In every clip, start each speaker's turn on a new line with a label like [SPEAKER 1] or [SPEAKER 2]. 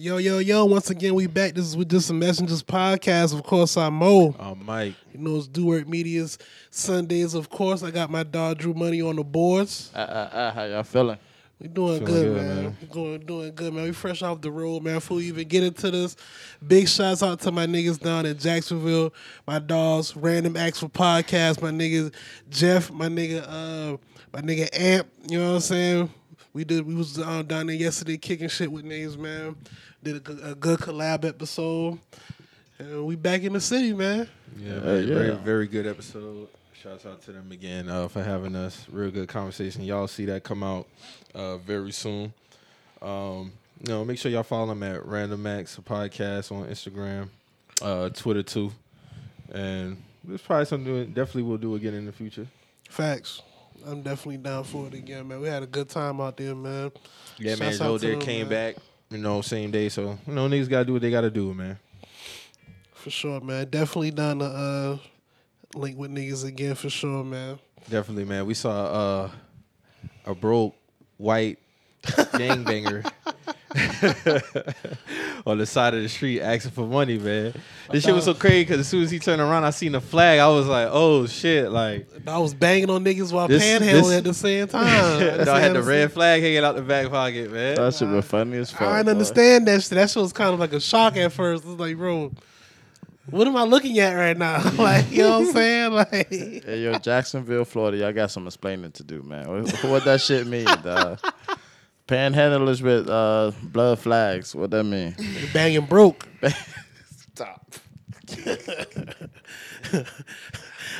[SPEAKER 1] Yo, yo, yo, once again, we back. This is with Just Some Messengers podcast. Of course, I'm Mo.
[SPEAKER 2] Oh, Mike.
[SPEAKER 1] You know, it's Do Work Media's Sundays. Of course, I got my dog Drew Money on the boards.
[SPEAKER 2] Uh, uh, uh, how y'all feeling?
[SPEAKER 1] We doing
[SPEAKER 2] Feeling
[SPEAKER 1] good,
[SPEAKER 2] good,
[SPEAKER 1] man.
[SPEAKER 2] man.
[SPEAKER 1] We going doing good, man. We fresh off the road, man. Before we even get into this, big shouts out to my niggas down in Jacksonville, my dogs, Random Acts for Podcast, my niggas Jeff, my nigga, uh, my nigga Amp. You know what I'm saying? We did. We was uh, down there yesterday kicking shit with niggas, man. Did a, good- a good collab episode, and we back in the city, man.
[SPEAKER 2] Yeah,
[SPEAKER 3] Uh,
[SPEAKER 2] man,
[SPEAKER 3] yeah.
[SPEAKER 2] very, very good episode. Shouts out to them again uh, for having us. Real good conversation. Y'all see that come out uh, very soon. Um, you know, make sure y'all follow them at Random Acts Podcast on Instagram, uh, Twitter too, and it's probably something we definitely we'll do again in the future.
[SPEAKER 1] Facts. I'm definitely down for it again, man. We had a good time out there, man.
[SPEAKER 2] Yeah, man.
[SPEAKER 1] Shouts out
[SPEAKER 2] Joe
[SPEAKER 1] to
[SPEAKER 2] there
[SPEAKER 1] them,
[SPEAKER 2] came
[SPEAKER 1] man.
[SPEAKER 2] back, you know, same day. So you know, niggas gotta do what they gotta do, man.
[SPEAKER 1] For sure, man. Definitely down to uh, link with niggas again for sure, man.
[SPEAKER 2] Definitely, man. We saw uh, a broke white gangbanger on the side of the street asking for money, man. This shit was so crazy because as soon as he turned around, I seen the flag. I was like, oh shit! Like,
[SPEAKER 1] I was banging on niggas while
[SPEAKER 2] This-
[SPEAKER 1] panhandling
[SPEAKER 2] this-
[SPEAKER 1] at the same time. At
[SPEAKER 2] I had the
[SPEAKER 1] same-
[SPEAKER 2] red flag hanging out the back pocket, man.
[SPEAKER 3] That shit was funny as fuck.
[SPEAKER 1] I didn't
[SPEAKER 3] dog.
[SPEAKER 1] understand that shit. That shit was kind of like a shock at first. It's like, bro, what am I looking at right now? like, you know what I'm saying? Like,
[SPEAKER 3] Hey, yo, Jacksonville, Florida, y'all got some explaining to do, man. What, what that shit mean, dog? Panhandlers with uh, blood flags. What that mean?
[SPEAKER 1] banging broke.
[SPEAKER 3] Stop.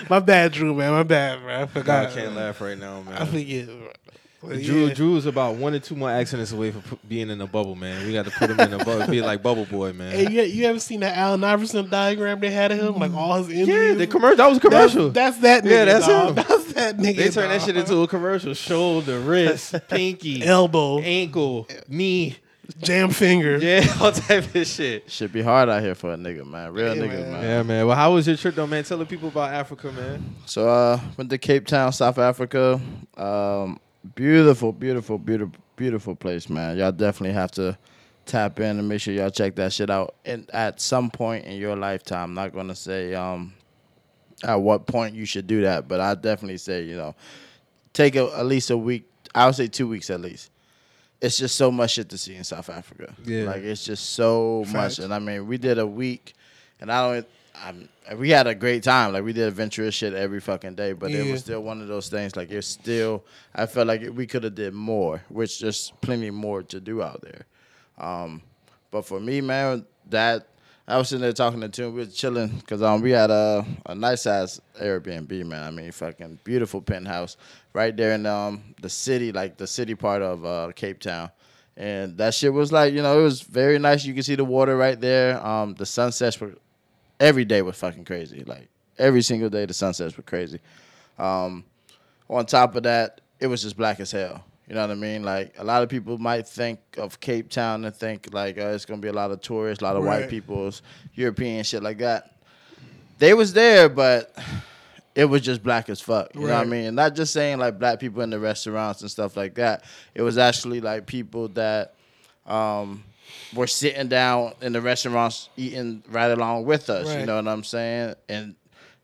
[SPEAKER 1] My bad, Drew, man. My bad, bro. I
[SPEAKER 2] God,
[SPEAKER 1] forgot.
[SPEAKER 2] I can't laugh right now,
[SPEAKER 1] I
[SPEAKER 2] man.
[SPEAKER 1] forget. bro. But
[SPEAKER 2] Drew,
[SPEAKER 1] yeah.
[SPEAKER 2] Drew's about one or two more accidents away from pu- being in a bubble, man. We got to put him in a bubble, be like Bubble Boy, man.
[SPEAKER 1] Hey, you, you ever seen that Allen Iverson diagram they had of him? Like all his injuries?
[SPEAKER 2] yeah, the commercial. That was a commercial.
[SPEAKER 1] That's, that's that nigga.
[SPEAKER 2] Yeah, that's
[SPEAKER 1] dawg.
[SPEAKER 2] him.
[SPEAKER 1] That's that nigga.
[SPEAKER 2] They turned that
[SPEAKER 1] dawg.
[SPEAKER 2] shit into a commercial. Shoulder, wrist, pinky,
[SPEAKER 1] elbow,
[SPEAKER 2] ankle, knee.
[SPEAKER 1] jam finger.
[SPEAKER 2] Yeah, all type of shit.
[SPEAKER 3] Should be hard out here for a nigga, man. Real
[SPEAKER 1] Hey,
[SPEAKER 3] niggas,
[SPEAKER 1] man.
[SPEAKER 3] man.
[SPEAKER 2] Yeah, man. Well, how was your trip though, man? Telling people about Africa, man.
[SPEAKER 3] So uh, went to Cape Town, South Africa. Um, beautiful, beautiful, beautiful, beautiful place, man. Y'all definitely have to tap in and make sure y'all check that shit out. And at some point in your lifetime, I'm not gonna say um, at what point you should do that, but I definitely say you know, take a, at least a week. I would say two weeks at least. It's just so much shit to see in South Africa.
[SPEAKER 2] Yeah.
[SPEAKER 3] like it's just so
[SPEAKER 1] Facts.
[SPEAKER 3] much. And I mean, we did a week, and I don't. I'm, we had a great time. Like we did adventurous shit every fucking day, but it
[SPEAKER 1] Yeah.
[SPEAKER 3] was still one of those things. Like it's still, I felt like we could have did more, which there's plenty more to do out there. Um, but for me, man, that I was sitting there talking to Tim. We was chilling because um we had a a nice ass Airbnb, man. I mean, fucking beautiful penthouse right there in um the city, like the city part of uh, Cape Town. And that shit was like, you know, it was very nice. You could see the water right there. Um, the sunsets were every day was fucking crazy. Like every single day, the sunsets were crazy. Um, on top of that, it was just black as hell. You know what I mean? Like a lot of people might think of Cape Town and think like uh, it's gonna be a lot of tourists, a lot of
[SPEAKER 1] Right.
[SPEAKER 3] white peoples, European shit like that. They was there, but it was just black as fuck. You know what I
[SPEAKER 1] Right.
[SPEAKER 3] mean? Not just saying like black people in the restaurants and stuff like that. It was actually like people that um, were sitting down in the restaurants eating right along with us.
[SPEAKER 1] Right.
[SPEAKER 3] You know what I'm saying? And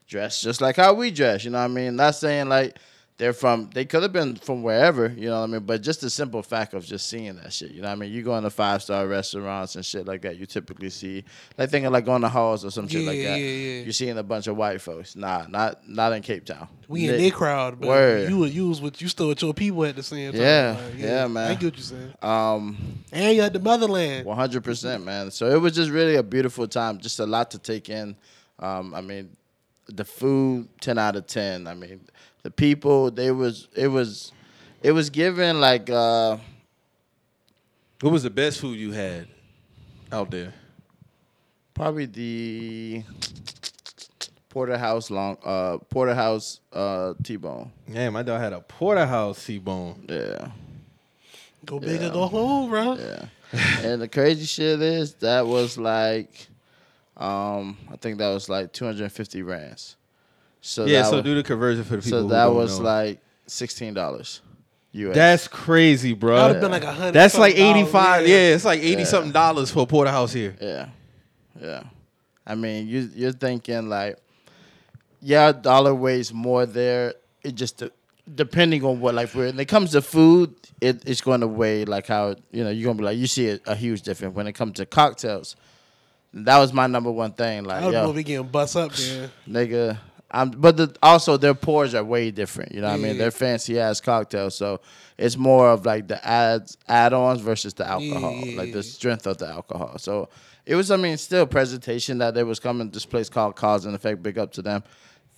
[SPEAKER 3] dressed just like how we dress. You know what I mean? Not saying like they're from. They could have been from wherever. You know what I mean? But just the simple fact of just seeing that shit. You know what I mean? You go into five star restaurants and shit like that. You typically see like thinking like on the halls or some shit like
[SPEAKER 1] Yeah,
[SPEAKER 3] that.
[SPEAKER 1] yeah, yeah.
[SPEAKER 3] You're seeing a bunch of white folks. Nah, not not in Cape Town.
[SPEAKER 1] We in
[SPEAKER 3] Nick-
[SPEAKER 1] their crowd, but
[SPEAKER 3] Word.
[SPEAKER 1] you were you was with you still with your people at the same time.
[SPEAKER 3] Yeah,
[SPEAKER 1] Like,
[SPEAKER 3] yeah, man.
[SPEAKER 1] I get what you saying.
[SPEAKER 3] Um,
[SPEAKER 1] And you at the motherland.
[SPEAKER 3] One hundred percent, man. So it was just really a beautiful time. Just a lot to take in. Um, I mean, the food, ten out of ten. I mean, the people. They was it was, it was given like uh,
[SPEAKER 2] What was the best food you had out there?
[SPEAKER 3] probably the porterhouse long uh, porterhouse uh, T-bone.
[SPEAKER 2] Yeah, my dog had a porterhouse T-bone.
[SPEAKER 3] Yeah,
[SPEAKER 1] Go big or
[SPEAKER 3] Yeah.
[SPEAKER 1] go home, bro.
[SPEAKER 3] yeah. and the crazy shit is that was like, um, I think that was like two hundred and fifty rands. So
[SPEAKER 2] yeah,
[SPEAKER 3] that
[SPEAKER 2] so
[SPEAKER 3] was-
[SPEAKER 2] do the conversion for the people.
[SPEAKER 3] So
[SPEAKER 2] who
[SPEAKER 3] that
[SPEAKER 2] don't
[SPEAKER 3] was
[SPEAKER 2] know.
[SPEAKER 3] like sixteen dollars. U.S.
[SPEAKER 2] That's crazy, bro.
[SPEAKER 1] That would've been like a hundred
[SPEAKER 2] That's like
[SPEAKER 1] something
[SPEAKER 2] eighty
[SPEAKER 1] dollars,
[SPEAKER 2] five.
[SPEAKER 1] yeah.
[SPEAKER 2] Yeah. it's like eighty
[SPEAKER 3] Yeah.
[SPEAKER 2] something dollars for a porterhouse here.
[SPEAKER 3] Yeah, yeah. I mean, you you're thinking like, yeah, dollar weighs more there. It just de- depending on what like we're. When it comes to food, it, it's going to weigh like how you know you're gonna be like you see a, a huge difference when it comes to cocktails. That was my number one thing.
[SPEAKER 1] I
[SPEAKER 3] Like,
[SPEAKER 1] don't know
[SPEAKER 3] yo,
[SPEAKER 1] if we getting bust up there.
[SPEAKER 3] nigga. I'm, but the, also their pours are way different. You know what I mean?
[SPEAKER 1] Yeah.
[SPEAKER 3] They're fancy ass cocktails, so it's more of like the ads add-ons versus the alcohol,
[SPEAKER 1] Yeah.
[SPEAKER 3] like the strength of the alcohol. So it was, I mean, still presentation that they was coming. This place called Cause and Effect. Big up to them.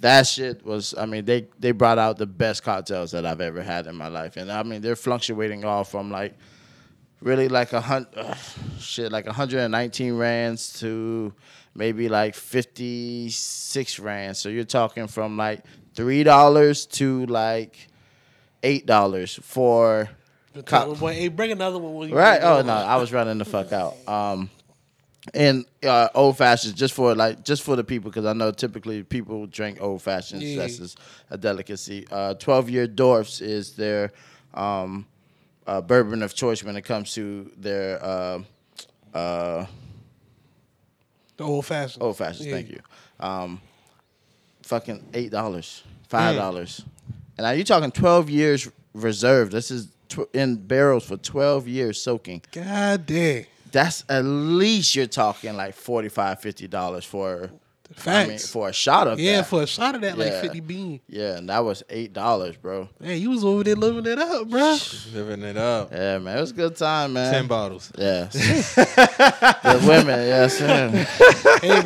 [SPEAKER 3] That shit was, I mean, they they brought out the best cocktails that I've ever had in my life, and I mean, they're fluctuating all from like really like a hundred shit like 119 rands to maybe like 56 rands so you're talking from like three dollars to like eight dollars for
[SPEAKER 1] Cop.
[SPEAKER 3] co-
[SPEAKER 1] hey, bring another one. When you
[SPEAKER 3] right oh no i was running the fuck out um and uh, old fashions just for like just for the people because i know typically people drink old fashions
[SPEAKER 1] Yeah.
[SPEAKER 3] that's just a delicacy uh 12 year dwarfs is their um uh, bourbon of choice when it comes to their uh, uh,
[SPEAKER 1] The old fashioned.
[SPEAKER 3] old fashions.
[SPEAKER 1] Yeah.
[SPEAKER 3] Thank you. Um, fucking eight dollars,
[SPEAKER 1] Mm.
[SPEAKER 3] five dollars, and now you're talking twelve years reserve. This is tw- in barrels for twelve years soaking.
[SPEAKER 1] God dang.
[SPEAKER 3] That's at least you're talking like 45 50 dollars for I mean,
[SPEAKER 1] Facts.
[SPEAKER 3] for a shot of
[SPEAKER 1] yeah,
[SPEAKER 3] that.
[SPEAKER 1] for a shot of that, like
[SPEAKER 3] Yeah.
[SPEAKER 1] 50 bean.
[SPEAKER 3] yeah, and that was eight dollars, bro.
[SPEAKER 1] Hey, you was over there living it up, bro.
[SPEAKER 2] Living it up.
[SPEAKER 3] Yeah, man, it was a good time, man.
[SPEAKER 2] Ten bottles.
[SPEAKER 3] Yes. the women, yes. sir.
[SPEAKER 1] hey,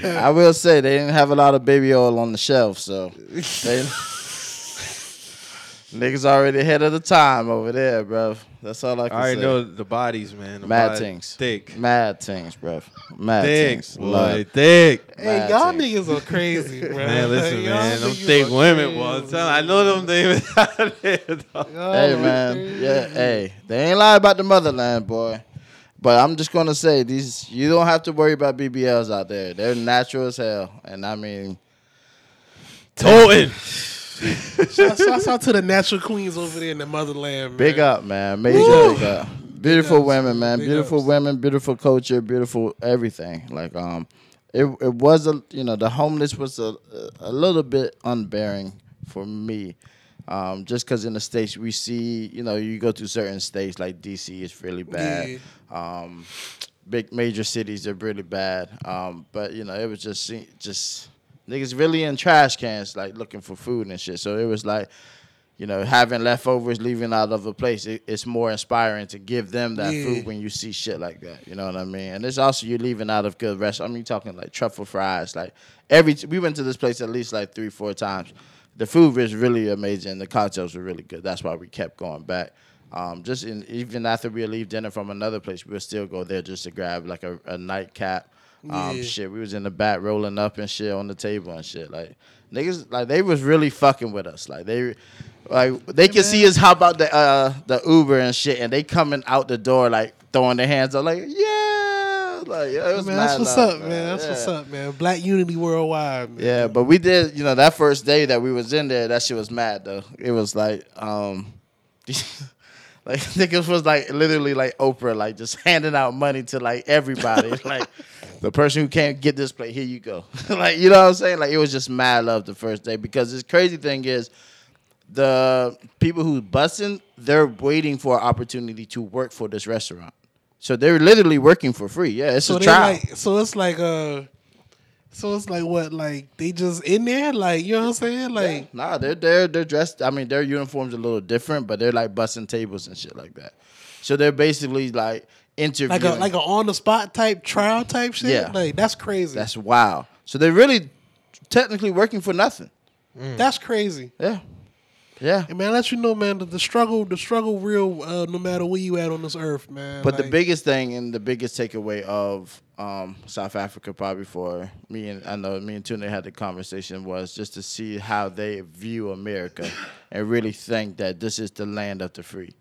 [SPEAKER 1] man.
[SPEAKER 3] I will say they didn't have a lot of baby oil on the shelf, so they, niggas already ahead of the time over there, bro. That's all I can
[SPEAKER 2] I already
[SPEAKER 3] say.
[SPEAKER 2] know the bodies, man. The
[SPEAKER 3] Mad
[SPEAKER 2] body-
[SPEAKER 3] things.
[SPEAKER 2] Thick.
[SPEAKER 3] Mad things, bro. Mad
[SPEAKER 2] Thick.
[SPEAKER 3] things. Love.
[SPEAKER 2] Boy, thick.
[SPEAKER 1] Hey,
[SPEAKER 3] Mad
[SPEAKER 1] y'all
[SPEAKER 3] things.
[SPEAKER 1] niggas are crazy, bro.
[SPEAKER 2] Man, listen,
[SPEAKER 1] Y'all
[SPEAKER 2] man. Them
[SPEAKER 1] niggas
[SPEAKER 2] thick
[SPEAKER 1] are
[SPEAKER 2] women,
[SPEAKER 1] crazy.
[SPEAKER 2] boy. I'm telling- I know them David.
[SPEAKER 1] Y'all
[SPEAKER 3] Hey
[SPEAKER 1] are
[SPEAKER 3] man,
[SPEAKER 1] crazy.
[SPEAKER 3] yeah, hey, they ain't lie about the motherland, boy. But I'm just gonna say these, you don't have to worry about BBLs out there. They're natural as hell, and I mean,
[SPEAKER 2] Toting.
[SPEAKER 1] Shout- Shouts out to the natural queens over there in the motherland, man.
[SPEAKER 3] big up, man. Major
[SPEAKER 1] Woo!
[SPEAKER 3] big up. Beautiful
[SPEAKER 1] ups,
[SPEAKER 3] women, man.
[SPEAKER 1] big
[SPEAKER 3] beautiful
[SPEAKER 1] ups.
[SPEAKER 3] women, beautiful culture, beautiful everything. Like um, it it was a you know the homeless was a a little bit unbearing for me. Um, just because in the states we see, you know, you go to certain states like DC is really bad.
[SPEAKER 1] Yeah.
[SPEAKER 3] um, big major cities are really bad. Um, but you know, it was just se- just niggas really in trash cans, like looking for food and shit. So it was like, you know, having leftovers, leaving out of a place. It, it's more inspiring to give them that
[SPEAKER 1] Yeah.
[SPEAKER 3] food when you see shit like that. You know what I mean? And it's also you leaving out of good restaurants. I mean, you're talking like truffle fries. Like every we went to this place at least like three, four times. The food was really amazing. The cocktails were really good. That's why we kept going back. Um, just in, even after we leave dinner from another place, we'll still go there just to grab like a, a nightcap. Um,
[SPEAKER 1] Yeah.
[SPEAKER 3] shit, we was in the back rolling up and shit on the table and shit. Like niggas, like they was really fucking with us. Like they, like they could see us hop out the uh the Uber and shit, and they coming out the door like throwing their hands up like yeah, like yeah, it was
[SPEAKER 1] Man, that's
[SPEAKER 3] mad
[SPEAKER 1] what's
[SPEAKER 3] love,
[SPEAKER 1] up, man. That's what's
[SPEAKER 3] Yeah.
[SPEAKER 1] up, man. Black unity worldwide, man.
[SPEAKER 3] Yeah, but we did, you know, that first day that we was in there, that shit was mad though. It was like, um like niggas was like literally like Oprah, like just handing out money to like everybody. like the person who can't get this plate, here you go. like, you know what I'm saying? Like it was just mad love the first day because this crazy thing is the people who bussing, they're waiting for an opportunity to work for this restaurant. So they're literally working for free. Yeah, it's
[SPEAKER 1] So
[SPEAKER 3] a
[SPEAKER 1] they
[SPEAKER 3] trial.
[SPEAKER 1] like, so it's like, uh, so it's like what, like they just in there, like you know what I'm saying, like
[SPEAKER 3] Nah, they're they're they're dressed. I mean, their uniforms are a little different, but they're like busting tables and shit like that. So they're basically like interviewing.
[SPEAKER 1] like a like a on the spot type trial type shit.
[SPEAKER 3] Yeah.
[SPEAKER 1] like that's crazy. That's,
[SPEAKER 3] that's wow. So they're really technically working for nothing.
[SPEAKER 1] crazy.
[SPEAKER 3] Yeah, yeah.
[SPEAKER 1] And man, I let you know, man, the, the struggle, the struggle, real, uh, no matter where you at on this earth, man.
[SPEAKER 3] But the
[SPEAKER 1] Like,
[SPEAKER 3] biggest thing and the biggest takeaway of um, South Africa, probably for me and I know me and Tuna had the conversation, was just to see how they view America and really think that this is the land of the free.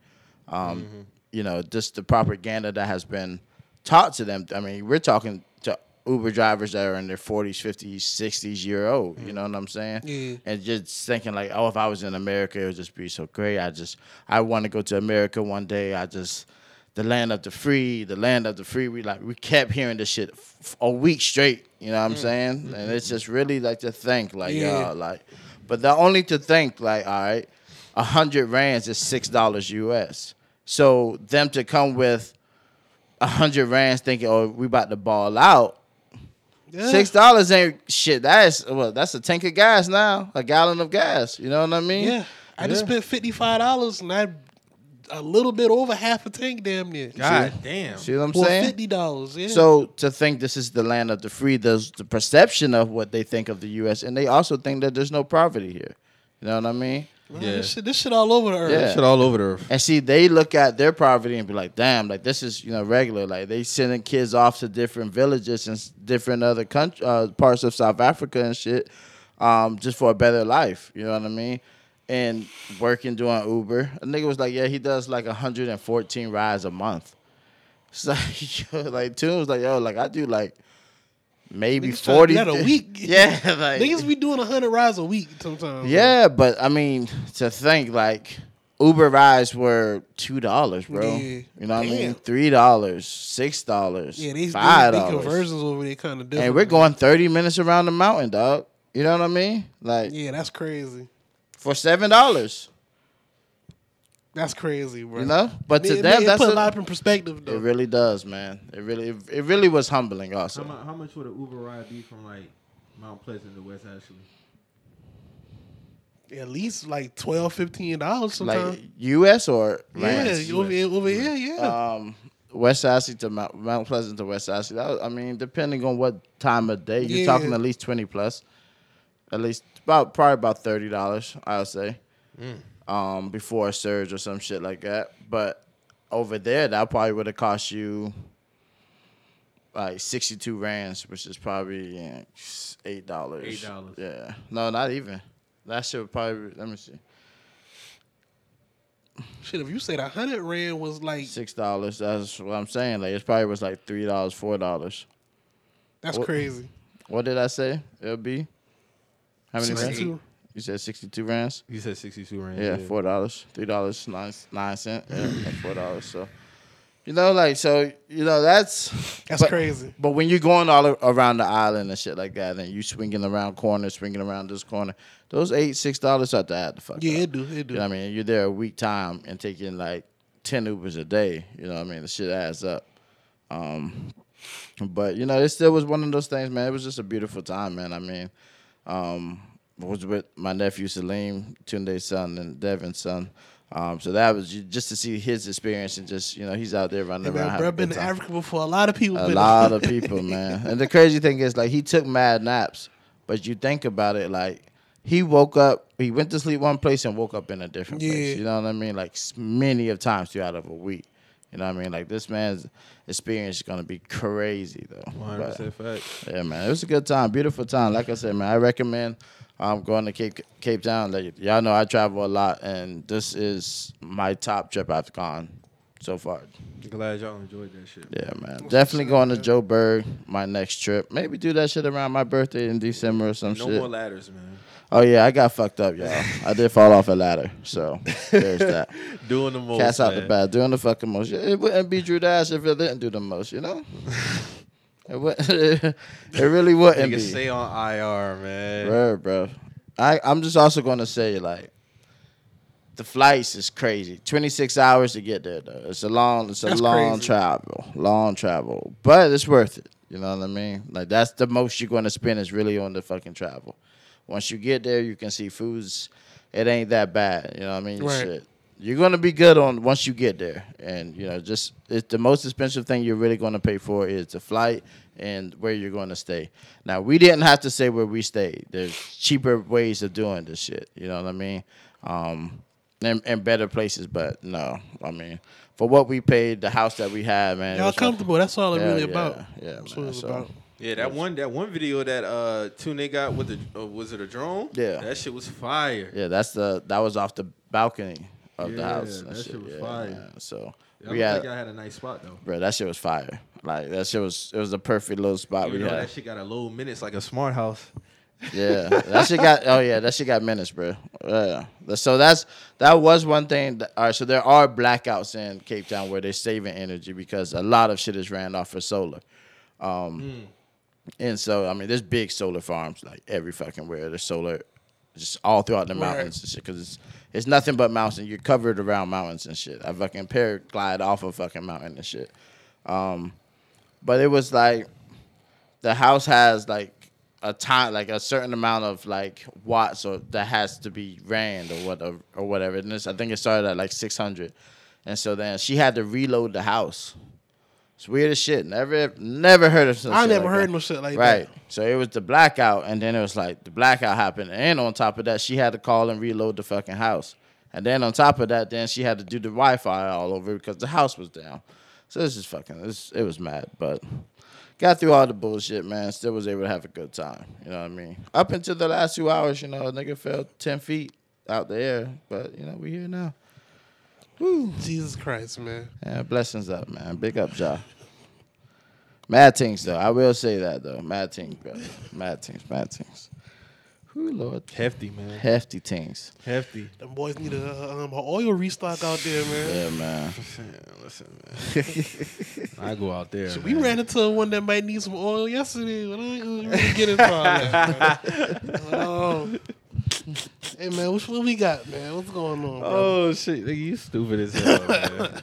[SPEAKER 3] Um, You know, just the propaganda that has been taught to them. I mean, we're talking to Uber drivers that are in their 40s, 50s, 60s year old. You know what I'm saying?
[SPEAKER 1] Yeah.
[SPEAKER 3] And just thinking like, oh, if I was in America, it would just be so great. I just, I want to go to America one day. I just, the land of the free, the land of the free. We like, we kept hearing this shit f- a week straight. You know what I'm saying? And it's just really like to think like,
[SPEAKER 1] Yeah.
[SPEAKER 3] y'all, like, but the only to think like, all right, a hundred rands is six dollars US. So them to come with a hundred rands thinking, oh, we about to ball out.
[SPEAKER 1] Yeah.
[SPEAKER 3] Six dollars ain't shit. That's well, that's a tank of gas now, a gallon of gas. You know what I mean?
[SPEAKER 1] Yeah. I just
[SPEAKER 2] Yeah.
[SPEAKER 1] spent fifty five dollars and I a little bit over half a tank damn near.
[SPEAKER 2] God damn.
[SPEAKER 3] See what I'm
[SPEAKER 1] Well,
[SPEAKER 3] saying?
[SPEAKER 1] fifty dollars. Yeah.
[SPEAKER 3] So to think this is the land of the free, there's the perception of what they think of the U.S. and they also think that there's no poverty here. You know what I mean?
[SPEAKER 1] Man,
[SPEAKER 2] Yeah.
[SPEAKER 1] this, shit, this shit all over the earth.
[SPEAKER 3] Yeah.
[SPEAKER 2] Shit all over the earth.
[SPEAKER 3] And see, they look at their poverty and be like, "Damn, like this is you know regular." Like they sending kids off to different villages and s- different other country, uh, parts of South Africa and shit, um, just for a better life. You know what I mean? And working doing Uber, a nigga was like, "Yeah, he does like 114 rides a month." It's like, yo, like Tune was like, "Yo, like I do like maybe
[SPEAKER 1] Niggas tryna do
[SPEAKER 3] 40
[SPEAKER 1] that a week.
[SPEAKER 3] yeah, like
[SPEAKER 1] Niggas be doing hundred rides a week sometimes.
[SPEAKER 3] yeah, but I mean, to think like Uber rides were two dollars, bro.
[SPEAKER 1] Yeah.
[SPEAKER 3] You know what I
[SPEAKER 1] Damn.
[SPEAKER 3] mean? Three dollars, six dollars,
[SPEAKER 1] Yeah, they, they,
[SPEAKER 3] five
[SPEAKER 1] they
[SPEAKER 3] dollars,
[SPEAKER 1] conversions over there kind of different.
[SPEAKER 3] and we're going thirty minutes around the mountain, dog. You know what I mean? Like
[SPEAKER 1] Yeah, that's crazy.
[SPEAKER 3] for seven dollars,
[SPEAKER 1] That's crazy, bro.
[SPEAKER 3] you know. But
[SPEAKER 1] It-
[SPEAKER 3] to
[SPEAKER 1] it,
[SPEAKER 3] them,
[SPEAKER 1] it
[SPEAKER 3] that's
[SPEAKER 1] put
[SPEAKER 3] a,
[SPEAKER 1] a lot in perspective
[SPEAKER 3] it
[SPEAKER 1] though.
[SPEAKER 3] really does, man. It really, it, it really was humbling,
[SPEAKER 2] How,
[SPEAKER 3] also.
[SPEAKER 2] mu- how much would an Uber ride be from like Mount Pleasant to West Ashley?
[SPEAKER 1] At least like 12 dollars sometimes.
[SPEAKER 3] Like U.S. or
[SPEAKER 1] yeah,
[SPEAKER 3] rands?
[SPEAKER 1] you over here, over here, yeah.
[SPEAKER 3] um, West Sassy to Mount, Mount Pleasant to West Sassy. That was, I mean, depending on what time of day, you're
[SPEAKER 1] Yeah.
[SPEAKER 3] talking at least twenty plus, at least about probably about thirty dollars, I would say, um, before a surge or some shit like that. But over there, that probably would have cost you like sixty two rands, which is probably yeah, eight dollars.
[SPEAKER 2] $8.
[SPEAKER 3] Yeah, no, not even. That shit would probably let me see
[SPEAKER 1] Shit, if you said a hundred rand was like
[SPEAKER 3] six dollars. That's what I'm saying. Like it probably was like three dollars, four dollars.
[SPEAKER 1] that's
[SPEAKER 3] what-
[SPEAKER 1] crazy.
[SPEAKER 3] What did I say? It'll be how many rounds?
[SPEAKER 1] 62.
[SPEAKER 3] You said sixty-two rounds.
[SPEAKER 2] You said 62 range.
[SPEAKER 3] Yeah, four dollars, three dollars, nine nine cent, yeah, like four dollars. So, you know, like so, you know, that's
[SPEAKER 1] That's
[SPEAKER 3] but-
[SPEAKER 1] crazy.
[SPEAKER 3] But when you're going all a- around the island and shit like that, and you swinging around corners, swinging around this corner, those eight six dollars have to add the fuck.
[SPEAKER 1] Yeah,
[SPEAKER 3] up.
[SPEAKER 1] it do, it do.
[SPEAKER 3] You know what I mean, you're there a week time and taking like ten Ubers a day. You know what I mean? The shit adds up. Um, but you know, it still was one of those things, man. It was just a beautiful time, man. I mean, um, I was with my nephew Salim, Tunde's son, and Devin's son. Um, so that was ju- just to see his experience and just you know he's out there running
[SPEAKER 1] Hey,
[SPEAKER 3] around.
[SPEAKER 1] man,
[SPEAKER 3] having
[SPEAKER 1] bro,
[SPEAKER 3] a
[SPEAKER 1] been
[SPEAKER 3] good
[SPEAKER 1] to
[SPEAKER 3] time.
[SPEAKER 1] Africa before. A lot of people
[SPEAKER 3] A
[SPEAKER 1] been
[SPEAKER 3] lot of people, man. And the crazy thing is, like, he took mad naps, but you think about it, like, he woke up, he went to sleep one place and woke up in a different
[SPEAKER 1] Yeah.
[SPEAKER 3] place. You know what I mean? Like, s- many of times throughout of a week. You know what I mean? Like, this man's experience is gonna be crazy, though. But-
[SPEAKER 2] 100% fact.
[SPEAKER 3] yeah, man, it was a good time, beautiful time. Like I said, man, I recommend um, going to Cape Cape Town. Like y'all know, I travel a lot, and this is my top trip I've gone so far.
[SPEAKER 2] Glad y'all enjoyed that shit.
[SPEAKER 3] Yeah, man. Definitely going to Joe Berg my next trip. Maybe do that shit around my birthday in December or some
[SPEAKER 2] No
[SPEAKER 3] shit.
[SPEAKER 2] more ladders, man.
[SPEAKER 3] oh yeah, I got fucked up, y'all. I did fall off a ladder, so there's that.
[SPEAKER 2] Doing the most.
[SPEAKER 3] Cats out the
[SPEAKER 2] man.
[SPEAKER 3] bat, doing the fucking most. It wouldn't be Drew Dash if it didn't do the most, you know. it would. It really wouldn't
[SPEAKER 2] Nigga,
[SPEAKER 3] be.
[SPEAKER 2] stay on IR, man.
[SPEAKER 3] Bro, bro. I, I'm just also gonna say like the flights is crazy. 26 hours to get there though. It's a long, it's a
[SPEAKER 1] That's
[SPEAKER 3] long
[SPEAKER 1] crazy.
[SPEAKER 3] travel. Long travel. But it's worth it. You know what I mean? Like that's the most you're gonna spend is really on the fucking travel. Once you get there, you can see foods. It ain't that bad. You know what I mean?
[SPEAKER 1] Right.
[SPEAKER 3] Shit. You're gonna be good on once you get there, and you know, just it's the most expensive thing you're really gonna pay for is the flight and where you're gonna stay. Now we didn't have to say where we stayed. There's cheaper ways of doing this shit. You know what I mean? Um, and, and better places, but no, I mean, for what we paid, the house that we had, man, it
[SPEAKER 1] Y'all
[SPEAKER 3] was worth it.
[SPEAKER 1] comfortable. That's all it
[SPEAKER 3] Hell
[SPEAKER 1] really
[SPEAKER 3] yeah,
[SPEAKER 1] about.
[SPEAKER 3] yeah,
[SPEAKER 1] That's
[SPEAKER 3] man,
[SPEAKER 1] what it's
[SPEAKER 3] so-
[SPEAKER 1] about.
[SPEAKER 2] Yeah, that one that one video that uh Tune got with the uh, was it a drone?
[SPEAKER 3] Yeah.
[SPEAKER 2] That shit was fire.
[SPEAKER 3] Yeah, that's the that was off the balcony of the
[SPEAKER 2] Yeah,
[SPEAKER 3] house. and
[SPEAKER 2] that shit was
[SPEAKER 3] yeah,
[SPEAKER 2] fire.
[SPEAKER 3] man. So
[SPEAKER 2] I
[SPEAKER 3] we
[SPEAKER 2] don't
[SPEAKER 3] had
[SPEAKER 2] think I had a nice spot though.
[SPEAKER 3] Bro, that shit was fire. Like that shit was it was the perfect little spot
[SPEAKER 2] Even
[SPEAKER 3] we
[SPEAKER 2] though
[SPEAKER 3] had.
[SPEAKER 2] that shit got a low minutes like a smart house.
[SPEAKER 3] Yeah, that shit got. Oh yeah, that shit got minutes, bro. Yeah. So that's that was one thing. That, all right, so there are blackouts in Cape Town where they're saving energy because a lot of shit is ran off of solar. Um, And so I mean, there's big solar farms like every fucking where there's solar, just all throughout the
[SPEAKER 1] Right.
[SPEAKER 3] mountains and shit because it's it's nothing but mountains. You're covered around mountains and shit. I fucking paraglide off a fucking mountain and shit. Um, but it was like the house has like a time like a certain amount of like watts or that has to be ran or whatever or whatever and this i think it started at like 600 and so then she had to reload the house it's weird as shit never never heard of some
[SPEAKER 1] I
[SPEAKER 3] shit
[SPEAKER 1] never
[SPEAKER 3] like
[SPEAKER 1] heard
[SPEAKER 3] that.
[SPEAKER 1] no shit like
[SPEAKER 3] right
[SPEAKER 1] that.
[SPEAKER 3] so it was the blackout and then it was like the blackout happened and on top of that she had to call and reload the fucking house and then on top of that then she had to do the wi-fi all over because the house was down so this is fucking this it was mad but Got through all the bullshit, man. Still was able to have a good time. You know what I mean? Up until the last two hours, you know, a nigga fell 10 feet out the air. But, you know, we here now.
[SPEAKER 1] Jesus Christ, man.
[SPEAKER 3] Yeah, blessings up, man. Big up, Ja. Mad things, though. I will say that, though. Mad things, bro. Mad things, mad things. Who, Lord?
[SPEAKER 2] Hefty, man.
[SPEAKER 3] Hefty things.
[SPEAKER 2] Hefty.
[SPEAKER 1] Them boys need a uh, um, a oil restock out there, man.
[SPEAKER 3] Yeah, man.
[SPEAKER 2] Listen, listen, man. I go out there.
[SPEAKER 1] So we
[SPEAKER 2] man.
[SPEAKER 1] ran into one that might need some oil yesterday. What I really get into all that. man? Um, hey man, what, what we got, man? What's going on, bro?
[SPEAKER 2] Oh shit, nigga, you stupid as hell, man.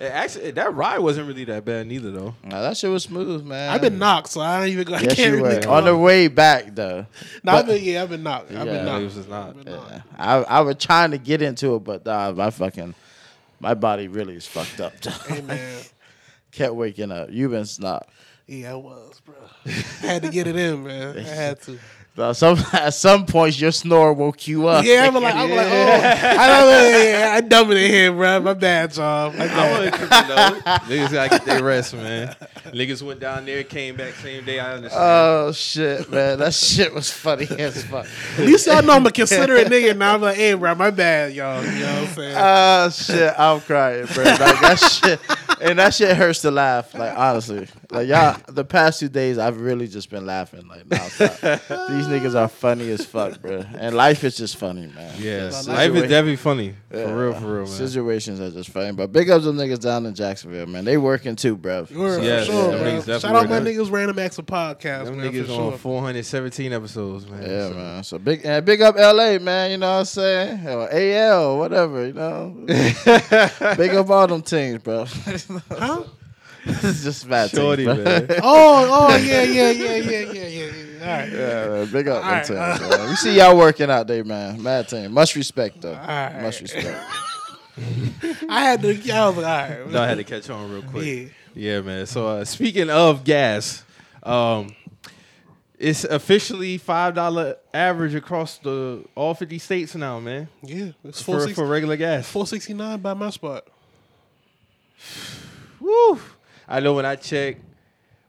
[SPEAKER 2] Eh, Actually, that ride wasn't really that bad neither, though.
[SPEAKER 3] Nah, that shit was smooth, man.
[SPEAKER 1] I've been knocked, so I don't even. I
[SPEAKER 3] Yes,
[SPEAKER 1] can't
[SPEAKER 3] you
[SPEAKER 1] really.
[SPEAKER 3] were.
[SPEAKER 1] come
[SPEAKER 3] On the
[SPEAKER 1] up.
[SPEAKER 3] way back, though.
[SPEAKER 1] no, I've
[SPEAKER 3] but-
[SPEAKER 1] been, yeah, I've been knocked. I've
[SPEAKER 3] Yeah,
[SPEAKER 1] been
[SPEAKER 2] Like,
[SPEAKER 1] knocked.
[SPEAKER 2] it was just not.
[SPEAKER 1] I've been knocked.
[SPEAKER 3] Yeah. I I was trying to get into it, but nah, my fucking my body really is fucked up.
[SPEAKER 1] Hey man,
[SPEAKER 3] Kept waking up. You've been snot.
[SPEAKER 1] yeah, I was, bro. had to get it in, man. I had to.
[SPEAKER 3] Now, some at some points your snore woke you up.
[SPEAKER 1] Yeah, I'm like, I'm like, oh, I, don't, yeah, I dumped it in here, bro. My bad, y'all. My
[SPEAKER 2] I
[SPEAKER 1] bad.
[SPEAKER 2] wasn't tripping, though. Niggas gotta get their rest, man. Niggas went down there, came back same day. I understand.
[SPEAKER 3] Oh shit, man! That shit was funny as fuck.
[SPEAKER 1] At least y'all know I'm a considerate nigga. Now I'm like, hey, bro, my bad, y'all. You know what I'm saying?
[SPEAKER 2] Uh,
[SPEAKER 3] Oh shit, I'm crying, bro. Like that shit, and that shit hurts to laugh. Like honestly, like y'all, the past two days I've really just been laughing. Like nonstop. these niggas are funny as fuck, bro. And life is just funny, man.
[SPEAKER 2] yes,
[SPEAKER 1] My
[SPEAKER 2] life is
[SPEAKER 3] situation-
[SPEAKER 2] definitely funny.
[SPEAKER 3] Yeah.
[SPEAKER 2] For real, for real, man.
[SPEAKER 3] Situations are just funny. But big up them niggas down in Jacksonville, man. They working too, bro.
[SPEAKER 1] Word,
[SPEAKER 2] Yes,
[SPEAKER 1] for sure,
[SPEAKER 2] them
[SPEAKER 1] bro.
[SPEAKER 2] niggas definitely
[SPEAKER 1] Shout out my
[SPEAKER 2] were good.
[SPEAKER 1] niggas Random Acts of Podcast,
[SPEAKER 2] Them
[SPEAKER 1] man,
[SPEAKER 2] niggas
[SPEAKER 1] for sure.
[SPEAKER 2] on 417 episodes, man.
[SPEAKER 3] Yeah,
[SPEAKER 2] So,
[SPEAKER 3] man. So big and big up LA, man, you know what I'm saying? Or AL, whatever, you know. big up all them teams, bro.
[SPEAKER 1] Huh?
[SPEAKER 3] it's just bad teams,
[SPEAKER 2] Shorty,
[SPEAKER 3] bro.
[SPEAKER 2] man.
[SPEAKER 1] Oh, oh, yeah, yeah, yeah, yeah, yeah, yeah. yeah. All right.
[SPEAKER 3] Yeah, man, big up
[SPEAKER 1] All right, uh,
[SPEAKER 3] them teams, man. We see y'all working out there, man. Mad team. Much respect though.
[SPEAKER 1] right.
[SPEAKER 3] Much respect.
[SPEAKER 1] I had to. I was like, all right.
[SPEAKER 2] No, I had to catch on real quick.
[SPEAKER 1] Yeah.
[SPEAKER 2] Yeah, man. So uh, speaking of gas, um, it's officially five dollar average across the all fifty states now, man.
[SPEAKER 1] Yeah, it's
[SPEAKER 2] For, for
[SPEAKER 1] 460
[SPEAKER 2] regular gas.
[SPEAKER 1] 469 by my spot.
[SPEAKER 2] Woo! I know when I checked,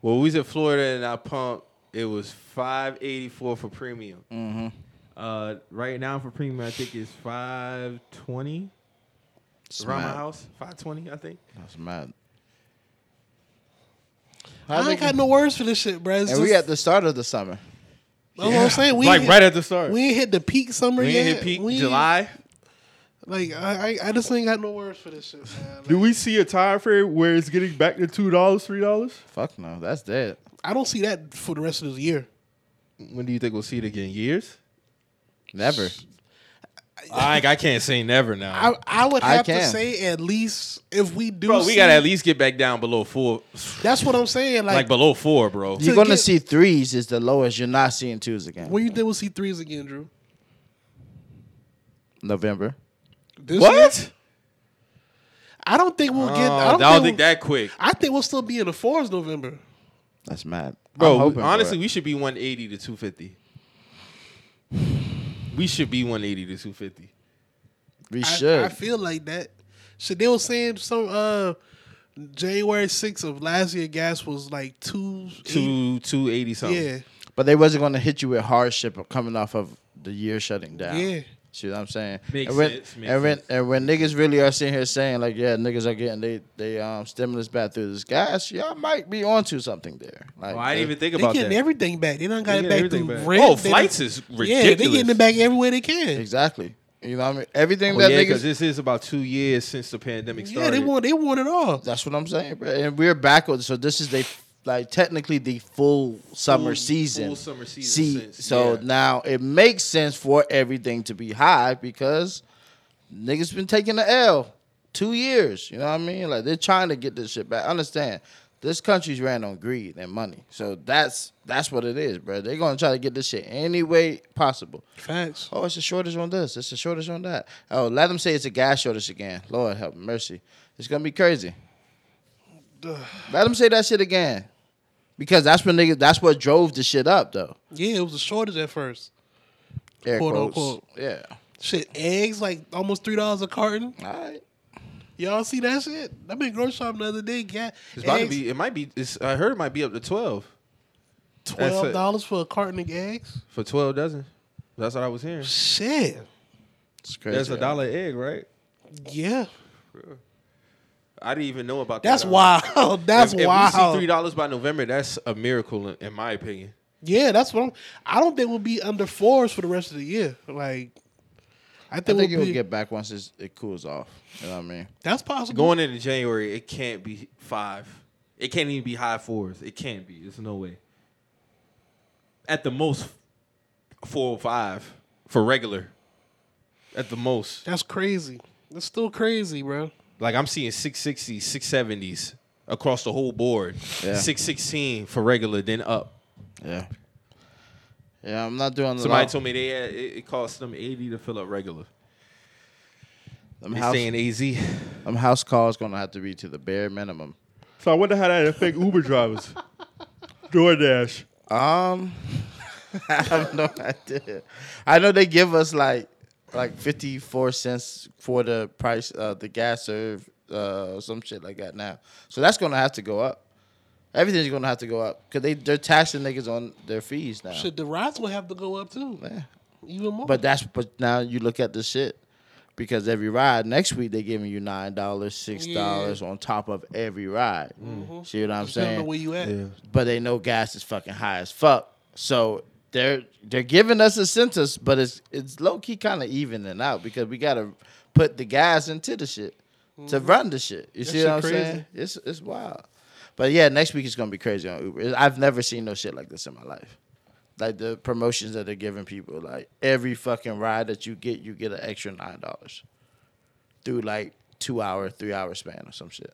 [SPEAKER 2] when we was in Florida and I pumped, it was five eighty four for premium. Uh, right now for premium, I think it's five twenty
[SPEAKER 3] It's
[SPEAKER 2] around my
[SPEAKER 3] mad.
[SPEAKER 2] house. Five twenty, I think.
[SPEAKER 3] That's mad.
[SPEAKER 1] I, ain't got no words for this shit, bro. It's
[SPEAKER 3] and we
[SPEAKER 1] just-
[SPEAKER 3] at the start of the summer.
[SPEAKER 1] that's what I'm saying. We
[SPEAKER 2] like
[SPEAKER 1] ain't-
[SPEAKER 2] right at the start.
[SPEAKER 1] We ain't hit the peak summer
[SPEAKER 2] We
[SPEAKER 1] yet.
[SPEAKER 2] ain't hit peak
[SPEAKER 1] We ain't-
[SPEAKER 2] July.
[SPEAKER 1] Like I, I, I just ain't got no words for this shit, man. Like,
[SPEAKER 2] Do we see a time frame where it's getting back to two dollars, three dollars?
[SPEAKER 3] Fuck no, that's dead.
[SPEAKER 1] I don't see that for the rest of this year.
[SPEAKER 2] When do you think we'll see it again? Years?
[SPEAKER 3] Never.
[SPEAKER 2] I I can't say never now.
[SPEAKER 1] I, I would
[SPEAKER 3] I
[SPEAKER 1] have to
[SPEAKER 3] can.
[SPEAKER 1] say at least if we do,
[SPEAKER 2] bro, we
[SPEAKER 1] see-
[SPEAKER 2] gotta at least get back down below four,
[SPEAKER 1] That's what I'm saying.
[SPEAKER 2] like
[SPEAKER 1] Like,
[SPEAKER 2] below four, bro.
[SPEAKER 3] You're
[SPEAKER 1] To
[SPEAKER 3] gonna
[SPEAKER 1] get-
[SPEAKER 3] see threes is the lowest. You're not seeing twos again.
[SPEAKER 1] when you think we'll see threes again, Drew?
[SPEAKER 3] November.
[SPEAKER 1] This year? I don't think we'll get. I
[SPEAKER 2] Oh, I
[SPEAKER 1] don't,
[SPEAKER 2] don't
[SPEAKER 1] think,
[SPEAKER 2] think,
[SPEAKER 1] we'll-
[SPEAKER 2] that quick,
[SPEAKER 1] I think we'll still be in the fours November.
[SPEAKER 3] That's mad. I'm
[SPEAKER 2] bro.
[SPEAKER 3] hoping
[SPEAKER 2] we-
[SPEAKER 3] for
[SPEAKER 2] honestly,
[SPEAKER 3] it.
[SPEAKER 2] we should be one eighty to two fifty. We should be one eighty to two fifty.
[SPEAKER 3] we
[SPEAKER 1] I,
[SPEAKER 3] should.
[SPEAKER 1] I feel like that. Shit, they were saying some uh January 6th of last year gas was like two eight-
[SPEAKER 2] Two two eighty something.
[SPEAKER 1] Yeah,
[SPEAKER 3] but they wasn't going to hit you with hardship of coming off of the year shutting down.
[SPEAKER 1] yeah.
[SPEAKER 3] See what I'm saying?
[SPEAKER 2] Makes
[SPEAKER 3] and when,
[SPEAKER 2] sense, makes
[SPEAKER 3] and when,
[SPEAKER 2] sense.
[SPEAKER 3] And when niggas really are sitting here saying like, yeah, niggas are getting they they um stimulus back through this gas, y'all might be onto something there. Like,
[SPEAKER 2] Oh, I didn't
[SPEAKER 3] they-
[SPEAKER 2] even think
[SPEAKER 1] They
[SPEAKER 2] about
[SPEAKER 1] getting
[SPEAKER 2] that.
[SPEAKER 1] everything back. They done got
[SPEAKER 2] They
[SPEAKER 1] it
[SPEAKER 2] getting
[SPEAKER 1] back
[SPEAKER 2] everything
[SPEAKER 1] through
[SPEAKER 2] back.
[SPEAKER 1] rent.
[SPEAKER 2] Oh,
[SPEAKER 1] They done-
[SPEAKER 2] flights is
[SPEAKER 1] Yeah, they getting
[SPEAKER 2] ridiculous.
[SPEAKER 1] it back everywhere they can.
[SPEAKER 3] exactly. You know what I mean? Everything
[SPEAKER 2] Oh,
[SPEAKER 3] that
[SPEAKER 2] yeah,
[SPEAKER 3] niggas
[SPEAKER 2] because this is about two years since the pandemic started.
[SPEAKER 1] Yeah, they want they want it all.
[SPEAKER 3] That's what I'm saying, bro. And we're backwards, so this is the like technically the full
[SPEAKER 2] Full-
[SPEAKER 3] summer season.
[SPEAKER 2] full summer season since-
[SPEAKER 3] so
[SPEAKER 2] yeah.
[SPEAKER 3] now it makes sense for everything to be high because niggas been taking the L two years. You know what I mean? Like they're trying to get this shit back. Understand? This country's ran on greed and money, so that's that's what it is, bro. They're gonna try to get this shit any way possible.
[SPEAKER 1] Facts.
[SPEAKER 3] Oh, it's a shortage on this. It's a shortage on that. Oh, let them say it's a gas shortage again. Lord have mercy. It's gonna be crazy. Let them say that shit again, because that's when niggas. That's what drove the shit up, though.
[SPEAKER 1] Yeah, it was a shortage at first.
[SPEAKER 3] Air
[SPEAKER 1] Quote,
[SPEAKER 3] quotes.
[SPEAKER 1] unquote.
[SPEAKER 3] Yeah.
[SPEAKER 1] Shit, eggs like almost three dollars a carton.
[SPEAKER 3] All right.
[SPEAKER 1] Y'all see that shit? I been grocery shopping the other day. Got
[SPEAKER 2] It's about to
[SPEAKER 1] eggs,
[SPEAKER 2] be. It might be. It's, I heard it might be up to twelve
[SPEAKER 1] twelve dollars for a carton of eggs.
[SPEAKER 2] for twelve dozen. That's what I was hearing.
[SPEAKER 1] Shit.
[SPEAKER 3] It's crazy.
[SPEAKER 2] That's a dollar egg, right?
[SPEAKER 1] Yeah,
[SPEAKER 2] I didn't even know about
[SPEAKER 1] that's
[SPEAKER 2] that.
[SPEAKER 1] wild. That's
[SPEAKER 2] if,
[SPEAKER 1] wild.
[SPEAKER 2] If we see three dollars by November, that's a miracle, in, in my opinion.
[SPEAKER 1] Yeah, that's what I'm. I don't think we'll be under fours for the rest of the year. Like, I
[SPEAKER 3] I
[SPEAKER 1] think,
[SPEAKER 3] think
[SPEAKER 1] we'll
[SPEAKER 3] it'll
[SPEAKER 1] be.
[SPEAKER 3] get back once it's, it cools off. You know what I mean?
[SPEAKER 1] that's possible.
[SPEAKER 2] Going into January, it can't be five. It can't even be high fours. It can't be. There's no way. At the most, four or five for regular. At the most,
[SPEAKER 1] that's crazy. That's still crazy, bro.
[SPEAKER 2] like I'm seeing 660s, 670s across the whole board.
[SPEAKER 3] Yeah.
[SPEAKER 2] 616 for regular, then up.
[SPEAKER 3] Yeah. Yeah, I'm not doing the
[SPEAKER 2] Somebody
[SPEAKER 3] lot-
[SPEAKER 2] told me they had, it, it cost them 80 to fill up regular.
[SPEAKER 3] them
[SPEAKER 2] They
[SPEAKER 3] house,
[SPEAKER 2] staying AZ.
[SPEAKER 3] them house calls gonna have to be to the bare minimum.
[SPEAKER 2] So I wonder how that affect Uber drivers. DoorDash.
[SPEAKER 3] Um, I have no idea. I know they give us like like fifty four cents for the price of the gas serve, uh, some shit like that now. So that's gonna have to go up. Everything's gonna have to go up because they they're taxing niggas on their fees now.
[SPEAKER 1] Shit, the rides will have to go up too,
[SPEAKER 3] Yeah.
[SPEAKER 1] even more.
[SPEAKER 3] But that's but now you look at the shit because every ride next week they're giving you nine dollars, six dollars on top of every ride. See what
[SPEAKER 1] depending
[SPEAKER 3] I'm saying?
[SPEAKER 1] on where you at.
[SPEAKER 2] Yeah.
[SPEAKER 3] but they know gas is fucking high as fuck. So they're they're giving us a census, but it's it's low key kind of evening out because we gotta put the gas into the shit to run the shit.
[SPEAKER 1] Mm-hmm. That
[SPEAKER 3] You see
[SPEAKER 1] shit
[SPEAKER 3] what I'm
[SPEAKER 1] crazy.
[SPEAKER 3] saying? It's it's wild. But yeah, next week is gonna be crazy on Uber. I've never seen no shit like this in my life. Like the promotions that they're giving people, like every fucking ride that you get, you get an extra nine dollars through like two hour, three hour span or some shit.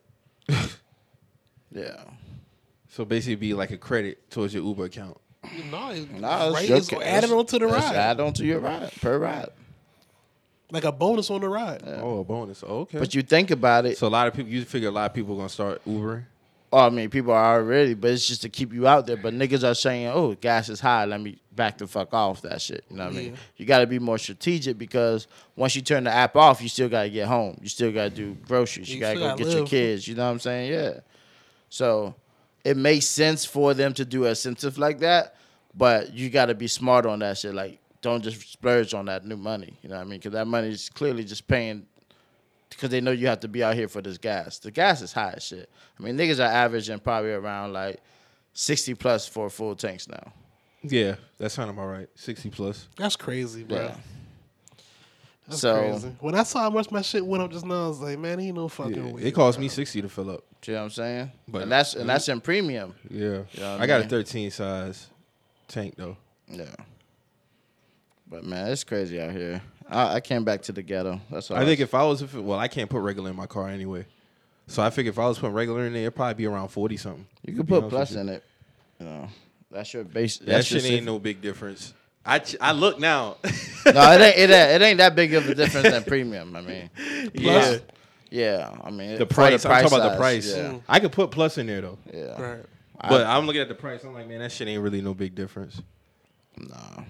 [SPEAKER 3] yeah.
[SPEAKER 2] So basically, it'd be like a credit towards your Uber account.
[SPEAKER 1] No, it's,
[SPEAKER 3] Nah,
[SPEAKER 1] right,
[SPEAKER 3] it's
[SPEAKER 1] it's
[SPEAKER 3] your
[SPEAKER 1] added
[SPEAKER 3] cash.
[SPEAKER 1] on to the
[SPEAKER 3] It's
[SPEAKER 1] ride,
[SPEAKER 3] Add on to your ride per ride.
[SPEAKER 1] like a bonus on the ride.
[SPEAKER 2] Oh, a bonus. Oh, okay.
[SPEAKER 3] But you think about it.
[SPEAKER 2] so a lot of people, you figure a lot of people gonna start Ubering.
[SPEAKER 3] oh, I mean, people are already, but it's just to keep you out there. But niggas are saying, "Oh, gas is high. Let me back the fuck off that shit." You know what I mean?
[SPEAKER 1] Yeah.
[SPEAKER 3] You got to be more strategic because once you turn the app off, you still got to get home. You still got to do groceries. You,
[SPEAKER 1] You
[SPEAKER 3] got to
[SPEAKER 1] still
[SPEAKER 3] go
[SPEAKER 1] gotta
[SPEAKER 3] get your
[SPEAKER 1] live.
[SPEAKER 3] kids. You know what I'm saying? Yeah. So it makes sense for them to do a incentive like that, but you got to be smart on that shit. Like, don't just splurge on that new money. You know what I mean? Because that money is clearly just paying because they know you have to be out here for this gas. The gas is high as shit. I mean, niggas are averaging probably around like 60 plus for full tanks now.
[SPEAKER 2] Yeah, that sound about right. Sixty plus.
[SPEAKER 1] That's crazy, bro.
[SPEAKER 3] Yeah.
[SPEAKER 1] That's
[SPEAKER 3] So-
[SPEAKER 1] crazy. when I saw how much my shit went up just now, I was like, man, ain't no fucking
[SPEAKER 2] Yeah,
[SPEAKER 1] way.
[SPEAKER 2] it cost me sixty to fill up.
[SPEAKER 3] Do you know what I'm saying?
[SPEAKER 2] But- mm-hmm.
[SPEAKER 3] and that's and that's in premium.
[SPEAKER 2] Yeah.
[SPEAKER 3] Yeah, I
[SPEAKER 2] I, got a
[SPEAKER 3] mean-
[SPEAKER 2] thirteen size tank though.
[SPEAKER 3] Yeah. But man, it's crazy out here. I, I came back to the ghetto. That's all
[SPEAKER 2] I think if I was, if it, well, I can't put regular in my car anyway. So I figure if I was putting regular in there, it'd probably be around forty something.
[SPEAKER 3] you could put
[SPEAKER 2] know,
[SPEAKER 3] plus
[SPEAKER 2] so-
[SPEAKER 3] in it. You know, that's your base.
[SPEAKER 2] That
[SPEAKER 3] that's your
[SPEAKER 2] shit ain't
[SPEAKER 3] safe-
[SPEAKER 2] no big difference. I ch- I look now.
[SPEAKER 3] no. It ain't, it ain't. It ain't that big of a difference than premium. I mean,
[SPEAKER 2] yeah.
[SPEAKER 3] yeah. I mean,
[SPEAKER 2] The
[SPEAKER 3] for
[SPEAKER 2] price. I'm talking about the
[SPEAKER 3] size,
[SPEAKER 2] price.
[SPEAKER 3] Yeah.
[SPEAKER 2] I could put plus in there though.
[SPEAKER 3] Yeah.
[SPEAKER 1] Right.
[SPEAKER 2] But I'm looking at the price. I'm like, man, that shit ain't really no big difference.
[SPEAKER 3] Nah,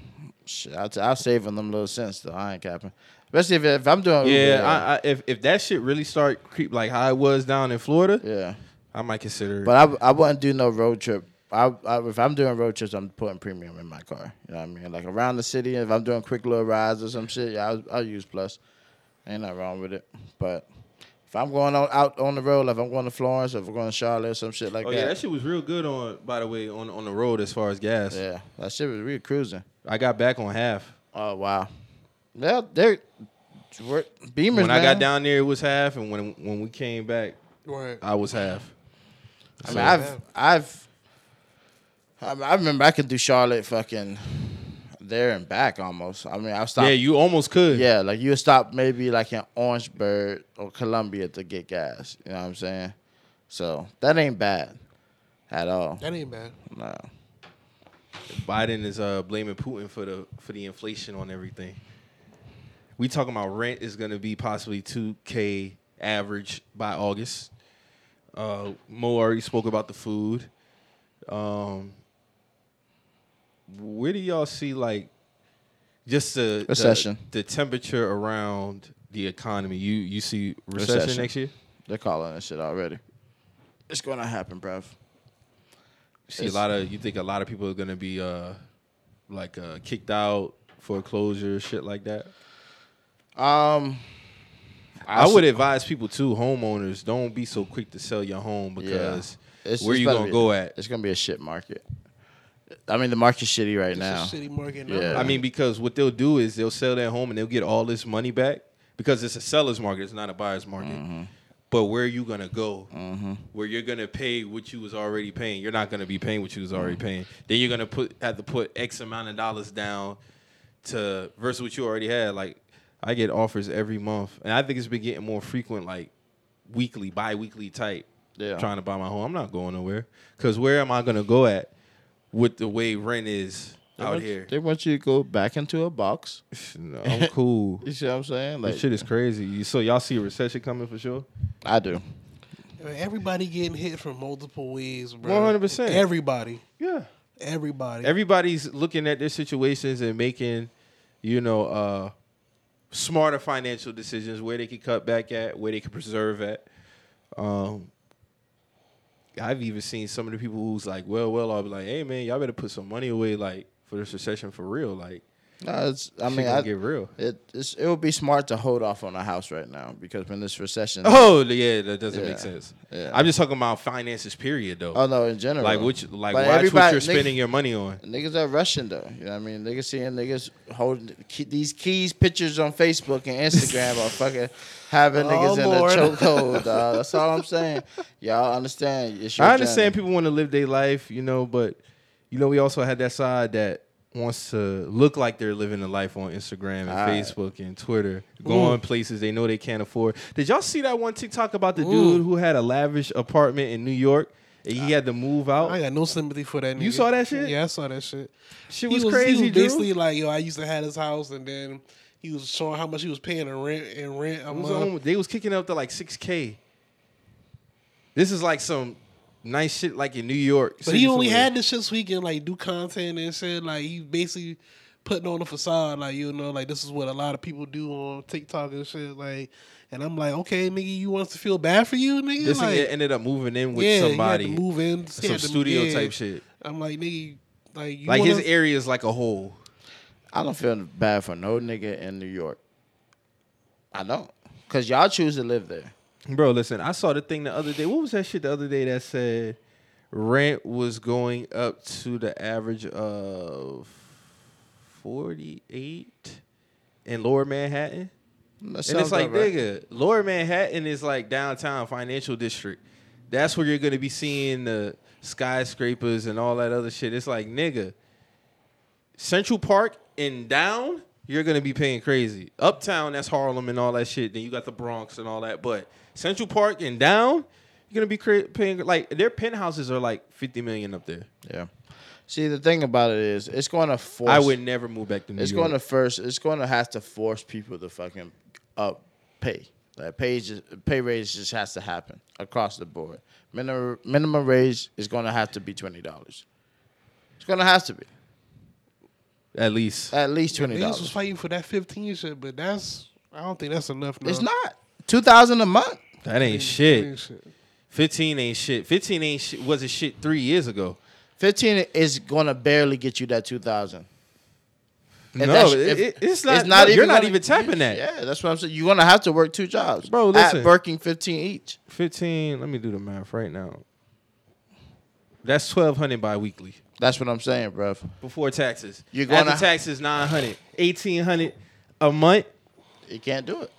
[SPEAKER 3] shit. I t- I'm saving them little cents though. I ain't capping, especially if, if I'm doing
[SPEAKER 2] Oh, Yeah,
[SPEAKER 3] Uber,
[SPEAKER 2] I, I, if if that shit really start creep like how it was down in Florida,
[SPEAKER 3] yeah.
[SPEAKER 2] I might consider.
[SPEAKER 3] But I I wouldn't do no road trip I, I if I'm doing road trips, I'm putting premium in my car. You know what I mean? Like around the city, if I'm doing quick little rides or some shit, yeah, I'll, I'll use plus. Ain't nothing wrong with it. But if I'm going on, out on the road, like if I'm going to Florence, or if I'm going to Charlotte, or some shit like
[SPEAKER 2] Oh
[SPEAKER 3] that.
[SPEAKER 2] yeah, that shit was real good on. By the way, on on the road as far as gas,
[SPEAKER 3] yeah, that shit was real cruising.
[SPEAKER 2] I got back on half.
[SPEAKER 3] Oh wow, yeah, they're we're- beamers.
[SPEAKER 2] when I got
[SPEAKER 3] man.
[SPEAKER 2] down there, it was half, and when when we came back,
[SPEAKER 1] Right.
[SPEAKER 2] I was half.
[SPEAKER 3] I mean,
[SPEAKER 2] So-
[SPEAKER 3] I've, I've, I, mean, I remember I could do Charlotte fucking there and back almost. I mean, I stopped.
[SPEAKER 2] yeah,
[SPEAKER 3] Yeah,
[SPEAKER 2] you almost could.
[SPEAKER 3] like you would stop maybe like in Orangeburg or Columbia to get gas. You know what I'm saying? So that ain't bad at all.
[SPEAKER 1] That ain't bad.
[SPEAKER 3] No.
[SPEAKER 2] Biden is uh, blaming Putin for the for the inflation on everything. We talking about rent is going to be possibly two k average by August. Uh, Mo already spoke about the food. Um, where do y'all see like just the the-
[SPEAKER 3] Recession.
[SPEAKER 2] the, temperature around the economy? You you see recession,
[SPEAKER 3] Recession.
[SPEAKER 2] next year?
[SPEAKER 3] They're calling this shit already. It's gonna happen, bruv.
[SPEAKER 2] See a
[SPEAKER 3] It's-
[SPEAKER 2] lot of you think a lot of people are going to be uh like uh kicked out foreclosure shit like that.
[SPEAKER 3] Um,
[SPEAKER 2] I would advise people too, homeowners, don't be so quick to sell your home because
[SPEAKER 3] It's-
[SPEAKER 2] where
[SPEAKER 3] it's
[SPEAKER 2] you
[SPEAKER 3] about to
[SPEAKER 2] gonna
[SPEAKER 3] be-
[SPEAKER 2] go at?
[SPEAKER 3] It's gonna be a shit market. I mean, the market's shitty right
[SPEAKER 1] It's
[SPEAKER 3] now.
[SPEAKER 1] a shitty market.
[SPEAKER 3] Yeah.
[SPEAKER 1] Yeah.
[SPEAKER 2] I mean, because what they'll do is they'll sell their home and they'll get all this money back because it's a seller's market, it's not a buyer's market. But where are you gonna go? Where you're gonna pay what you was already paying? You're not gonna be paying what you was already paying. Then you're gonna put have to put X amount of dollars down to versus what you already had. Like I get offers every month, and I think it's been getting more frequent, like weekly, bi-weekly type.
[SPEAKER 3] Yeah.
[SPEAKER 2] Trying to buy my home, I'm not going nowhere. Cause where am I gonna go at with the way rent is
[SPEAKER 3] They
[SPEAKER 2] out
[SPEAKER 3] want-
[SPEAKER 2] here?
[SPEAKER 3] They want you to go back into a box.
[SPEAKER 2] No, I'm cool.
[SPEAKER 3] You see what I'm saying? Like
[SPEAKER 2] This shit is crazy. You- So y'all see a recession coming for sure?
[SPEAKER 3] I do.
[SPEAKER 1] Everybody getting hit from multiple ways, bro.
[SPEAKER 2] 100%.
[SPEAKER 1] Everybody.
[SPEAKER 2] Yeah.
[SPEAKER 1] Everybody.
[SPEAKER 2] Everybody's looking at their situations and making, you know, uh smarter financial decisions where they can cut back at, where they can preserve at. Um I've even seen some of the people who's like, well, well, I'll be like, hey man, y'all better put some money away like for this recession for real. Like
[SPEAKER 3] No, it's, I
[SPEAKER 2] shit
[SPEAKER 3] mean,
[SPEAKER 2] gonna
[SPEAKER 3] I,
[SPEAKER 2] get real.
[SPEAKER 3] it it's, it would be smart to hold off on a house right now because when this recession.
[SPEAKER 2] Oh yeah, that doesn't
[SPEAKER 3] Yeah.
[SPEAKER 2] make sense.
[SPEAKER 3] Yeah.
[SPEAKER 2] I'm just talking about finances period though.
[SPEAKER 3] Oh, no, in general.
[SPEAKER 2] Like which like watch
[SPEAKER 3] But
[SPEAKER 2] what
[SPEAKER 3] everybody-
[SPEAKER 2] you're
[SPEAKER 3] niggas-
[SPEAKER 2] spending your money on.
[SPEAKER 3] Niggas are rushing though. You know what I mean? Niggas seeing niggas holding ke- these keys pictures on Facebook and Instagram are fucking having
[SPEAKER 2] Oh,
[SPEAKER 3] niggas in
[SPEAKER 1] Lord.
[SPEAKER 3] a chokehold. dawg. That's all I'm saying. Y'all understand? It's your
[SPEAKER 2] I understand
[SPEAKER 3] journey.
[SPEAKER 2] people want to live their life, you know, but you know, we also had that side that wants to look like they're living a life on Instagram and
[SPEAKER 3] Ah.
[SPEAKER 2] Facebook and Twitter, going places they know they can't afford. Did y'all see that one TikTok about the dude who had a lavish apartment in New York and he had to move out?
[SPEAKER 1] I got no sympathy for that. Nigga.
[SPEAKER 2] You saw that shit?
[SPEAKER 1] Yeah, I saw that shit.
[SPEAKER 2] Shit
[SPEAKER 1] He
[SPEAKER 2] was,
[SPEAKER 1] he
[SPEAKER 2] crazy, Drew.
[SPEAKER 1] basically like, yo, I used to have this house, and then he was showing how much he was paying in rent and rent a
[SPEAKER 2] It was
[SPEAKER 1] month.
[SPEAKER 2] on- they was kicking up to like six k. This is like some nice shit, like in New York.
[SPEAKER 1] But he only had this shit so he can like do content and shit. Like he basically putting on a facade, like you know, like this is what a lot of people do on TikTok and shit. Like, and I'm like, okay, nigga, you want us to feel bad for you, nigga?
[SPEAKER 2] This
[SPEAKER 1] like,
[SPEAKER 2] nigga ended up moving in with
[SPEAKER 1] yeah,
[SPEAKER 2] somebody,
[SPEAKER 1] he had to move in, He
[SPEAKER 2] some
[SPEAKER 1] had to-
[SPEAKER 2] studio
[SPEAKER 1] yeah.
[SPEAKER 2] type shit.
[SPEAKER 1] I'm like, nigga, like you
[SPEAKER 2] like his
[SPEAKER 1] wanna-
[SPEAKER 2] area is like a whole.
[SPEAKER 3] I don't feel bad for no nigga in New York. I don't, cause y'all choose to live there.
[SPEAKER 2] Bro, listen, I saw the thing the other day. What was that shit the other day that said rent was going up to the average of 48 in lower Manhattan?
[SPEAKER 3] That
[SPEAKER 2] And
[SPEAKER 3] sounds
[SPEAKER 2] it's like,
[SPEAKER 3] about right.
[SPEAKER 2] nigga, Lower Manhattan is like downtown financial district. That's where you're gonna be seeing the skyscrapers and all that other shit. It's like, nigga, Central Park and down, you're gonna be paying crazy. Uptown, that's Harlem and all that shit. Then you got the Bronx and all that. But Central Park and down, you're gonna be cra- paying like their penthouses are like 50 million up there.
[SPEAKER 3] Yeah. See, the thing about it is, it's going to force.
[SPEAKER 2] I would never move back to New
[SPEAKER 3] It's
[SPEAKER 2] York.
[SPEAKER 3] going to first. It's going to have to force people to fucking up pay. Like pay just, pay raise just has to happen across the board. Minimum minimum raise is going to have to be twenty dollars. It's going to have to be
[SPEAKER 2] At least.
[SPEAKER 3] at least twenty
[SPEAKER 1] niggas was
[SPEAKER 3] dollars.
[SPEAKER 1] fighting for that 15 shit, but that's I don't think that's enough.
[SPEAKER 3] It's
[SPEAKER 1] no.
[SPEAKER 3] not two thousand a month.
[SPEAKER 2] That ain't shit. 15 ain't shit. 15 ain't shit. Wasn't shit three years ago.
[SPEAKER 3] Fifteen is gonna barely get you that two thousand. If
[SPEAKER 2] no,
[SPEAKER 3] that's-
[SPEAKER 2] it,
[SPEAKER 3] if-
[SPEAKER 2] it- it's not.
[SPEAKER 3] it's not
[SPEAKER 2] no, you're
[SPEAKER 3] even
[SPEAKER 2] not
[SPEAKER 3] gonna-
[SPEAKER 2] even tapping that.
[SPEAKER 3] Yeah, that's what I'm saying. You're gonna have to work two jobs,
[SPEAKER 2] Bro,
[SPEAKER 3] At
[SPEAKER 2] listen.
[SPEAKER 3] working fifteen each.
[SPEAKER 2] Fifteen. Let me do the math right now. That's twelve hundred biweekly
[SPEAKER 3] That's what I'm saying, bruv.
[SPEAKER 2] before taxes.
[SPEAKER 3] You're
[SPEAKER 2] After
[SPEAKER 3] gonna-
[SPEAKER 2] taxes, 900 1800 a month.
[SPEAKER 3] You can't do it.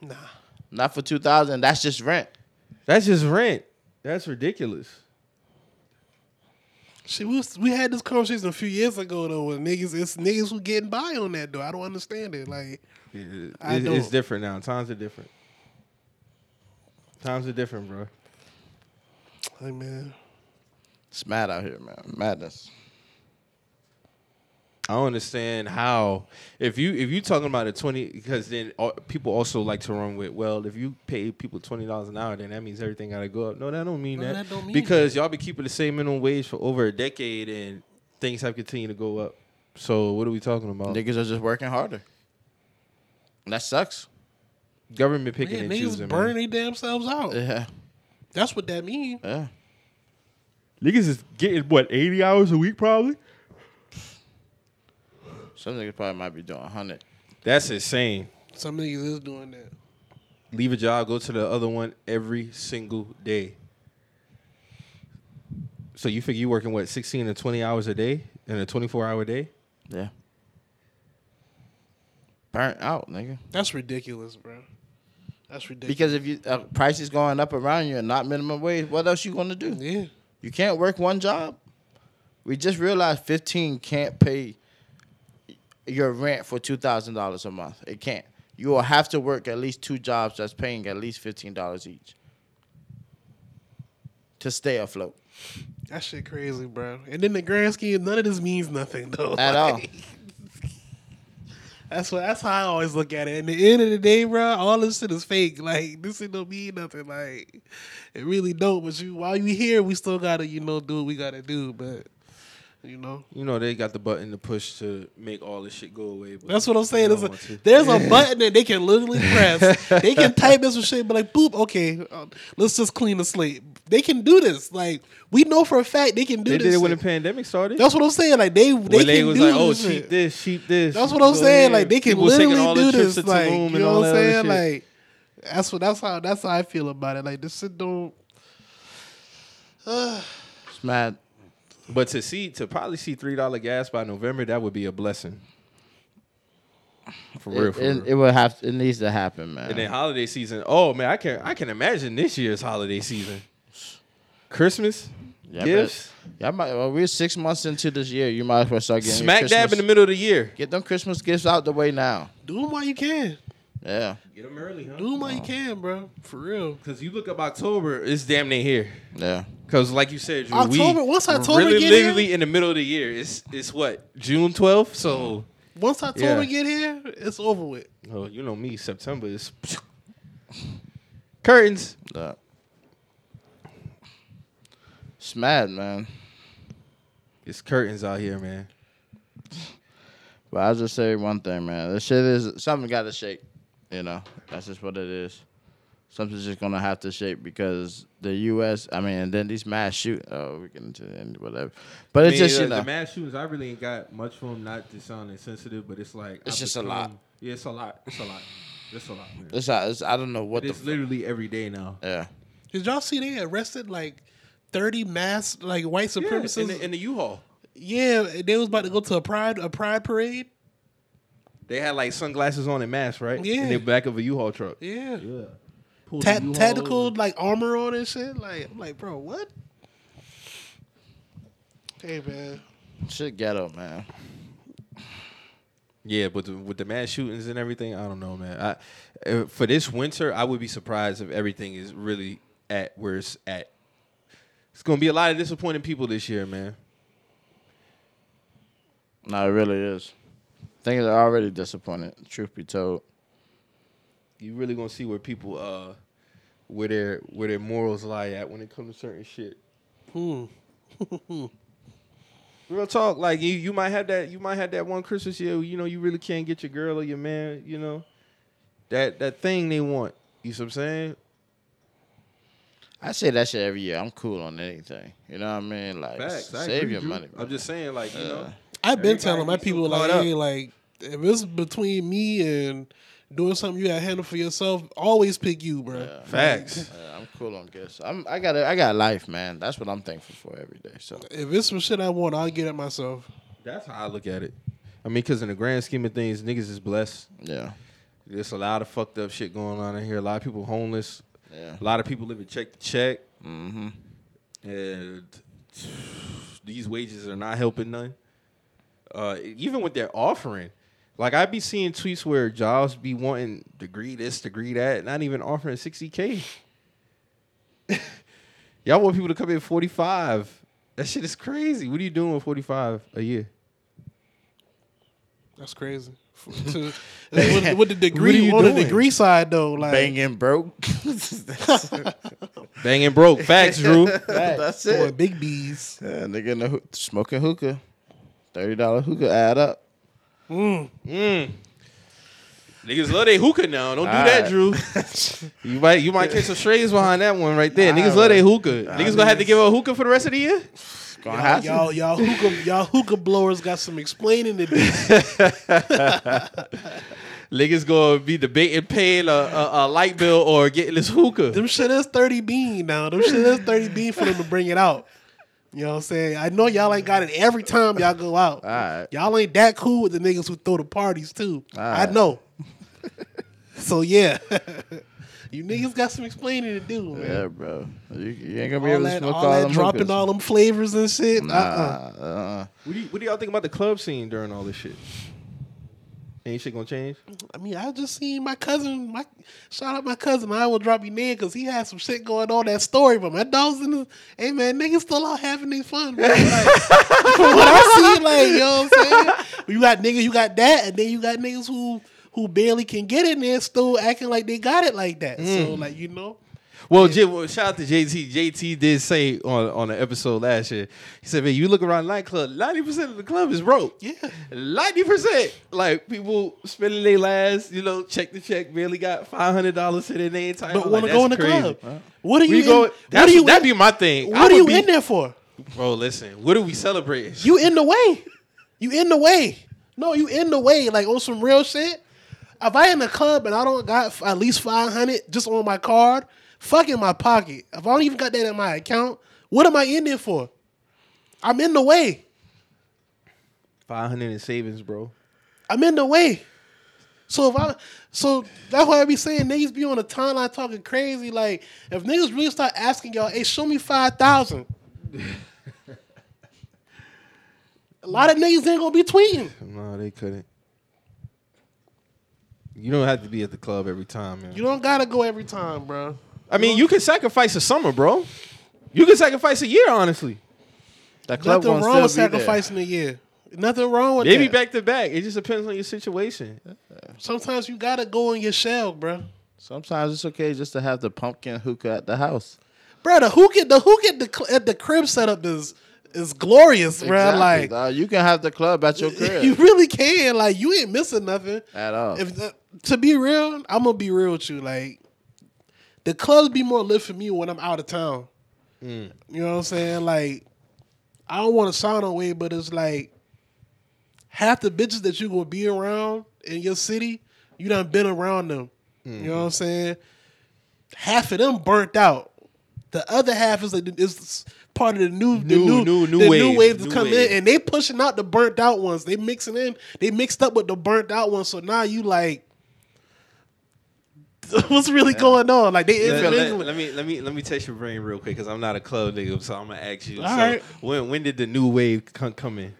[SPEAKER 1] Nah.
[SPEAKER 3] Not for two thousand. That's just rent.
[SPEAKER 2] That's just rent. That's ridiculous.
[SPEAKER 1] Shit, we, was, we had this conversation a few years ago though. With niggas, it's niggas who getting by on that though. I don't understand it. Like,
[SPEAKER 2] It-
[SPEAKER 1] I
[SPEAKER 2] it- it's
[SPEAKER 1] don't.
[SPEAKER 2] different now. Times are different. Times are different, bro.
[SPEAKER 1] like man,
[SPEAKER 3] It's mad out here, man. Madness.
[SPEAKER 2] I don't understand how if you if you talking about a twenty because then all, people also like to run with well if you pay people twenty dollars an hour then that means everything gotta go up no that don't mean
[SPEAKER 1] No,
[SPEAKER 2] that,
[SPEAKER 1] that don't mean
[SPEAKER 2] because y'all been keeping the same minimum wage for over a decade and things have continued to go up so what are we talking about
[SPEAKER 3] Niggas are just working harder. And that sucks.
[SPEAKER 2] government picking
[SPEAKER 1] man
[SPEAKER 2] and
[SPEAKER 1] niggas
[SPEAKER 2] choosing
[SPEAKER 1] burn
[SPEAKER 2] man.
[SPEAKER 1] they damn selves out.
[SPEAKER 3] Yeah.
[SPEAKER 1] That's what that means.
[SPEAKER 3] Yeah.
[SPEAKER 2] niggas is getting what eighty hours a week probably
[SPEAKER 3] Some niggas probably might be doing hundred.
[SPEAKER 2] that's insane
[SPEAKER 1] Some niggas is doing that.
[SPEAKER 2] leave a job, go to the other one every single day. So you figure you working what sixteen to twenty hours a day in a twenty four hour day?
[SPEAKER 3] Yeah. Burnt out, nigga.
[SPEAKER 1] That's ridiculous, bro. That's ridiculous.
[SPEAKER 3] Because if you uh, prices going up around you and not minimum wage, what else you gonna do?
[SPEAKER 1] yeah,
[SPEAKER 3] You can't work one job. We just realized fifteen can't pay your rent for two thousand dollars a month. It can't. You will have to work at least two jobs that's paying at least fifteen dollars each to stay afloat.
[SPEAKER 1] that shit crazy, bro. And in the grand scheme, none of this means nothing though.
[SPEAKER 3] At all.
[SPEAKER 1] That's what. That's how I always look at it. At the end of the day, bro, all this shit is fake. Like this shit don't mean nothing. Like it really don't. But you, while you here, we still gotta, you know, do what we gotta do. But you know,
[SPEAKER 2] You know they got the button to push to make all this shit go away. But
[SPEAKER 1] that's what I'm saying.
[SPEAKER 2] they
[SPEAKER 1] There's
[SPEAKER 2] don't
[SPEAKER 1] a,
[SPEAKER 2] want to.
[SPEAKER 1] there's a button that they can literally press. they can type in some shit, but like, boop, okay, uh, let's just clean the slate. They can do this. Like we know for a fact they can do
[SPEAKER 2] They
[SPEAKER 1] this.
[SPEAKER 2] did it when the
[SPEAKER 1] shit.
[SPEAKER 2] pandemic started.
[SPEAKER 1] that's what I'm saying. Like they, they
[SPEAKER 2] when
[SPEAKER 1] can
[SPEAKER 2] they was
[SPEAKER 1] do
[SPEAKER 2] like, "Oh,
[SPEAKER 1] this shit.
[SPEAKER 2] cheat this, cheat this."
[SPEAKER 1] That's what I'm
[SPEAKER 2] Go
[SPEAKER 1] saying.
[SPEAKER 2] here.
[SPEAKER 1] Like they can
[SPEAKER 2] People was taking all
[SPEAKER 1] literally do
[SPEAKER 2] the trips
[SPEAKER 1] this.
[SPEAKER 2] to
[SPEAKER 1] Like
[SPEAKER 2] Tulum
[SPEAKER 1] you
[SPEAKER 2] and
[SPEAKER 1] know
[SPEAKER 2] all
[SPEAKER 1] what I'm
[SPEAKER 2] that other
[SPEAKER 1] saying?
[SPEAKER 2] shit.
[SPEAKER 1] Like that's what that's how that's how I feel about it. Like this shit don't.
[SPEAKER 3] It's mad.
[SPEAKER 2] But to see to probably see three dollar gas by November, that would be a blessing. For real,
[SPEAKER 3] It,
[SPEAKER 2] for
[SPEAKER 3] it,
[SPEAKER 2] real.
[SPEAKER 3] it will have. It needs to happen, man.
[SPEAKER 2] And then holiday season. Oh man, I can I can imagine this year's holiday season. Christmas
[SPEAKER 3] Yeah, I
[SPEAKER 2] gifts,
[SPEAKER 3] Y'all might, well, we're six months into this year. You might as well start getting your
[SPEAKER 2] smack dab in
[SPEAKER 3] Christmas-
[SPEAKER 2] the middle of the year.
[SPEAKER 3] Get them Christmas gifts out the way now.
[SPEAKER 1] Do them while you can.
[SPEAKER 3] Yeah,
[SPEAKER 2] Get them early,
[SPEAKER 1] Do them while you can, bro. For real.
[SPEAKER 2] Because you look up October, it's damn near here.
[SPEAKER 3] yeah.
[SPEAKER 2] Because like you said, Drew,
[SPEAKER 1] October-
[SPEAKER 2] we
[SPEAKER 1] once October
[SPEAKER 2] really
[SPEAKER 1] get
[SPEAKER 2] literally in the middle of the year. It's it's what June twelfth. So
[SPEAKER 1] Once October
[SPEAKER 2] Yeah.
[SPEAKER 1] get here, it's over with.
[SPEAKER 2] oh, you know me, September is curtains.
[SPEAKER 3] yeah. It's mad, man.
[SPEAKER 2] It's curtains out here, man.
[SPEAKER 3] But I'll just say one thing, man. This shit is something got to shake. You know, that's just what it is. Something's just gonna have to shake because the U.S. I mean, and then these mass shoot. Oh, we get into the end, whatever. But
[SPEAKER 2] I
[SPEAKER 3] it's
[SPEAKER 2] mean,
[SPEAKER 3] just
[SPEAKER 2] the,
[SPEAKER 3] you know,
[SPEAKER 2] the mass shootings. I really ain't got much from. Not to sound insensitive, but it's like
[SPEAKER 3] It's
[SPEAKER 2] I've
[SPEAKER 3] just a lot.
[SPEAKER 2] Yeah, it's a lot. It's a lot. It's a lot. Man.
[SPEAKER 3] it's, uh, it's I don't know what the
[SPEAKER 2] It's
[SPEAKER 3] f-
[SPEAKER 2] literally every day now.
[SPEAKER 3] yeah.
[SPEAKER 1] Did y'all see they arrested like thirty mass like white supremacists? Yeah,
[SPEAKER 2] in, the, in the U-Haul,
[SPEAKER 1] they was about to go to a pride a pride parade.
[SPEAKER 2] they had like sunglasses on and masks, right?
[SPEAKER 1] Yeah.
[SPEAKER 2] In the back of a U-Haul truck.
[SPEAKER 1] Yeah.
[SPEAKER 2] Yeah. Pulled
[SPEAKER 1] Ta-
[SPEAKER 2] the U-Haul
[SPEAKER 1] tactical
[SPEAKER 2] over.
[SPEAKER 1] like armor on and shit. Like I'm like, bro, what? Hey man.
[SPEAKER 3] Shit ghetto, man.
[SPEAKER 2] Yeah, but the, with the mass shootings and everything, I don't know, man. I, uh, for this winter, I would be surprised if everything is really at where it's at. It's gonna be a lot of disappointing people this year, man.
[SPEAKER 3] No, it really is. Things are already disappointed. Truth be told,
[SPEAKER 2] you really gonna see where people uh where their where their morals lie at when it comes to certain shit.
[SPEAKER 1] Hmm.
[SPEAKER 2] Real talk, like you you might have that you might have that one Christmas year where, you know you really can't get your girl or your man, you know, that that thing they want. You see what I'm saying?
[SPEAKER 3] I say that shit every year. I'm cool on anything. You know what I mean? Like,
[SPEAKER 2] Facts. I
[SPEAKER 3] save
[SPEAKER 2] agree,
[SPEAKER 3] your
[SPEAKER 2] Drew.
[SPEAKER 3] money. bro.
[SPEAKER 2] I'm just saying, like you know,
[SPEAKER 1] I've been telling my
[SPEAKER 2] Everybody
[SPEAKER 1] people
[SPEAKER 2] so caught
[SPEAKER 1] like,
[SPEAKER 2] up.
[SPEAKER 1] hey, like if it's between me and doing something you got to handle for yourself, always pick you, bro.
[SPEAKER 2] facts.
[SPEAKER 3] Yeah, I'm cool on gifts. I'm. I got. A, I got life, man. That's what I'm thankful for every day. So
[SPEAKER 1] If it's some shit I want, I'll get it myself.
[SPEAKER 2] That's how I look at it. I mean, because in the grand scheme of things, niggas is blessed.
[SPEAKER 3] yeah,
[SPEAKER 2] There's a lot of fucked up shit going on in here. A lot of people homeless.
[SPEAKER 3] yeah.
[SPEAKER 2] A lot of people living check to check,
[SPEAKER 3] Mm-hmm.
[SPEAKER 2] and these wages are not helping none. Uh, even what they're offering, like I be seeing tweets where jobs be wanting degree this, degree that, not even offering sixty k. Y'all want people to come in forty five. That shit is crazy. What are you doing with forty five a year?
[SPEAKER 1] That's crazy. For- to, with, with the
[SPEAKER 2] What are
[SPEAKER 1] degree
[SPEAKER 2] you
[SPEAKER 1] on the
[SPEAKER 2] doing?
[SPEAKER 1] degree side though, like
[SPEAKER 3] Banging broke. that's,
[SPEAKER 2] Banging broke. Facts, Drew.
[SPEAKER 3] that's
[SPEAKER 1] boy,
[SPEAKER 3] it.
[SPEAKER 1] big bees.
[SPEAKER 3] Yeah, nigga in the hoo- smoking hookah, thirty dollar hookah add up.
[SPEAKER 1] Mm.
[SPEAKER 2] Mm. Niggas love they hookah now. Don't do that,
[SPEAKER 3] Alright.
[SPEAKER 2] Drew. you might you might catch some strays behind that one right there. Niggas love
[SPEAKER 3] Alright.
[SPEAKER 2] they hookah. Niggas gonna have to give up hookah for the rest of the year.
[SPEAKER 3] Gonna have to.
[SPEAKER 1] Y'all, y'all hookah, y'all hookah blowers got some explaining to do.
[SPEAKER 2] Niggas gonna be debating paying a, a, a light bill or getting this hookah.
[SPEAKER 1] Them shit is 30 bean now. Them shit is 30 bean for them to bring it out. You know what I'm saying? I know y'all ain't got it every time y'all go out.
[SPEAKER 3] Alright.
[SPEAKER 1] Y'all ain't that cool with the niggas who throw the parties too. I
[SPEAKER 3] Alright.
[SPEAKER 1] know. so yeah. you niggas got some explaining to do, man.
[SPEAKER 3] Yeah, bro. You, you ain't gonna be
[SPEAKER 1] All
[SPEAKER 3] able to
[SPEAKER 1] that,
[SPEAKER 3] smoke
[SPEAKER 1] all
[SPEAKER 3] all,
[SPEAKER 1] that
[SPEAKER 3] them
[SPEAKER 1] dropping
[SPEAKER 3] hookahs.
[SPEAKER 1] all them flavors and shit.
[SPEAKER 3] Nah,
[SPEAKER 1] Uh-uh.
[SPEAKER 3] uh-uh.
[SPEAKER 2] What do, you, what do y'all think about the club scene during all this shit? Ain't shit gonna change?
[SPEAKER 1] I mean, I just seen my cousin. My shout out my cousin. I will drop you name because he had some shit going on that story. But my dogs in the hey man, niggas still out having their fun. Man. Like, from what I see, like you know what I'm saying. You got niggas, you got that, and then you got niggas who who barely can get in there, still acting like they got it like that. So like you know,
[SPEAKER 2] Well, J- well, shout out to JT. JT did say on, on an episode last year, he said, man, you look around the nightclub, 90% of the club is broke.
[SPEAKER 1] yeah,
[SPEAKER 2] 90%. Like, people spending their last, you know, check to check, barely got $500 in their entire
[SPEAKER 1] but
[SPEAKER 2] like,
[SPEAKER 1] want to
[SPEAKER 2] that's
[SPEAKER 1] go in the
[SPEAKER 2] crazy.
[SPEAKER 1] club. What are
[SPEAKER 2] We
[SPEAKER 1] you? in-
[SPEAKER 2] go,
[SPEAKER 1] what
[SPEAKER 2] that's,
[SPEAKER 1] are you?
[SPEAKER 2] that'd
[SPEAKER 1] in,
[SPEAKER 2] be my thing. I
[SPEAKER 1] what are
[SPEAKER 2] would
[SPEAKER 1] you
[SPEAKER 2] be-
[SPEAKER 1] in there for?
[SPEAKER 2] Bro, listen, what are we celebrating?
[SPEAKER 1] You in the way. You in the way. No, you in the way. Like on some real shit. If I in the club and I don't got f- at least five hundred just on my card, fuck in my pocket. If I don't even got that in my account, what am I in there for? I'm in the way.
[SPEAKER 2] 500 in savings, bro.
[SPEAKER 1] I'm in the way. So if I, so that's why I be saying niggas be on the timeline talking crazy. Like if niggas really start asking y'all, hey, show me five thousand. A lot of niggas ain't gonna be tweeting.
[SPEAKER 2] No, they couldn't. You don't have to be at the club every time, man.
[SPEAKER 1] You don't gotta go every time, bro.
[SPEAKER 2] I mean, you can sacrifice a summer, bro. You can sacrifice a year, honestly.
[SPEAKER 3] That club
[SPEAKER 1] Nothing
[SPEAKER 3] won't
[SPEAKER 1] wrong with
[SPEAKER 3] still be there.
[SPEAKER 1] sacrificing a year. Nothing wrong with
[SPEAKER 2] Maybe
[SPEAKER 1] that.
[SPEAKER 2] back to back. It just depends on your situation.
[SPEAKER 1] Sometimes you gotta go in your shell, bro.
[SPEAKER 3] Sometimes it's okay just to have the pumpkin hookah at the house.
[SPEAKER 1] Bro, the hookah, the hookah at the, cl- at the crib setup is is glorious, bro.
[SPEAKER 3] Exactly,
[SPEAKER 1] Like
[SPEAKER 3] dawg. you can have the club at your crib
[SPEAKER 1] you really can. Like you ain't missing nothing.
[SPEAKER 3] at all.
[SPEAKER 1] If the, to be real, I'm gonna be real with you. Like the clubs be more lit for me when I'm out of town.
[SPEAKER 3] Hmm.
[SPEAKER 1] You know what I'm saying? Like I don't want to sound away, but it's like half the bitches that you gonna be around in your city, you done been around them. You know what I'm saying? Half of them burnt out. The other half is like is part of the new the
[SPEAKER 2] New-
[SPEAKER 1] new
[SPEAKER 2] new- new
[SPEAKER 1] the
[SPEAKER 2] wave,
[SPEAKER 1] new wave to
[SPEAKER 2] new
[SPEAKER 1] come
[SPEAKER 2] wave.
[SPEAKER 1] in, and they pushing out the burnt out ones. They mixing in, they mixed up with the burnt out ones. So now you like, what's really going on? Like they
[SPEAKER 2] Let, let-
[SPEAKER 1] individually-
[SPEAKER 2] let me let me let me test your brain real quick because I'm not a club nigga, so I'm gonna ask you.
[SPEAKER 1] All
[SPEAKER 2] so
[SPEAKER 1] right.
[SPEAKER 2] When when did the new wave come, come in?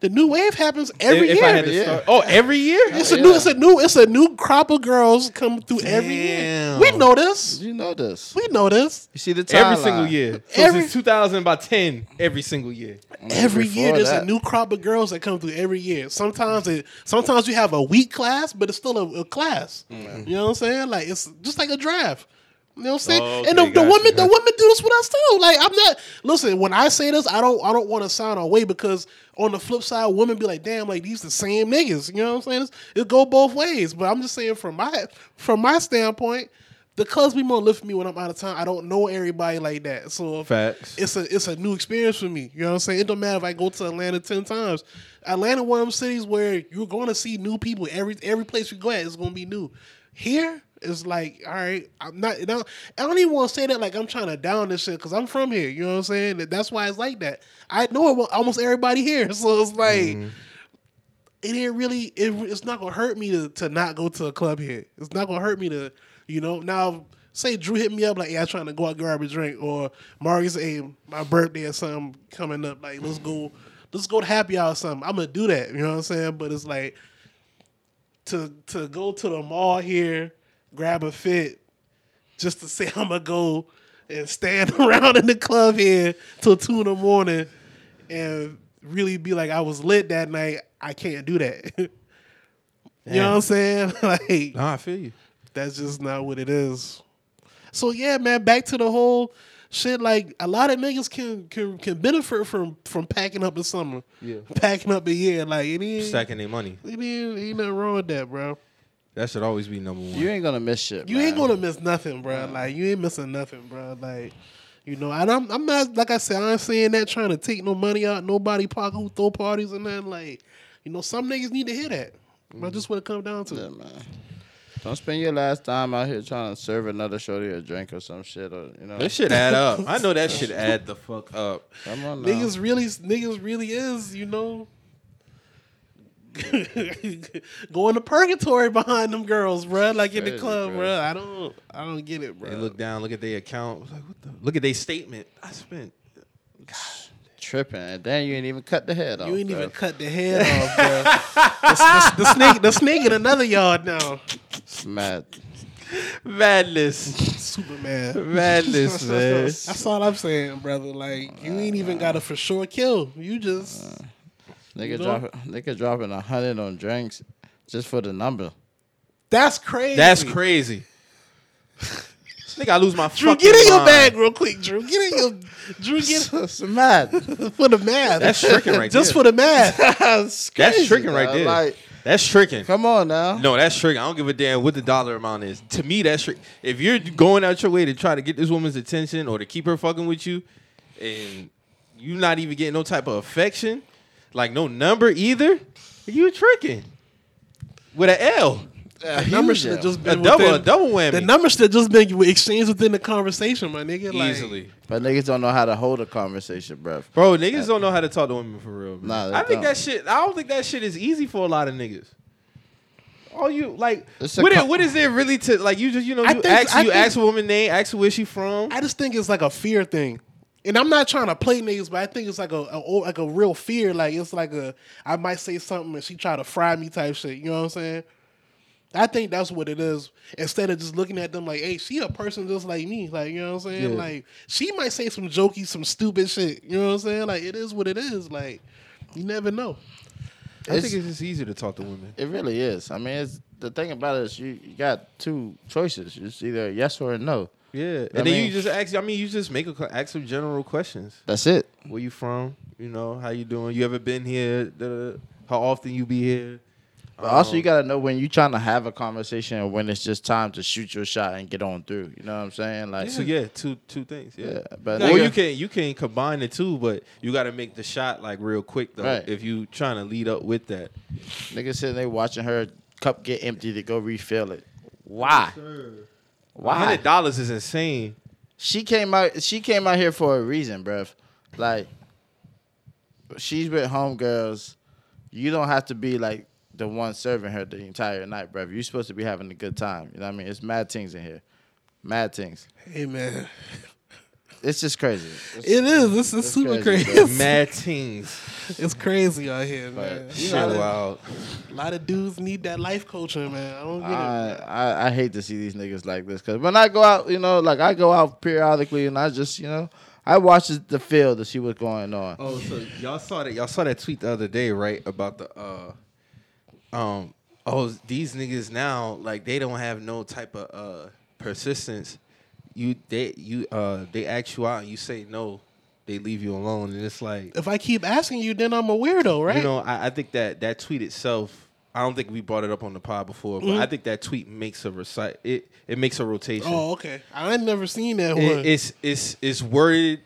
[SPEAKER 1] the new wave happens every
[SPEAKER 2] if,
[SPEAKER 1] year.
[SPEAKER 2] I had to
[SPEAKER 3] year.
[SPEAKER 2] start, oh, every year.
[SPEAKER 1] It's a new, it's a new, it's a new crop of girls come through every year.
[SPEAKER 2] Damn.
[SPEAKER 1] We know this.
[SPEAKER 3] you know this.
[SPEAKER 1] We know this.
[SPEAKER 3] You see the
[SPEAKER 2] every
[SPEAKER 3] timeline.
[SPEAKER 2] single year. So
[SPEAKER 1] Every-
[SPEAKER 2] since 2000 by 10, every single year.
[SPEAKER 1] Every year,
[SPEAKER 3] before
[SPEAKER 1] there's a
[SPEAKER 3] that.
[SPEAKER 1] new crop of girls that come through every year. Sometimes it, sometimes you have a weak class, but it's still a, a class.
[SPEAKER 2] Mm.
[SPEAKER 1] You know what I'm saying? Like it's just like a draft. You know what I'm saying?
[SPEAKER 2] Oh, Okay,
[SPEAKER 1] and the, the
[SPEAKER 2] gotcha.
[SPEAKER 1] women, the women do this with us too. Like I'm not listen. When I say this, I don't, I don't want to sound away because on the flip side, women be like, "Damn, like these the same niggas." You know what I'm saying? It's, it go both ways. But I'm just saying from my from my standpoint, because we more lift me when I'm out of town. I don't know everybody like that, so
[SPEAKER 2] Facts.
[SPEAKER 1] It's a it's a new experience for me. You know what I'm saying? It don't matter if I go to Atlanta ten times. Atlanta, one of them cities where you're going to see new people. Every every place you go at is going to be new. Here it's like, all right, I'm not. I don't, I don't even want to say that like I'm trying to down this shit because I'm from here. You know what I'm saying? That- That's why it's like that. I know it, almost everybody here, so it's like it ain't really it, it's not gonna hurt me to, to not go to a club here. It's not gonna hurt me to you know now say Drew hit me up like yeah I'm trying to go out grab a drink or Marcus hey my birthday or something coming up like let's go let's go to happy hour or something I'm gonna do that you know what I'm saying but it's like to to go to the mall here grab a fit just to say I'm gonna go and stand around in the club here till two in the morning and really be like I was lit that night. I can't do that. you know what I'm saying? like
[SPEAKER 2] Nah, I feel you.
[SPEAKER 1] that's just not what it is. So yeah, man, back to the whole shit. Like a lot of niggas can can, can benefit from from packing up the summer,
[SPEAKER 2] Yeah.
[SPEAKER 1] packing up a year. Like it ain't,
[SPEAKER 2] Stacking their money.
[SPEAKER 1] it ain't, ain't nothing wrong with that, bro.
[SPEAKER 2] That should always be number one.
[SPEAKER 3] You ain't gonna miss shit.
[SPEAKER 1] You
[SPEAKER 3] man.
[SPEAKER 1] ain't gonna miss nothing, bro. Like you ain't missing nothing, bro. Like you know, and I'm I'm not like I said, I ain't saying that trying to take no money out nobody pocket who throw parties and that. Like you know, some niggas need to hear that. But just what it come down to.
[SPEAKER 3] Mm-hmm. Yeah, man. Don't spend your last time out here trying to serve another shorty a drink or some shit. Or you know,
[SPEAKER 2] That should add up. I know that should add the fuck up.
[SPEAKER 3] come on, now.
[SPEAKER 1] Niggas really, niggas really is, you know, going to purgatory behind them girls, bruh. Like in the
[SPEAKER 3] Crazy,
[SPEAKER 1] club,
[SPEAKER 3] bruh.
[SPEAKER 1] bruh. I don't, I don't get it, bruh.
[SPEAKER 2] They look down, look at their account. Like, what the? Look at their statement. I spent.
[SPEAKER 3] tripping, and then you ain't even cut the head off.
[SPEAKER 1] you ain't
[SPEAKER 3] bruh.
[SPEAKER 1] even cut the head off, bruh. the, the, the snake, the snake in another yard now.
[SPEAKER 3] It's mad.
[SPEAKER 2] Madness.
[SPEAKER 1] Superman.
[SPEAKER 2] Madness, man.
[SPEAKER 1] That's all I'm saying, brother. Like you ain't even got a for sure kill. You just
[SPEAKER 3] Nigga,
[SPEAKER 1] You know?
[SPEAKER 3] drop, nigga dropping a hundred on drinks just for the number.
[SPEAKER 1] that's crazy.
[SPEAKER 2] That's crazy. Nigga, I lose my
[SPEAKER 1] Drew,
[SPEAKER 2] fucking
[SPEAKER 1] get in your
[SPEAKER 2] mind.
[SPEAKER 1] bag real quick, Drew. Get in your Drew. Get
[SPEAKER 3] It's mad.
[SPEAKER 1] for the math.
[SPEAKER 2] That's tricking right
[SPEAKER 1] just
[SPEAKER 2] there.
[SPEAKER 1] for the math.
[SPEAKER 3] That's
[SPEAKER 2] That's tricking right there.
[SPEAKER 3] Like,
[SPEAKER 2] that's tricking.
[SPEAKER 3] come on now.
[SPEAKER 2] No, that's tricking. I don't give a damn what the dollar amount is. To me, that's trick. If you're going out your way to try to get this woman's attention or to keep her fucking with you, and you not even getting no type of affection, like no number either, you tricking with an L,
[SPEAKER 3] Yeah,
[SPEAKER 1] The number
[SPEAKER 3] huge
[SPEAKER 1] should have
[SPEAKER 3] L.
[SPEAKER 1] just
[SPEAKER 2] a
[SPEAKER 1] been
[SPEAKER 2] double,
[SPEAKER 1] within-
[SPEAKER 2] a double whammy,
[SPEAKER 1] The number should have just been exchanged within the conversation, my nigga. Like,
[SPEAKER 2] easily.
[SPEAKER 3] But niggas don't know how to hold a conversation, bruv.
[SPEAKER 2] Bro, niggas don't know how to talk to women for real. Man.
[SPEAKER 3] Nah, they
[SPEAKER 2] I think
[SPEAKER 3] don't.
[SPEAKER 2] that shit. I don't think that shit is easy for a lot of niggas. All you like,
[SPEAKER 3] It's a
[SPEAKER 2] what,
[SPEAKER 3] co-
[SPEAKER 2] it, what is it really to like? You just you know
[SPEAKER 1] I
[SPEAKER 2] you
[SPEAKER 1] think-
[SPEAKER 2] ask
[SPEAKER 1] I
[SPEAKER 2] you
[SPEAKER 1] think-
[SPEAKER 2] ask a woman name, ask her where she from.
[SPEAKER 1] I just think it's like a fear thing. And I'm not trying to play niggas, but I think it's like a, a old- like a real fear. Like it's like a I might say something and she try to fry me type shit. You know what I'm saying? I think that's what it is. Instead of just looking at them like, hey, she a person just like me. Like, you know what I'm saying?
[SPEAKER 2] Yeah.
[SPEAKER 1] Like she might say some jokey, some stupid shit. You know what I'm saying? Like it is what it is. Like you never know.
[SPEAKER 2] I think
[SPEAKER 3] It's-
[SPEAKER 2] it's just easier to talk to women.
[SPEAKER 3] It really is. I mean, it's the thing about it is you, you got two choices. It's either yes or no.
[SPEAKER 2] Yeah, and
[SPEAKER 3] I
[SPEAKER 2] then
[SPEAKER 3] mean-
[SPEAKER 2] you just ask. I mean, you just make a que- ask some general questions.
[SPEAKER 3] That's it.
[SPEAKER 2] Where you from? You know, how you doing? You ever been here? Da-da-da. How often you be here?
[SPEAKER 3] But also,
[SPEAKER 2] Um,
[SPEAKER 3] you gotta know when you're trying to have a conversation and when it's just time to shoot your shot and get on through. You know what I'm saying? Like,
[SPEAKER 2] So yeah, two two things. Yeah,
[SPEAKER 3] Yeah, but
[SPEAKER 2] or
[SPEAKER 3] nigga-
[SPEAKER 2] you can you can combine the two, but you got to make the shot like real quick though.
[SPEAKER 3] Right.
[SPEAKER 2] If you trying to lead up with that,
[SPEAKER 3] niggas sitting there watching her cup get empty to go refill it. Why? Why?
[SPEAKER 2] hundred dollars is insane.
[SPEAKER 3] She came out. She came out here for a reason, bruv. Like, she's with homegirls. You don't have to be like the one serving her the entire night, bruv. You're supposed to be having a good time. You know what I mean? It's mad things in here. Mad things.
[SPEAKER 1] Hey man.
[SPEAKER 3] It's just crazy. It's-
[SPEAKER 1] It is. This is super
[SPEAKER 3] crazy,
[SPEAKER 1] crazy.
[SPEAKER 3] bro.
[SPEAKER 2] Mad things.
[SPEAKER 1] It's crazy out here, man.
[SPEAKER 3] But-
[SPEAKER 1] A
[SPEAKER 2] Shit,
[SPEAKER 1] lot, of,
[SPEAKER 2] wow.
[SPEAKER 1] lot of dudes need that life coaching, man. I don't get
[SPEAKER 3] I,
[SPEAKER 1] it.
[SPEAKER 3] I I hate to see these niggas like this because when I go out, you know, like I go out periodically and I just, you know, I watch the- the field to see what's going on.
[SPEAKER 2] Oh, so y'all saw that? Y'all saw that tweet the other day, right? About the uh, um, oh, these niggas now like they don't have no type of uh persistence. You they you uh they ask you out and you say no, they leave you alone, and it's like
[SPEAKER 1] If I keep asking you, then I'm a weirdo, right?
[SPEAKER 2] you know I, I think that that tweet itself I don't think we brought it up on the pod before,
[SPEAKER 1] Mm-hmm.
[SPEAKER 2] but I think that tweet makes a recite it. It makes a rotation.
[SPEAKER 1] Oh, okay. I ain't never seen that
[SPEAKER 2] It-
[SPEAKER 1] one.
[SPEAKER 2] it's it's it's worded.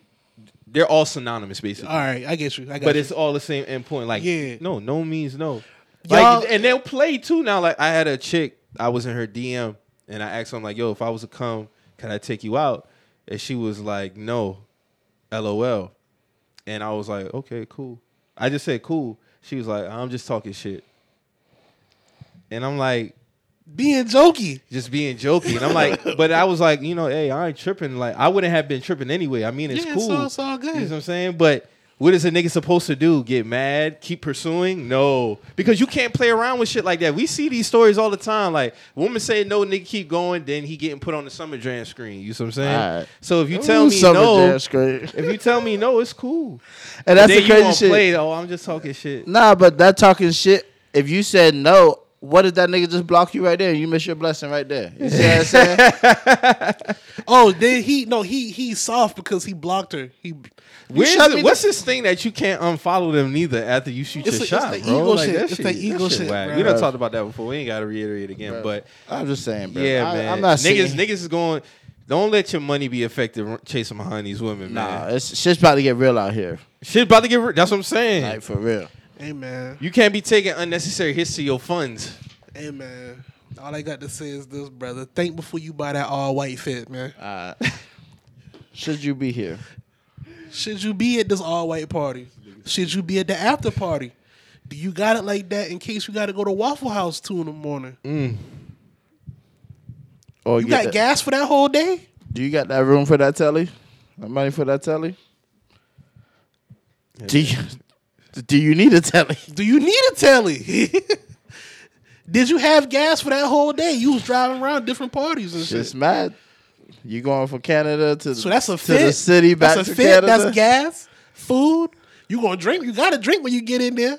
[SPEAKER 2] They're all synonymous, basically.
[SPEAKER 1] all right, I get you. I got
[SPEAKER 2] but
[SPEAKER 1] you.
[SPEAKER 2] it's all the same end point. Like,
[SPEAKER 1] Yeah.
[SPEAKER 2] no, no means no.
[SPEAKER 1] Y'all-
[SPEAKER 2] Like, and they'll play too now. Like, I had a chick, I was in her DM, and I asked her, I'm like, yo, if I was to come, can I take you out? And she was like, no, lol. And I was like, okay, cool. I just said, cool. She was like, I'm just talking shit. And I'm like,
[SPEAKER 1] being jokey.
[SPEAKER 2] just being jokey. And I'm like, but I was like, you know, hey, I ain't tripping. Like, I wouldn't have been tripping anyway. I mean, it's
[SPEAKER 1] Yeah, it's
[SPEAKER 2] cool.
[SPEAKER 1] all- it's all good.
[SPEAKER 2] You know what I'm saying? But what is a nigga supposed to do? Get mad? Keep pursuing? No. Because you can't play around with shit like that. We see these stories all the time. Like, women say no, nigga keep going, then he getting put on the summer jam screen. You see what I'm saying?
[SPEAKER 3] All right.
[SPEAKER 2] So if you tell me
[SPEAKER 3] Summer
[SPEAKER 2] no,
[SPEAKER 3] Jam's great.
[SPEAKER 2] if you tell me no, it's cool.
[SPEAKER 3] and that's
[SPEAKER 2] then
[SPEAKER 3] the
[SPEAKER 2] you
[SPEAKER 3] crazy
[SPEAKER 2] won't
[SPEAKER 3] shit.
[SPEAKER 2] play, oh, I'm just talking shit.
[SPEAKER 3] Nah, but that talking shit. If you said no, what if that nigga just block you right there and you miss your blessing right there? You see what I'm saying?
[SPEAKER 1] Oh, then he no he he's soft because he blocked her. He
[SPEAKER 2] Where's
[SPEAKER 3] shot
[SPEAKER 2] the-
[SPEAKER 3] me the-
[SPEAKER 2] what's this thing that you can't unfollow them neither after you shoot
[SPEAKER 1] It's
[SPEAKER 2] your
[SPEAKER 1] the- it's
[SPEAKER 2] shot,
[SPEAKER 1] the
[SPEAKER 2] bro?
[SPEAKER 1] ego
[SPEAKER 2] Like,
[SPEAKER 1] shit.
[SPEAKER 2] that
[SPEAKER 1] It's the
[SPEAKER 2] that
[SPEAKER 1] ego shit,
[SPEAKER 2] whack.
[SPEAKER 1] bro.
[SPEAKER 2] We done
[SPEAKER 3] Bruh.
[SPEAKER 2] talked about that before. We ain't got to reiterate again, but
[SPEAKER 3] I'm just saying, bro.
[SPEAKER 2] yeah,
[SPEAKER 3] I,
[SPEAKER 2] man.
[SPEAKER 3] I'm
[SPEAKER 2] niggas.
[SPEAKER 3] not saying-
[SPEAKER 2] Niggas is going. Don't let your money be affected r- chasing behind these women,
[SPEAKER 3] Nah,
[SPEAKER 2] man.
[SPEAKER 3] it's shit's about to get real out here,
[SPEAKER 2] Shit about to get. re- That's what I'm saying.
[SPEAKER 3] like for real.
[SPEAKER 1] hey man,
[SPEAKER 2] you can't be taking unnecessary hits to your funds.
[SPEAKER 1] hey man. All I got to say is this, brother. Think before you buy that all white fit, man.
[SPEAKER 3] Uh, should you be here?
[SPEAKER 1] Should you be at this all white party? Should you be at the after party? Do you got it like that in case you got to go to Waffle House two in the morning?
[SPEAKER 2] Mm-hmm.
[SPEAKER 3] Or
[SPEAKER 1] You
[SPEAKER 3] get
[SPEAKER 1] got
[SPEAKER 3] that-
[SPEAKER 1] gas for that whole day?
[SPEAKER 3] Do you got that room for that telly? That money for that telly? Do you do you need a telly?
[SPEAKER 1] Do you need a telly? Did you have gas for that whole day? You was driving around different parties and shit.
[SPEAKER 3] Just mad. You going from Canada to
[SPEAKER 1] So that's a
[SPEAKER 3] to
[SPEAKER 1] fit.
[SPEAKER 3] the city back
[SPEAKER 1] that's a
[SPEAKER 3] to
[SPEAKER 1] fit.
[SPEAKER 3] Canada.
[SPEAKER 1] That's gas, food. You gonna drink? You gotta drink when you get in there.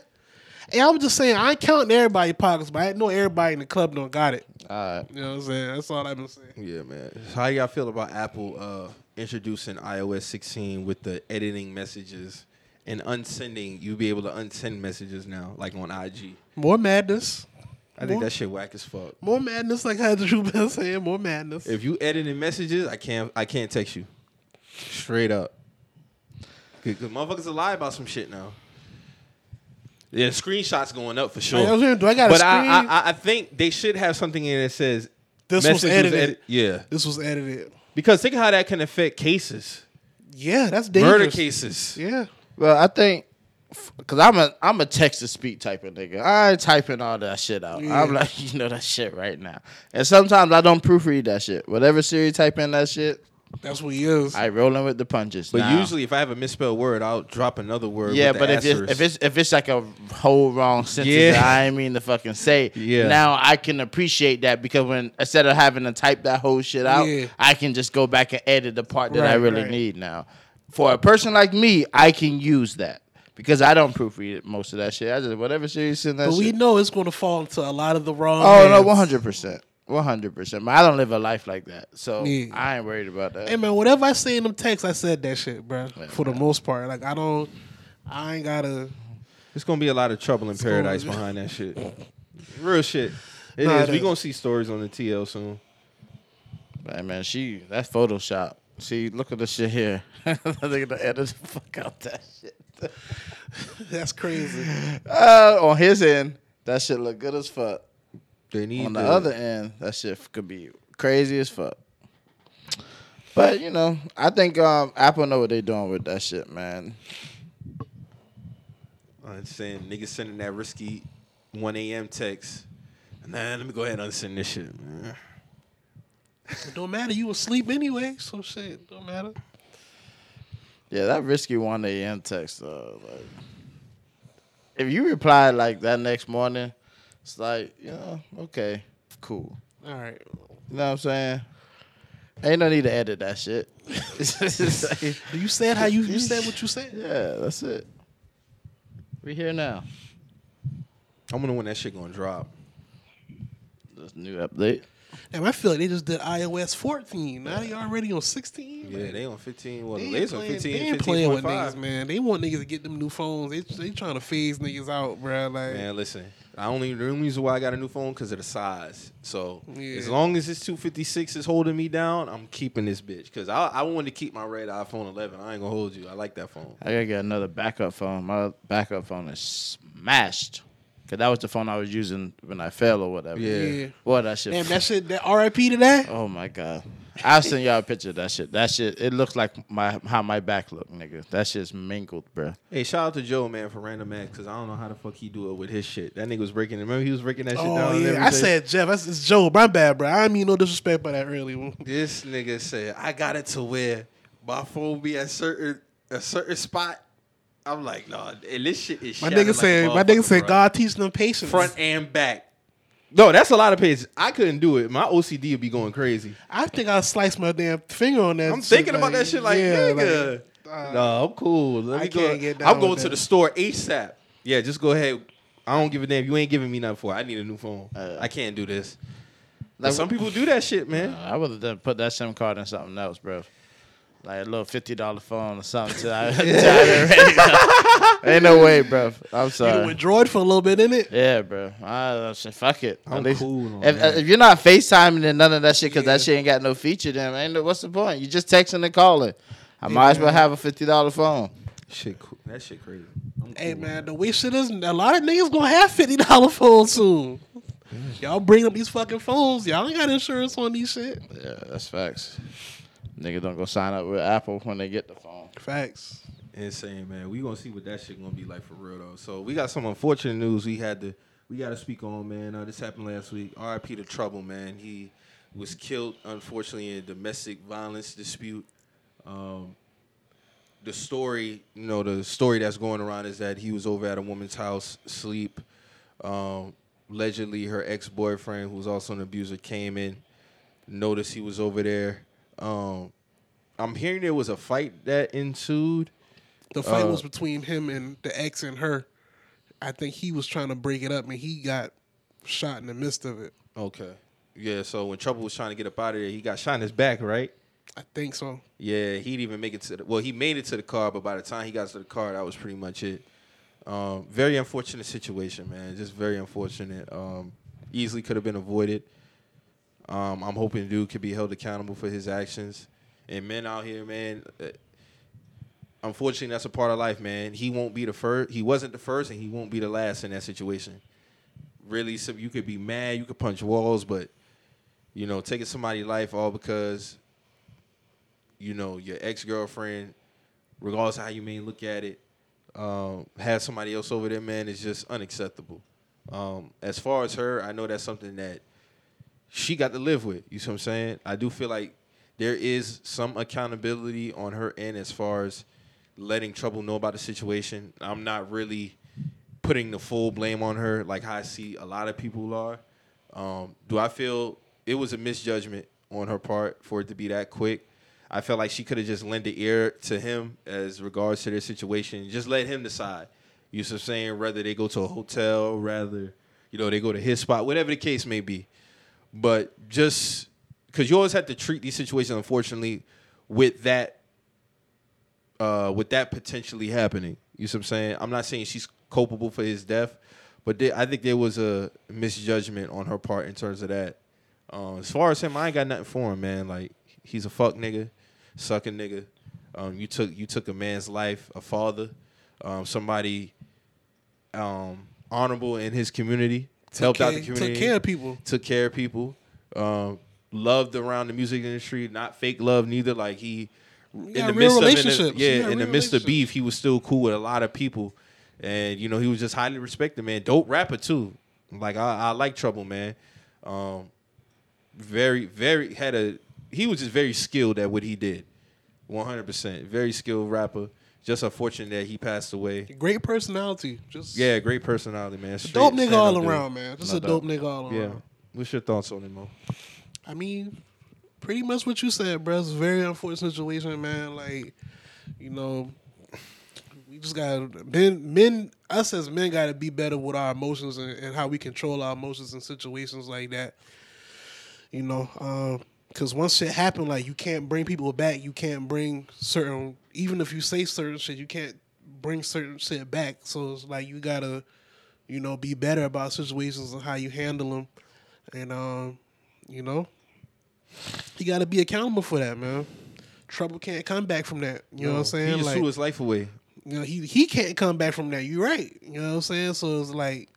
[SPEAKER 1] And I'm just saying, I ain't counting everybody's pockets, but I know everybody in the club don't got it.
[SPEAKER 3] All right.
[SPEAKER 1] You know what I'm saying? That's all I've been saying.
[SPEAKER 2] Yeah, man. How y'all feel about Apple uh, introducing iOS 16 with the editing messages and unsending? You be able to unsend messages now, like on IG.
[SPEAKER 1] More madness.
[SPEAKER 2] I think
[SPEAKER 1] More-
[SPEAKER 2] that shit whack as fuck.
[SPEAKER 1] More madness, like how Drew been saying. More madness.
[SPEAKER 2] If you editing messages, I can't I can't text you. Straight up. Because motherfuckers are lie about some shit now. Yeah, screenshots going up for sure.
[SPEAKER 1] Like, I was gonna- do I got a
[SPEAKER 2] but
[SPEAKER 1] screen?
[SPEAKER 2] I, I I think they should have something in it that says
[SPEAKER 1] This was
[SPEAKER 2] message
[SPEAKER 1] edited.
[SPEAKER 2] edit- yeah,
[SPEAKER 1] this was edited.
[SPEAKER 2] because think how that can affect cases,
[SPEAKER 1] Yeah, that's dangerous.
[SPEAKER 2] murder cases.
[SPEAKER 1] Yeah.
[SPEAKER 3] Well, I think because I'm a I'm a text to speak type of nigga. I ain't typing all that shit out.
[SPEAKER 1] Yeah.
[SPEAKER 3] I'm like, you know that shit right now. And sometimes I don't proofread that shit. Whatever Siri type in that shit,
[SPEAKER 1] That's what he is.
[SPEAKER 3] I rolling with the punches.
[SPEAKER 2] But
[SPEAKER 3] Nah.
[SPEAKER 2] usually, if I have a misspelled word, I'll drop another word.
[SPEAKER 3] Yeah,
[SPEAKER 2] with
[SPEAKER 3] but
[SPEAKER 2] the
[SPEAKER 3] if it's,
[SPEAKER 2] asterisk.
[SPEAKER 3] if it's if it's like a whole wrong sentence
[SPEAKER 2] Yeah.
[SPEAKER 3] that I ain't mean to fucking say,
[SPEAKER 2] Yeah.
[SPEAKER 3] now I can appreciate that because when instead of having to type that whole shit out,
[SPEAKER 1] Yeah.
[SPEAKER 3] I can just go back and edit the part that I
[SPEAKER 1] Right,
[SPEAKER 3] really
[SPEAKER 1] right.
[SPEAKER 3] need now. For a person like me, I can use that because I don't proofread it- most of that shit. I just whatever series send that
[SPEAKER 1] but we
[SPEAKER 3] shit.
[SPEAKER 1] know it's going to fall into a lot of the wrong.
[SPEAKER 3] oh no,
[SPEAKER 1] hands.
[SPEAKER 3] one hundred percent, one hundred percent. But I don't live a life like that, so
[SPEAKER 1] Yeah.
[SPEAKER 3] I ain't worried about that.
[SPEAKER 1] Hey man, whatever I say in them texts, I said that shit, bro. for the most part, like I don't, I ain't gotta.
[SPEAKER 2] It's gonna be a lot of trouble in paradise
[SPEAKER 1] gonna-
[SPEAKER 2] behind that shit. Real shit. It
[SPEAKER 1] Nah,
[SPEAKER 2] is.
[SPEAKER 1] it
[SPEAKER 2] We
[SPEAKER 1] is.
[SPEAKER 2] gonna see stories on the TL soon.
[SPEAKER 3] Hey, man, she that's Photoshop. See, look at this shit here. I think the edit the fuck out that shit.
[SPEAKER 1] That's crazy.
[SPEAKER 3] Uh, on his end, that shit look good as fuck.
[SPEAKER 2] They need
[SPEAKER 3] On the
[SPEAKER 2] to-
[SPEAKER 3] other end, that shit could be crazy as fuck. But you know, I think um, Apple know what they doing with that shit, man.
[SPEAKER 2] I'm saying niggas sending that risky 1 a.m. text. Nah, let me go ahead and unsend this shit. man.
[SPEAKER 1] It don't matter. You asleep anyway, so shit don't matter.
[SPEAKER 3] Yeah, that risky one a.m. text though. Like, if you reply like that next morning, it's like, you know, okay, cool.
[SPEAKER 1] All right.
[SPEAKER 3] You know what I'm saying? Ain't no need to edit that shit.
[SPEAKER 1] You said how you you said what you said.
[SPEAKER 3] yeah, that's it. We here now.
[SPEAKER 2] I wonder when that shit gonna drop.
[SPEAKER 3] This new update.
[SPEAKER 1] Damn, I feel like they just did iOS 14. Now they already on 16.
[SPEAKER 2] Yeah, they on 15. Well,
[SPEAKER 1] They
[SPEAKER 2] the
[SPEAKER 1] ain't,
[SPEAKER 2] latest on
[SPEAKER 1] playing,
[SPEAKER 2] 15,
[SPEAKER 1] they ain't playing with
[SPEAKER 2] 15.5.
[SPEAKER 1] niggas, man. They want niggas to get them new phones. They they trying to phase niggas out, bro. Like,
[SPEAKER 2] Man, listen. I only the only reason why I got a new phone because of the size. So
[SPEAKER 1] Yeah.
[SPEAKER 2] as long as this 256 is holding me down, I'm keeping this bitch because I I wanted to keep my red iPhone 11. I ain't gonna hold you. I like that phone.
[SPEAKER 3] I gotta get another backup phone. My backup phone is smashed. Cause that was the phone I was using when I fell or whatever.
[SPEAKER 2] Yeah.
[SPEAKER 1] Yeah.
[SPEAKER 3] Boy, that shit.
[SPEAKER 1] damn, that shit. That RIP to that.
[SPEAKER 3] oh my god. I'll send y'all a picture of that shit. That shit. It looks like my how my back look, nigga. That shit's mingled, bruh.
[SPEAKER 2] Hey, shout out to Joe man for Random Max because I don't know how the fuck he do it with his shit. That nigga was breaking. Remember he was breaking that shit down.
[SPEAKER 1] Oh
[SPEAKER 2] and
[SPEAKER 1] yeah, I
[SPEAKER 2] everything?
[SPEAKER 1] said Jeff. That's it's Joe. My bad, bro. I mean no disrespect by that early one.
[SPEAKER 2] This nigga said, I got it to where my phone be at certain a certain spot. I'm like, nah, and this shit is
[SPEAKER 1] My
[SPEAKER 2] shattered
[SPEAKER 1] nigga
[SPEAKER 2] like
[SPEAKER 1] said.
[SPEAKER 2] a
[SPEAKER 1] My nigga said
[SPEAKER 2] motherfucker, bro.
[SPEAKER 1] God teach them patience.
[SPEAKER 2] front and back. No, that's a lot of pages. I couldn't do it. My OCD would be going crazy.
[SPEAKER 1] I think I sliced my damn finger on that.
[SPEAKER 2] I'm
[SPEAKER 1] shit,
[SPEAKER 2] thinking about that shit like, nigga.
[SPEAKER 1] like, uh,
[SPEAKER 2] no, I'm cool. Let
[SPEAKER 1] I
[SPEAKER 2] me go.
[SPEAKER 1] can't get down
[SPEAKER 2] I'm going
[SPEAKER 1] with
[SPEAKER 2] to
[SPEAKER 1] that.
[SPEAKER 2] the store ASAP. Yeah, just go ahead. I don't give a damn. You ain't giving me nothing for it. I need a new phone.
[SPEAKER 3] Uh,
[SPEAKER 2] I can't do this.
[SPEAKER 3] like-
[SPEAKER 2] some people do that shit, man.
[SPEAKER 3] I would have done put that SIM card in something else, bro. Like a little fifty dollar phone or something. till I- till I- Ain't no way, bro. I'm
[SPEAKER 1] you
[SPEAKER 3] sorry.
[SPEAKER 1] done went droid for a little bit in it.
[SPEAKER 3] Yeah, bro. I, I said, fuck it. At
[SPEAKER 2] I'm
[SPEAKER 3] least-
[SPEAKER 2] cool on
[SPEAKER 3] if,
[SPEAKER 2] that.
[SPEAKER 3] if you're not FaceTiming and none of that shit, because
[SPEAKER 1] Yeah.
[SPEAKER 3] that shit ain't got no feature, then ain't no, what's the point? You just texting and calling. I might as well have a fifty dollar phone.
[SPEAKER 2] Shit, cool. that shit crazy. I'm
[SPEAKER 1] Hey
[SPEAKER 2] cool.
[SPEAKER 1] man, the way shit is, a lot of niggas gonna have fifty dollar phones soon. Y'all bring up these fucking phones. Y'all ain't got insurance on these shit.
[SPEAKER 3] Yeah, that's facts. Nigga don't go sign up with Apple when they get the phone.
[SPEAKER 1] Facts.
[SPEAKER 2] Insane, man. We gonna see what that shit gonna be like for real though. So we got some unfortunate news we had to we gotta speak on, man. Uh, this happened last week. R.I.P. to Trouble, man. He was killed unfortunately in a domestic violence dispute. Um, the story, you know, the story that's going around is that he was over at a woman's house sleep. Um, allegedly, her ex boyfriend, who was also an abuser, came in, noticed he was over there. Um, I'm hearing there was a fight that ensued.
[SPEAKER 1] The fight
[SPEAKER 2] Uh,
[SPEAKER 1] was between him and the ex and her. I think he was trying to break it up and he got shot in the midst of it.
[SPEAKER 2] Okay. Yeah, so when Trouble was trying to get up out of there, he got shot in his back, right?
[SPEAKER 1] I think so.
[SPEAKER 2] Yeah, he'd even make it to the well, he made it to the car, but by the time he got to the car, that was pretty much it. Um, very unfortunate situation, man. Just very unfortunate. Um, easily could have been avoided. Um, I'm hoping the dude could be held accountable for his actions. And men out here, man, uh, unfortunately, that's a part of life, man. He won't be the first. He wasn't the first, and he won't be the last in that situation. Really, so you could be mad, you could punch walls, but you know, taking somebody's life all because you know your ex girlfriend, regardless of how you may look at it, um, had somebody else over there, man, is just unacceptable. Um, as far as her, I know that's something that she got to live with. You see what I'm saying? I do feel like there is some accountability on her end as far as letting trouble know about the situation. I'm not really putting the full blame on her like how I see a lot of people are. Um, do I feel it was a misjudgment on her part for it to be that quick? I felt like she could have just lent an ear to him as regards to their situation. Just let him decide. You see what I'm saying? Whether they go to a hotel, rather, you know, they go to his spot, whatever the case may be but just because you always have to treat these situations, unfortunately, with that, uh, with that potentially happening. You see what I'm saying? I'm not saying she's culpable for his death, but there, I think there was a misjudgment on her part in terms of that. Um, as far as him, I ain't got nothing for him, man. Like he's a fuck nigga, sucking nigga. Um, you took you took a man's life, a father, um, somebody um, honorable in his community, helped out the
[SPEAKER 1] Took care-
[SPEAKER 2] community
[SPEAKER 1] Took care of people.
[SPEAKER 2] took care of people, um, loved around the music industry, not fake love neither. Like he,
[SPEAKER 1] got
[SPEAKER 2] in
[SPEAKER 1] real
[SPEAKER 2] the midst of in the,
[SPEAKER 1] relationships. You
[SPEAKER 2] yeah,
[SPEAKER 1] got
[SPEAKER 2] in the
[SPEAKER 1] real
[SPEAKER 2] midst of
[SPEAKER 1] relationships.
[SPEAKER 2] beef, he was still cool with a lot of people, and you know he was just highly respected, man. Dope rapper too. Like I, I like Trouble, man. Um, very, very had a. He was just very skilled at what he did, one hundred percent. Very skilled rapper. Just unfortunate that he passed away.
[SPEAKER 1] Great personality. Just
[SPEAKER 2] Yeah, great personality, man. Straight
[SPEAKER 1] dope nigga
[SPEAKER 2] stand-up
[SPEAKER 1] all
[SPEAKER 2] dude.
[SPEAKER 1] around, man. Just
[SPEAKER 3] No
[SPEAKER 1] a dope
[SPEAKER 3] doubt.
[SPEAKER 1] nigga all around.
[SPEAKER 2] Yeah. What's your thoughts on him, Mo?
[SPEAKER 1] I mean, pretty much what you said, bro. It's a very unfortunate situation, man. Like, you know, we just gotta men, men, us as men gotta be better with our emotions and, and how we control our emotions in situations like that. you know. Um, Cause once shit happened, like you can't bring people back. You can't bring certain, even if you say certain shit, you can't bring certain shit back. So it's like you gotta, you know, be better about situations and how you handle them, and um, you know, you gotta be accountable for that, man. Trouble can't come back from that. You know what I'm
[SPEAKER 2] He
[SPEAKER 1] saying?
[SPEAKER 2] just
[SPEAKER 1] Like,
[SPEAKER 2] threw his life away.
[SPEAKER 1] you know, he he can't come back from that. You're right. You know what I'm saying? So it's like,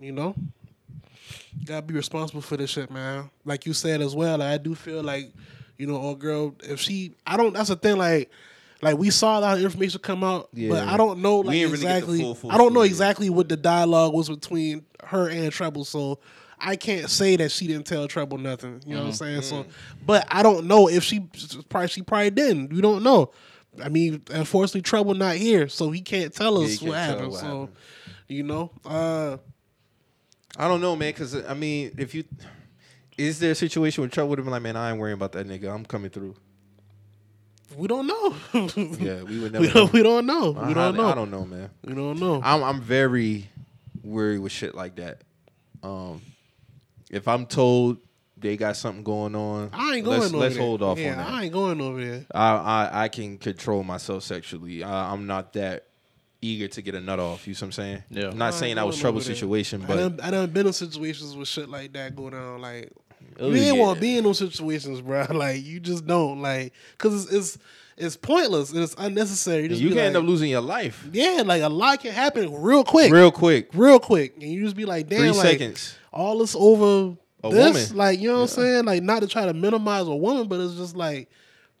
[SPEAKER 1] you know, gotta be responsible for this shit, man. Like you said as well. Like, I do feel like, you know, old girl, if she, I don't. That's the thing. Like, like we saw a lot of information come out, but
[SPEAKER 2] Yeah.
[SPEAKER 1] I don't know
[SPEAKER 2] We
[SPEAKER 1] like
[SPEAKER 2] ain't really get the
[SPEAKER 1] exactly.
[SPEAKER 2] full, full
[SPEAKER 1] I don't know
[SPEAKER 2] story.
[SPEAKER 1] exactly what the dialogue was between her and Trouble. So. I can't say that she didn't tell Trouble nothing. You know what I'm saying?
[SPEAKER 2] Mm-hmm.
[SPEAKER 1] So, but I don't know if she probably she probably didn't. We don't know. I mean, unfortunately, Trouble not here, so he can't tell
[SPEAKER 2] Yeah,
[SPEAKER 1] us
[SPEAKER 2] he
[SPEAKER 1] what
[SPEAKER 2] can't tell
[SPEAKER 1] happened.
[SPEAKER 2] what
[SPEAKER 1] so,
[SPEAKER 2] happened.
[SPEAKER 1] you know, uh,
[SPEAKER 2] I don't know, man. Because I mean, if you is there a situation where Trump would have been like, man, I ain't worrying about that nigga. I'm coming through.
[SPEAKER 1] we don't know.
[SPEAKER 2] Yeah, we would never.
[SPEAKER 1] we don't. We don't know.
[SPEAKER 2] I
[SPEAKER 1] We don't
[SPEAKER 2] highly-
[SPEAKER 1] know.
[SPEAKER 2] I don't know, man.
[SPEAKER 1] We don't know.
[SPEAKER 2] I'm I'm very worried with shit like that. Um, if I'm told they got something going on,
[SPEAKER 1] I ain't going
[SPEAKER 2] Let's,
[SPEAKER 1] over
[SPEAKER 2] let's
[SPEAKER 1] there.
[SPEAKER 2] hold off
[SPEAKER 1] yeah,
[SPEAKER 2] on that.
[SPEAKER 1] I ain't going over there.
[SPEAKER 2] I, I I can control myself sexually. I, I'm not that eager to get a nut off. You see what I'm saying?
[SPEAKER 3] Yeah.
[SPEAKER 2] I'm not
[SPEAKER 1] I
[SPEAKER 2] saying
[SPEAKER 1] ain't
[SPEAKER 2] that was
[SPEAKER 1] going
[SPEAKER 2] trouble
[SPEAKER 1] over there.
[SPEAKER 2] situation,
[SPEAKER 1] I
[SPEAKER 2] but
[SPEAKER 1] done, I done been in situations with shit like that go down. Like
[SPEAKER 2] Oh,
[SPEAKER 1] you ain't
[SPEAKER 2] yeah.
[SPEAKER 1] want to be in those situations, bro. Like you just don't. Like because it's, it's it's pointless and it's unnecessary. just
[SPEAKER 2] you
[SPEAKER 1] be
[SPEAKER 2] can end
[SPEAKER 1] like-
[SPEAKER 2] up losing your life
[SPEAKER 1] Yeah, like a lot can happen real quick.
[SPEAKER 2] real quick.
[SPEAKER 1] real quick, and you just be like, damn,
[SPEAKER 2] Three
[SPEAKER 1] like,
[SPEAKER 2] seconds.
[SPEAKER 1] all this over
[SPEAKER 2] A
[SPEAKER 1] this,
[SPEAKER 2] woman.
[SPEAKER 1] like you know what I'm saying? Like not to try to minimize a woman, but it's just like,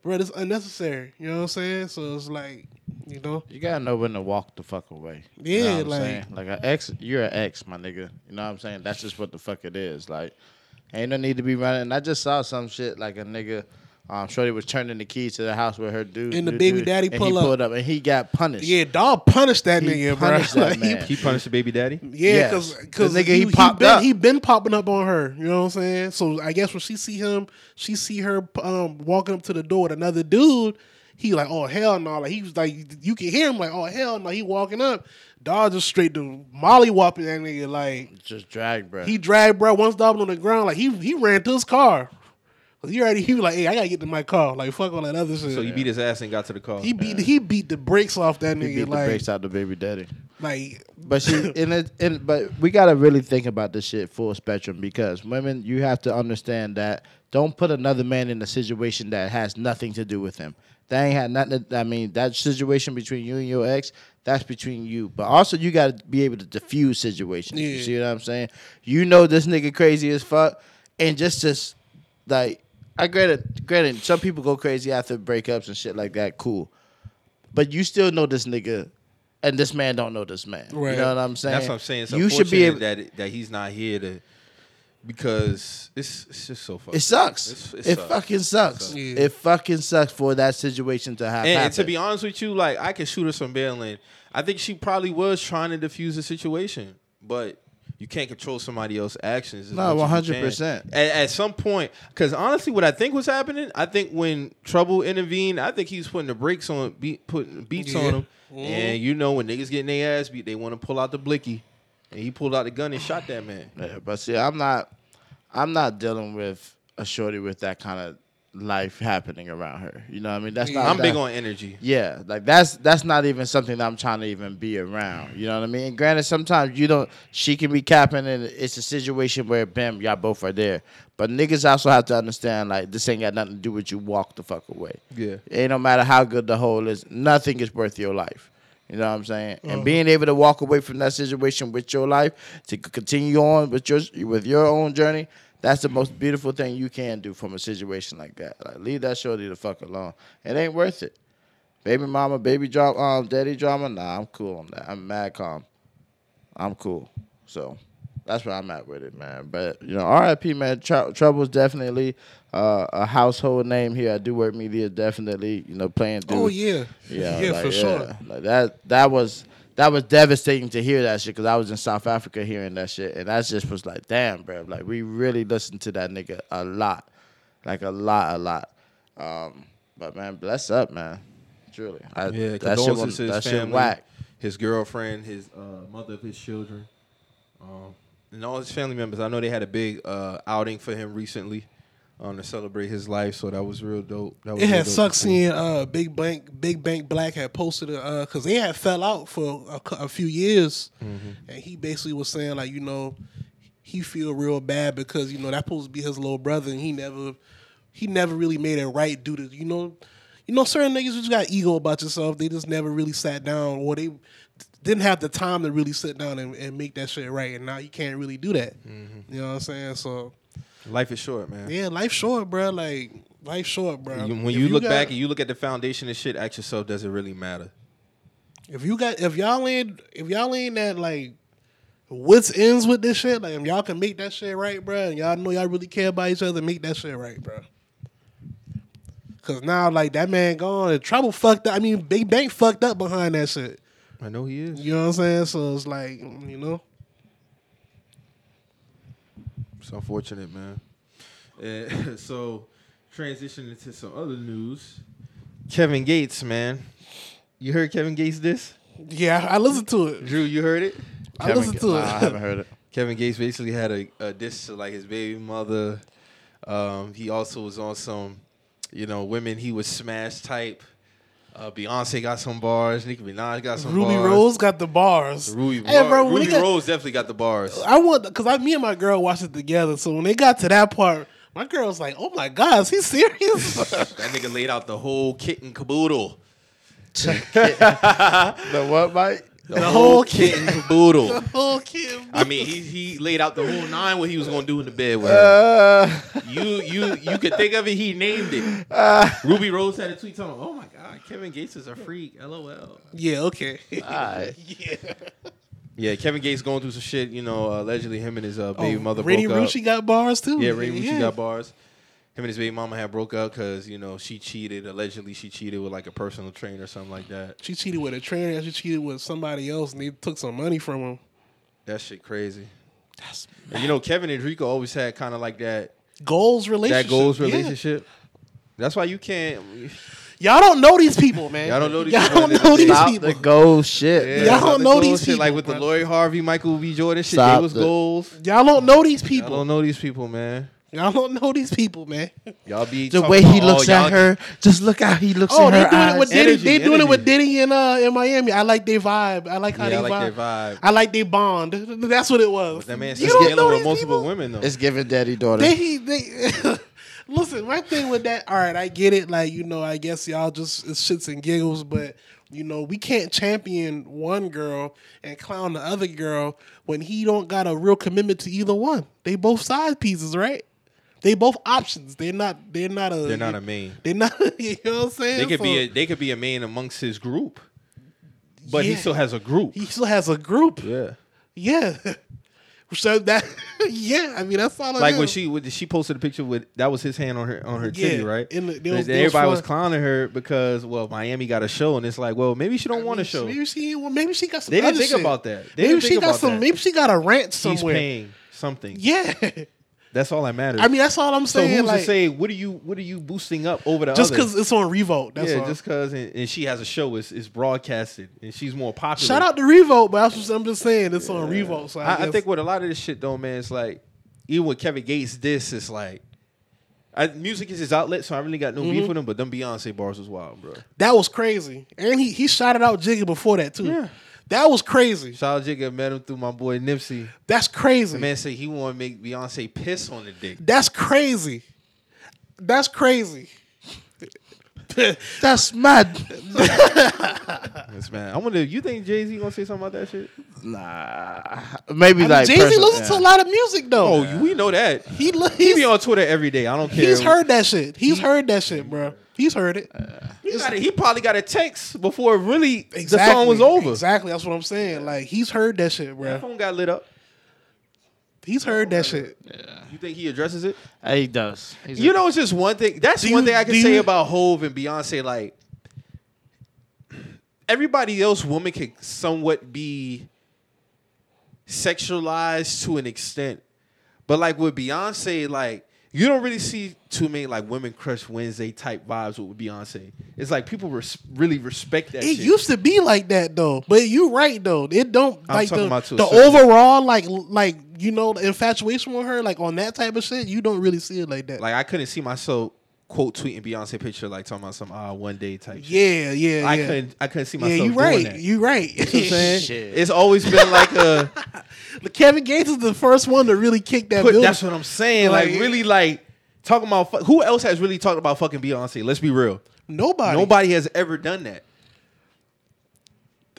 [SPEAKER 1] bro, it's unnecessary. You know what I'm saying? So it's like, you know,
[SPEAKER 3] You gotta know when to walk the fuck away.
[SPEAKER 1] Yeah,
[SPEAKER 3] you know what I'm
[SPEAKER 1] like-
[SPEAKER 3] saying? like an ex, you're an ex, my nigga. You know what I'm saying? That's just what the fuck it is. Like, ain't no need to be running. And I just saw some shit like a nigga. Um, Shorty was turning the keys to the house with her dude,
[SPEAKER 1] And the
[SPEAKER 3] dude,
[SPEAKER 1] baby
[SPEAKER 3] dude,
[SPEAKER 1] daddy
[SPEAKER 3] and he
[SPEAKER 1] pull up.
[SPEAKER 3] pulled up, and he got punished.
[SPEAKER 1] yeah, dog punish that
[SPEAKER 3] He
[SPEAKER 1] nigga, bro.
[SPEAKER 3] punished that
[SPEAKER 1] Like,
[SPEAKER 3] man.
[SPEAKER 2] He punished the baby daddy.
[SPEAKER 1] Yeah,
[SPEAKER 3] Yes.
[SPEAKER 1] because
[SPEAKER 3] The
[SPEAKER 1] because
[SPEAKER 3] nigga, he
[SPEAKER 1] he, he,
[SPEAKER 3] popped
[SPEAKER 1] been,
[SPEAKER 3] up.
[SPEAKER 1] he been popping up on her. You know what I'm saying? So I guess when she see him, she see her um, walking up to the door with another dude. He like, oh hell no! Like he was like, you can hear him like, oh hell no! He walking up, dog just straight to molly whopping that nigga. Like
[SPEAKER 3] just drag, bro.
[SPEAKER 1] he dragged bro once dog on the ground. Like he he ran to his car. Cause he already he was like, hey, I gotta get to my car. Like fuck all that other shit.
[SPEAKER 2] So you beat his ass and got to the car.
[SPEAKER 1] he beat he beat the brakes off that
[SPEAKER 3] He
[SPEAKER 1] nigga.
[SPEAKER 3] beat the
[SPEAKER 1] like
[SPEAKER 3] brakes out the baby daddy.
[SPEAKER 1] like
[SPEAKER 3] But she in it in but we gotta really think about this shit full spectrum because women, you have to understand that don't put another man in a situation that has nothing to do with him. That ain't had nothing. to- I mean, that situation between you and your ex, that's between you. But also, you gotta be able to diffuse situations. You
[SPEAKER 1] Yeah.
[SPEAKER 3] see what I'm saying? You know this nigga crazy as fuck, and just just like I granted, granted, some people go crazy after breakups and shit like that. Cool, but you still know this nigga, and this man don't know this man.
[SPEAKER 1] Right.
[SPEAKER 3] You know what I'm saying?
[SPEAKER 2] That's what I'm saying. It's
[SPEAKER 3] you should be able.
[SPEAKER 2] that it- that he's not here to because it's it's just so fucking.
[SPEAKER 3] it sucks.
[SPEAKER 2] It's- it
[SPEAKER 3] it
[SPEAKER 2] sucks.
[SPEAKER 3] fucking sucks.
[SPEAKER 2] sucks.
[SPEAKER 1] Yeah.
[SPEAKER 3] It fucking sucks for that situation to have
[SPEAKER 2] And,
[SPEAKER 3] happened.
[SPEAKER 2] and to be honest with you, like I could shoot her some bail, and I think she probably was trying to defuse the situation, but you can't control somebody else's actions. as
[SPEAKER 3] No,
[SPEAKER 2] much as you
[SPEAKER 3] 100%.
[SPEAKER 2] can. At, at some point, because honestly, what I think was happening, I think when trouble intervened, I think he was putting the brakes on, be, putting beats
[SPEAKER 1] Yeah.
[SPEAKER 2] on him, and you know when niggas getting their ass beat, they want to pull out the blicky, and he pulled out the gun and shot that man.
[SPEAKER 3] Yeah, but see, I'm not, I'm not dealing with a shorty with that kind of life happening around her. You know what I mean? That's not.
[SPEAKER 2] I'm
[SPEAKER 3] that-
[SPEAKER 2] big on energy.
[SPEAKER 3] Yeah, like that's that's not even something that I'm trying to even be around. You know what I mean? And granted, sometimes you don't. She can be capping, and it's a situation where bam, y'all both are there. But niggas also have to understand like this ain't got nothing to do with you. Walk the fuck away.
[SPEAKER 2] Yeah.
[SPEAKER 3] It ain't no matter how good the hole is, nothing is worth your life. You know what I'm saying? And being able to walk away from that situation with your life to c- continue on with your with your own journey, that's the most beautiful thing you can do from a situation like that. Like leave that shorty the fuck alone. It ain't worth it. Baby mama, baby drama, um, daddy drama. Nah, I'm cool on that. I'm mad calm. I'm cool. So that's where I'm at with it, man. But you know, RIP, man. Tr- Trouble's definitely uh, a household name here at Do Work Media. Definitely, you know, playing. Dude.
[SPEAKER 1] oh yeah,
[SPEAKER 3] yeah,
[SPEAKER 1] yeah
[SPEAKER 3] like,
[SPEAKER 1] for sure.
[SPEAKER 3] yeah. Like, that that was that was devastating to hear that shit because I was in South Africa hearing that shit, and that just was like, damn, bro. Like we really listened to that nigga a lot, like a lot, a lot. Um, but man, bless up, man. Truly,
[SPEAKER 2] Yeah,
[SPEAKER 3] I, that shit,
[SPEAKER 2] condolences
[SPEAKER 3] was,
[SPEAKER 2] to his
[SPEAKER 3] that shit
[SPEAKER 2] family,
[SPEAKER 3] whack.
[SPEAKER 2] his girlfriend, his uh, mother of his children, um, and all his family members. I know they had a big uh, outing for him recently. um, to celebrate his life. So that was real dope. That was
[SPEAKER 1] It
[SPEAKER 2] real
[SPEAKER 1] had
[SPEAKER 2] dope
[SPEAKER 1] sucked
[SPEAKER 2] to see.
[SPEAKER 1] seeing uh, Big Bank Big Bank Black had posted uh because they had fell out for a, cou- a few years,
[SPEAKER 2] Mm-hmm.
[SPEAKER 1] and he basically was saying like you know he feel real bad because you know that supposed to be his little brother and he never he never really made it right due to you know you know certain niggas just got ego about yourself they just never really sat down or they didn't have the time to really sit down and, and make that shit right and now you can't really do that
[SPEAKER 2] Mm-hmm.
[SPEAKER 1] you know what I'm saying so
[SPEAKER 2] Life is short, man.
[SPEAKER 1] yeah life's short bruh. like life's short bruh.
[SPEAKER 2] You- when
[SPEAKER 1] If
[SPEAKER 2] you, look
[SPEAKER 1] got-
[SPEAKER 2] back and you look at the foundation and shit, ask yourself, does it really matter?
[SPEAKER 1] If you got if y'all ain't if y'all ain't at like what's ends with this shit, like if y'all can make that shit right, bruh, and y'all know y'all really care about each other, make that shit right, bruh. Cause now like that man gone and trouble fucked up. I mean, Big Bank fucked up behind that shit.
[SPEAKER 2] I know he is.
[SPEAKER 1] You know what I'm saying? So it's like, you know.
[SPEAKER 2] It's unfortunate, man. And so, transitioning to some other news. Kevin Gates, man. You heard Kevin Gates this?
[SPEAKER 1] Yeah, I listened to it.
[SPEAKER 2] Drew, you heard it?
[SPEAKER 1] I listened to
[SPEAKER 3] nah,
[SPEAKER 1] it.
[SPEAKER 3] I haven't heard it.
[SPEAKER 2] Kevin Gates basically had a, a diss to like his baby mother. Um, he also was on some, you know, women he was smash type. Uh, Beyonce got some bars. Nicki Minaj got some
[SPEAKER 1] Ruby
[SPEAKER 2] bars.
[SPEAKER 1] Rose got the bars.
[SPEAKER 2] Ruby,
[SPEAKER 1] Hey,
[SPEAKER 2] Ro-
[SPEAKER 1] bro, when
[SPEAKER 2] Ruby
[SPEAKER 1] they got-
[SPEAKER 2] Rose definitely got the bars.
[SPEAKER 1] I want because I me and my girl watched it together. So when they got to that part, my girl was like, "Oh my god, is he serious?"
[SPEAKER 2] That nigga laid out the whole kit and caboodle.
[SPEAKER 3] The what, Mike?
[SPEAKER 2] The, whole kit and caboodle.
[SPEAKER 1] oh, kid.
[SPEAKER 2] I mean, he he laid out the whole nine what he was gonna do in the bed with her.
[SPEAKER 3] Uh,
[SPEAKER 2] You you you could think of it. He named it.
[SPEAKER 1] Uh.
[SPEAKER 2] Ruby Rose had a tweet telling, him, "Oh my God, Kevin Gates is a freak." LOL.
[SPEAKER 1] Yeah, okay.
[SPEAKER 3] alright.
[SPEAKER 1] yeah.
[SPEAKER 2] Yeah, Kevin Gates going through some shit. You know, uh, allegedly him and his uh, baby
[SPEAKER 1] Oh,
[SPEAKER 2] mother
[SPEAKER 1] Rainy
[SPEAKER 2] broke
[SPEAKER 1] Rucci got bars too.
[SPEAKER 2] up. Yeah, Ray Rucci
[SPEAKER 1] Yeah.
[SPEAKER 2] got bars. Him and his baby mama had broke up because you know she cheated. Allegedly, she cheated with like a personal trainer or something like that.
[SPEAKER 1] She cheated with a trainer. She cheated with somebody else, and they took some money from him.
[SPEAKER 2] That shit crazy.
[SPEAKER 1] That's
[SPEAKER 2] And, you know, Kevin and Rico always had kind of like that
[SPEAKER 1] goals relationship.
[SPEAKER 2] that goals
[SPEAKER 1] Yeah.
[SPEAKER 2] relationship. That's why you can't.
[SPEAKER 1] Y'all don't know these people, man.
[SPEAKER 2] Y'all don't know these
[SPEAKER 1] Y'all
[SPEAKER 2] people.
[SPEAKER 1] don't know these
[SPEAKER 3] Stop
[SPEAKER 1] people.
[SPEAKER 3] the gold shit.
[SPEAKER 2] Yeah,
[SPEAKER 1] Y'all
[SPEAKER 3] man.
[SPEAKER 2] that's
[SPEAKER 1] don't
[SPEAKER 2] the
[SPEAKER 1] know
[SPEAKER 2] goals
[SPEAKER 1] these
[SPEAKER 2] shit,
[SPEAKER 1] people,
[SPEAKER 2] Like with the
[SPEAKER 1] bro.
[SPEAKER 2] Larry Harvey, Michael B. Jordan shit,
[SPEAKER 3] Stop
[SPEAKER 2] they was
[SPEAKER 3] the-
[SPEAKER 2] goals.
[SPEAKER 1] Y'all don't know these
[SPEAKER 2] Y'all don't
[SPEAKER 1] people.
[SPEAKER 2] know these people, man.
[SPEAKER 1] Y'all don't know these people, man.
[SPEAKER 2] Y'all be
[SPEAKER 3] The
[SPEAKER 2] talking
[SPEAKER 3] way he
[SPEAKER 2] about, oh,
[SPEAKER 3] looks
[SPEAKER 2] y'all-
[SPEAKER 3] at her, just look how he looks
[SPEAKER 1] Oh,
[SPEAKER 3] in
[SPEAKER 1] they
[SPEAKER 3] her
[SPEAKER 1] doing it with
[SPEAKER 2] eyes.
[SPEAKER 1] Diddy.
[SPEAKER 2] Energy,
[SPEAKER 1] they doing it
[SPEAKER 2] energy.
[SPEAKER 1] with Diddy in uh in Miami. I like their vibe. I like how
[SPEAKER 2] Yeah, I
[SPEAKER 1] they
[SPEAKER 2] like
[SPEAKER 1] vibe.
[SPEAKER 2] their vibe.
[SPEAKER 1] I like their bond. That's what it was.
[SPEAKER 2] That man's
[SPEAKER 1] You
[SPEAKER 2] just
[SPEAKER 1] don't know
[SPEAKER 2] dealing with
[SPEAKER 1] these
[SPEAKER 2] multiple
[SPEAKER 1] people.
[SPEAKER 2] women though.
[SPEAKER 3] It's giving daddy daughter.
[SPEAKER 1] They, they listen. My thing with that, all right, I get it. Like you know, I guess y'all just it's shits and giggles, but you know, we can't champion one girl and clown the other girl when he don't got a real commitment to either one. They both side pieces, right? They both options. They're not. They're not a.
[SPEAKER 2] They're not a main.
[SPEAKER 1] They're not. You know what I'm saying?
[SPEAKER 2] They could be
[SPEAKER 1] So,
[SPEAKER 2] a, they could be a main amongst his group, but he
[SPEAKER 1] Yeah.
[SPEAKER 2] still has a group.
[SPEAKER 1] he still has a group.
[SPEAKER 2] Yeah.
[SPEAKER 1] Yeah. So that. Yeah. I mean, that's all. it
[SPEAKER 2] Like when
[SPEAKER 1] is.
[SPEAKER 2] she when she posted a picture with that was his hand on her on her titty,
[SPEAKER 1] Yeah,
[SPEAKER 2] right?
[SPEAKER 1] and it- they
[SPEAKER 2] And
[SPEAKER 1] was- they was
[SPEAKER 2] everybody was
[SPEAKER 1] fun.
[SPEAKER 2] clowning her because well Miami got a show and it's like well maybe she don't want a show.
[SPEAKER 1] Maybe she well, maybe she got some.
[SPEAKER 2] They didn't
[SPEAKER 1] other
[SPEAKER 2] think
[SPEAKER 1] shit.
[SPEAKER 2] about that. They
[SPEAKER 1] Maybe
[SPEAKER 2] didn't
[SPEAKER 1] she
[SPEAKER 2] think
[SPEAKER 1] got
[SPEAKER 2] about
[SPEAKER 1] some.
[SPEAKER 2] that.
[SPEAKER 1] Maybe she got a rant
[SPEAKER 2] He's
[SPEAKER 1] somewhere.
[SPEAKER 2] paying something.
[SPEAKER 1] Yeah,
[SPEAKER 2] That's all that matters.
[SPEAKER 1] I mean that's all I'm
[SPEAKER 2] so
[SPEAKER 1] saying.
[SPEAKER 2] who's
[SPEAKER 1] like
[SPEAKER 2] to say what are you what are you boosting up over the
[SPEAKER 1] just
[SPEAKER 2] other?
[SPEAKER 1] because it's on Revolt, that's
[SPEAKER 2] yeah,
[SPEAKER 1] all.
[SPEAKER 2] just because, and, and she has a show is is broadcasted, and she's more popular.
[SPEAKER 1] Shout out to Revolt, but that's what I'm just saying it's on Revolt. So I,
[SPEAKER 2] I, I
[SPEAKER 1] guess-
[SPEAKER 2] think with a lot of this shit though, man, it's like even with Kevin Gates, this is like. I, music is his outlet, so I really got no beef with him. But them Beyonce bars was wild, bro.
[SPEAKER 1] that was crazy, and he he shouted out Jiggy before that too.
[SPEAKER 2] Yeah.
[SPEAKER 1] That was crazy.
[SPEAKER 2] Shout out Jigga, met him through my boy Nipsey.
[SPEAKER 1] That's crazy.
[SPEAKER 2] The man said he want to make Beyonce piss on the dick.
[SPEAKER 1] That's crazy. That's crazy.
[SPEAKER 3] That's mad.
[SPEAKER 2] Yes, man. I wonder, you think Jay Z gonna say something about that shit?
[SPEAKER 3] Nah, maybe like
[SPEAKER 1] Jay Z
[SPEAKER 3] personal-
[SPEAKER 1] listens to a lot of music though.
[SPEAKER 2] Oh, you we know that.
[SPEAKER 1] he li-
[SPEAKER 2] He
[SPEAKER 1] he's,
[SPEAKER 2] be on Twitter every day. I don't care.
[SPEAKER 1] he's heard that shit. He's heard that shit, bro. He's heard it.
[SPEAKER 2] He, got a- he probably got a text before really the
[SPEAKER 1] Exactly.
[SPEAKER 2] song was over.
[SPEAKER 1] Exactly. That's what I'm saying. Like he's heard that shit,
[SPEAKER 2] That
[SPEAKER 1] bro.
[SPEAKER 2] phone got lit up.
[SPEAKER 1] He's heard that shit.
[SPEAKER 2] You think he addresses it?
[SPEAKER 3] Yeah. He does. He's
[SPEAKER 2] You know, it's just one thing. That's
[SPEAKER 1] Do
[SPEAKER 2] one
[SPEAKER 1] you-
[SPEAKER 2] thing I can
[SPEAKER 1] do
[SPEAKER 2] say
[SPEAKER 1] you-
[SPEAKER 2] about Hove and Beyonce. Like everybody else, woman can somewhat be sexualized to an extent, but like with Beyonce, like you don't really see too many like women crush Wednesday type vibes with Beyonce. It's like people res- really respect that.
[SPEAKER 1] It
[SPEAKER 2] shit.
[SPEAKER 1] used to be like that though, but you right though. It don't
[SPEAKER 2] I'm
[SPEAKER 1] like
[SPEAKER 2] talking
[SPEAKER 1] the,
[SPEAKER 2] about to a
[SPEAKER 1] the
[SPEAKER 2] certain-
[SPEAKER 1] overall like like you know the infatuation with her like on that type of shit. You don't really see it like that.
[SPEAKER 2] like I couldn't see myself quote tweeting Beyonce picture like talking about some ah one day type. shit.
[SPEAKER 1] yeah, yeah,
[SPEAKER 2] I
[SPEAKER 1] yeah.
[SPEAKER 2] couldn't. I couldn't see
[SPEAKER 1] yeah,
[SPEAKER 2] myself
[SPEAKER 1] you
[SPEAKER 2] doing
[SPEAKER 1] right.
[SPEAKER 2] that.
[SPEAKER 1] You right.
[SPEAKER 2] You know what I'm saying?
[SPEAKER 3] Shit.
[SPEAKER 2] It's always been like a.
[SPEAKER 1] Kevin Gates is the first one to really kick that.
[SPEAKER 2] Put,
[SPEAKER 1] building.
[SPEAKER 2] that's what I'm saying. Like,
[SPEAKER 1] Like-
[SPEAKER 2] really, like talking about fu- who else has really talked about fucking Beyonce? Let's be real.
[SPEAKER 1] Nobody.
[SPEAKER 2] Nobody has ever done that.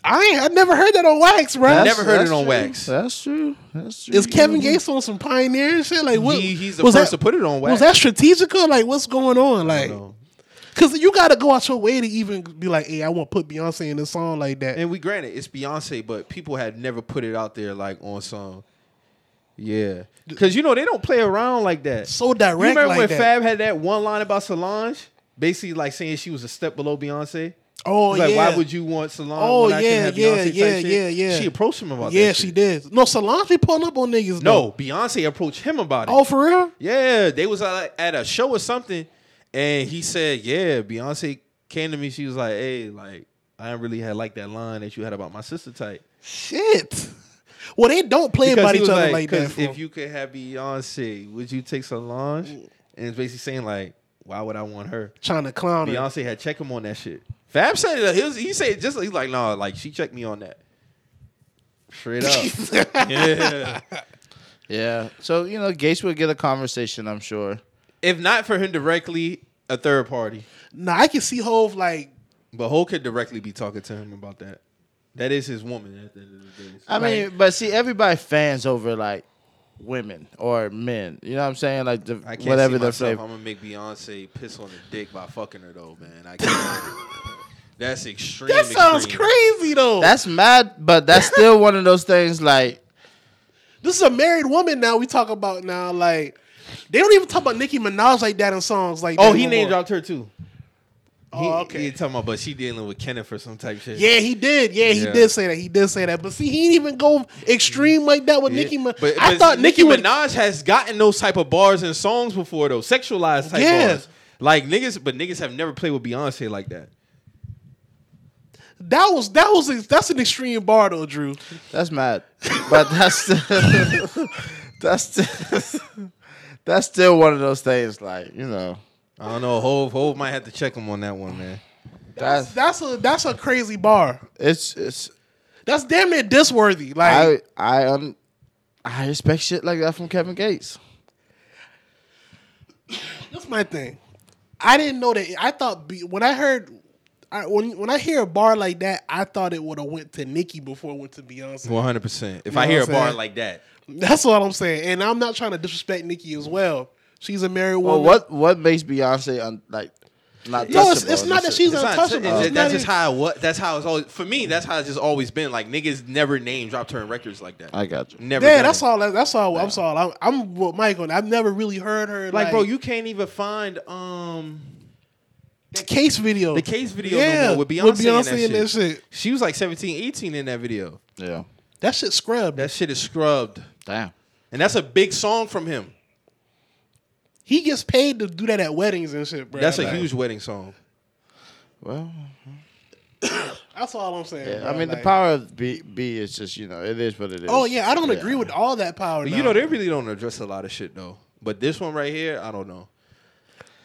[SPEAKER 1] I ain't. I never heard that on wax, bro.
[SPEAKER 2] That's- never heard it on
[SPEAKER 3] true.
[SPEAKER 2] wax.
[SPEAKER 3] That's true. That's true.
[SPEAKER 1] Is Kevin Gates on some pioneer and shit? Like what?
[SPEAKER 2] He- he's the
[SPEAKER 1] was
[SPEAKER 2] first
[SPEAKER 1] that-
[SPEAKER 2] to put it on wax.
[SPEAKER 1] Was that strategical? Like what's going on? Like
[SPEAKER 2] No.
[SPEAKER 1] because you got to go out your way to even be like, hey, I want to put Beyonce in a song like that.
[SPEAKER 2] And we granted it's Beyonce, but people had never put it out there like on some. Yeah, because you know they don't play around like that.
[SPEAKER 1] so direct.
[SPEAKER 2] you remember
[SPEAKER 1] like
[SPEAKER 2] when
[SPEAKER 1] that.
[SPEAKER 2] Fab had that one line about Solange, basically like saying she was a step below Beyonce.
[SPEAKER 1] Oh
[SPEAKER 2] He's like,
[SPEAKER 1] yeah.
[SPEAKER 2] why would you want Solange?
[SPEAKER 1] Oh,
[SPEAKER 2] when I can
[SPEAKER 1] yeah,
[SPEAKER 2] have
[SPEAKER 1] yeah,
[SPEAKER 2] Beyonce type
[SPEAKER 1] yeah,
[SPEAKER 2] shit?
[SPEAKER 1] yeah, yeah.
[SPEAKER 2] She approached him about
[SPEAKER 1] Yeah,
[SPEAKER 2] that.
[SPEAKER 1] she
[SPEAKER 2] shit.
[SPEAKER 1] did. No, Solange be pulling up on niggas.
[SPEAKER 2] No,
[SPEAKER 1] though.
[SPEAKER 2] Beyonce approached him about it.
[SPEAKER 1] Oh, for real?
[SPEAKER 2] Yeah, they was uh, at a show or something, and he said, "Yeah, Beyonce came to me. She was like, hey, like I didn't really had like that line that you had about my sister type.'
[SPEAKER 1] Shit. Well, they don't play
[SPEAKER 2] Because
[SPEAKER 1] about each
[SPEAKER 2] he was
[SPEAKER 1] other like, that.
[SPEAKER 2] 'Cause
[SPEAKER 1] fool.
[SPEAKER 2] If you could have Beyonce, would you take Solange? And it's basically saying like, why would I want her?
[SPEAKER 1] trying to clown her.
[SPEAKER 2] Beyonce had checked him on that shit. Fab said it. He, was, he said just he's like, nah, like she checked me on that. Straight up. yeah.
[SPEAKER 3] Yeah. So you know, Gates would get a conversation. I'm sure.
[SPEAKER 2] If not for him directly, a third party.
[SPEAKER 1] Nah, I can see Hove like
[SPEAKER 2] But Hole could directly be talking to him about that. That is his woman at the end of the day.
[SPEAKER 3] I mean, but see, everybody fans over like women or men. You know what I'm saying? Like the,
[SPEAKER 2] I can't
[SPEAKER 3] whatever
[SPEAKER 2] see
[SPEAKER 3] the
[SPEAKER 2] myself.
[SPEAKER 3] flavor.
[SPEAKER 2] I'm gonna make Beyonce piss on the dick by fucking her though, man. I can't. That's extreme.
[SPEAKER 1] that sounds
[SPEAKER 2] extreme.
[SPEAKER 1] crazy though.
[SPEAKER 3] That's mad, but that's still one of those things. Like
[SPEAKER 1] this is a married woman now. We talk about now like they don't even talk about Nicki Minaj like that in songs like.
[SPEAKER 2] Oh,
[SPEAKER 1] that
[SPEAKER 2] he
[SPEAKER 1] no
[SPEAKER 2] name
[SPEAKER 1] more.
[SPEAKER 2] dropped her too.
[SPEAKER 1] Oh,
[SPEAKER 2] He-
[SPEAKER 1] okay.
[SPEAKER 2] He talking about, but she dealing with Kenneth or some type shit.
[SPEAKER 1] Yeah, he did. Yeah, he
[SPEAKER 2] Yeah.
[SPEAKER 1] did say that. He did say that. But see, he didn't even go extreme like that with
[SPEAKER 2] Yeah.
[SPEAKER 1] Nicki. Minaj.
[SPEAKER 2] But,
[SPEAKER 1] I
[SPEAKER 2] but
[SPEAKER 1] thought Nicki, would.
[SPEAKER 2] Minaj has gotten those type of bars and songs before though, sexualized type
[SPEAKER 1] Yeah.
[SPEAKER 2] bars. Like niggas, but niggas have never played with Beyonce like that.
[SPEAKER 1] That was that was that's an extreme bar though, Drew.
[SPEAKER 3] that's mad, but that's still, that's still, that's still one of those things. Like you know,
[SPEAKER 2] I don't know. Hove Hove might have to check him on that one, man.
[SPEAKER 1] That's that's a that's a crazy bar.
[SPEAKER 3] it's it's.
[SPEAKER 1] That's damn near diss worthy. Like
[SPEAKER 3] I I um, I expect shit like that from Kevin Gates.
[SPEAKER 1] That's my thing. I didn't know that. I thought B, when I heard I, when when I hear a bar like that, I thought it would have went to Nicki before it went to Beyonce.
[SPEAKER 2] One hundred percent. If
[SPEAKER 1] You
[SPEAKER 2] I
[SPEAKER 1] know
[SPEAKER 2] hear a
[SPEAKER 1] what I'm
[SPEAKER 2] bar
[SPEAKER 1] saying?
[SPEAKER 2] like that,
[SPEAKER 1] That's what I'm saying. And I'm not trying to disrespect Nicki as well. She's a married
[SPEAKER 3] Well,
[SPEAKER 1] woman.
[SPEAKER 3] what what makes Beyonce un, like not?
[SPEAKER 1] No, it's-
[SPEAKER 3] touchable
[SPEAKER 1] it's
[SPEAKER 3] and
[SPEAKER 1] not that
[SPEAKER 3] shit?
[SPEAKER 1] she's
[SPEAKER 2] it's not-
[SPEAKER 1] untouchable.
[SPEAKER 2] it's-
[SPEAKER 1] It's
[SPEAKER 2] that's
[SPEAKER 1] not
[SPEAKER 2] just
[SPEAKER 1] even-
[SPEAKER 2] how what. That's how it's always for me. That's how it's just always been. Like niggas never name dropped her in records like that.
[SPEAKER 3] I got you.
[SPEAKER 2] Never.
[SPEAKER 1] Yeah,
[SPEAKER 2] done
[SPEAKER 1] that's
[SPEAKER 2] it.
[SPEAKER 1] all. That's all. I'm sorry. I'm, I'm with Mike on. that. I've never really heard her like,
[SPEAKER 2] Like, bro, you can't even find um
[SPEAKER 1] the case video,
[SPEAKER 2] the case video
[SPEAKER 1] Yeah,
[SPEAKER 2] no more with Beyonce, in, that,
[SPEAKER 1] in
[SPEAKER 2] shit. She was like 17, 18 in that video.
[SPEAKER 3] Yeah.
[SPEAKER 1] That shit scrubbed.
[SPEAKER 2] That shit is scrubbed,
[SPEAKER 3] Damn.
[SPEAKER 2] and that's a big song from him.
[SPEAKER 1] he gets paid to do that at weddings and shit, bro.
[SPEAKER 2] That's a
[SPEAKER 1] Like,
[SPEAKER 2] huge wedding song.
[SPEAKER 3] Well,
[SPEAKER 1] That's all I'm saying.
[SPEAKER 3] yeah,
[SPEAKER 1] bro.
[SPEAKER 3] I mean, the
[SPEAKER 1] Like-
[SPEAKER 3] power of B, B is just, you know, it is what it is.
[SPEAKER 1] Oh yeah, I don't agree with all that power.
[SPEAKER 2] But
[SPEAKER 1] now.
[SPEAKER 2] you know, they really don't address a lot of shit though. But this one right here, I don't know.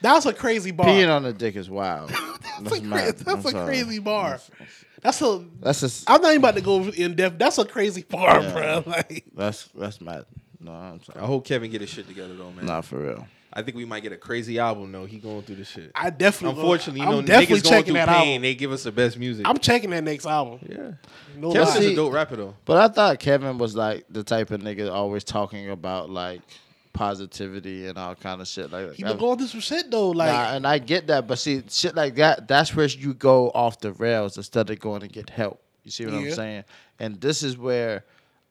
[SPEAKER 1] That's a crazy bar.
[SPEAKER 3] Peeing on the dick is wild.
[SPEAKER 1] that's a, cra-
[SPEAKER 3] mad.
[SPEAKER 1] that's
[SPEAKER 3] I'm
[SPEAKER 1] a
[SPEAKER 3] sorry.
[SPEAKER 1] crazy bar. That's a.
[SPEAKER 3] That's just,
[SPEAKER 1] I'm not even about to go in depth. That's a crazy bar,
[SPEAKER 3] Yeah.
[SPEAKER 1] bro. Like
[SPEAKER 3] that's, that's mad. No, I'm
[SPEAKER 2] I
[SPEAKER 3] sorry.
[SPEAKER 2] hope Kevin get his shit together though, man.
[SPEAKER 3] Nah, for real.
[SPEAKER 2] I think we might get a crazy album though. He going through this shit.
[SPEAKER 1] I definitely.
[SPEAKER 2] Unfortunately, you
[SPEAKER 1] uh, I'm
[SPEAKER 2] know,
[SPEAKER 1] definitely
[SPEAKER 2] niggas going
[SPEAKER 1] checking
[SPEAKER 2] through
[SPEAKER 1] that
[SPEAKER 2] pain.
[SPEAKER 1] album.
[SPEAKER 2] They give us the best music.
[SPEAKER 1] I'm checking that next album.
[SPEAKER 2] yeah.
[SPEAKER 1] No
[SPEAKER 2] Kevin's
[SPEAKER 1] lie.
[SPEAKER 2] is
[SPEAKER 3] see-
[SPEAKER 2] a dope rapper though.
[SPEAKER 3] But I thought Kevin was like the type of nigga always talking about like positivity and all kind of shit like that.
[SPEAKER 1] he been going through some shit though. Like
[SPEAKER 3] Nah, and I get that, but see, shit like that, that's where you go off the rails instead of going to get help. You see what I'm
[SPEAKER 1] Yeah.
[SPEAKER 3] saying? And this is where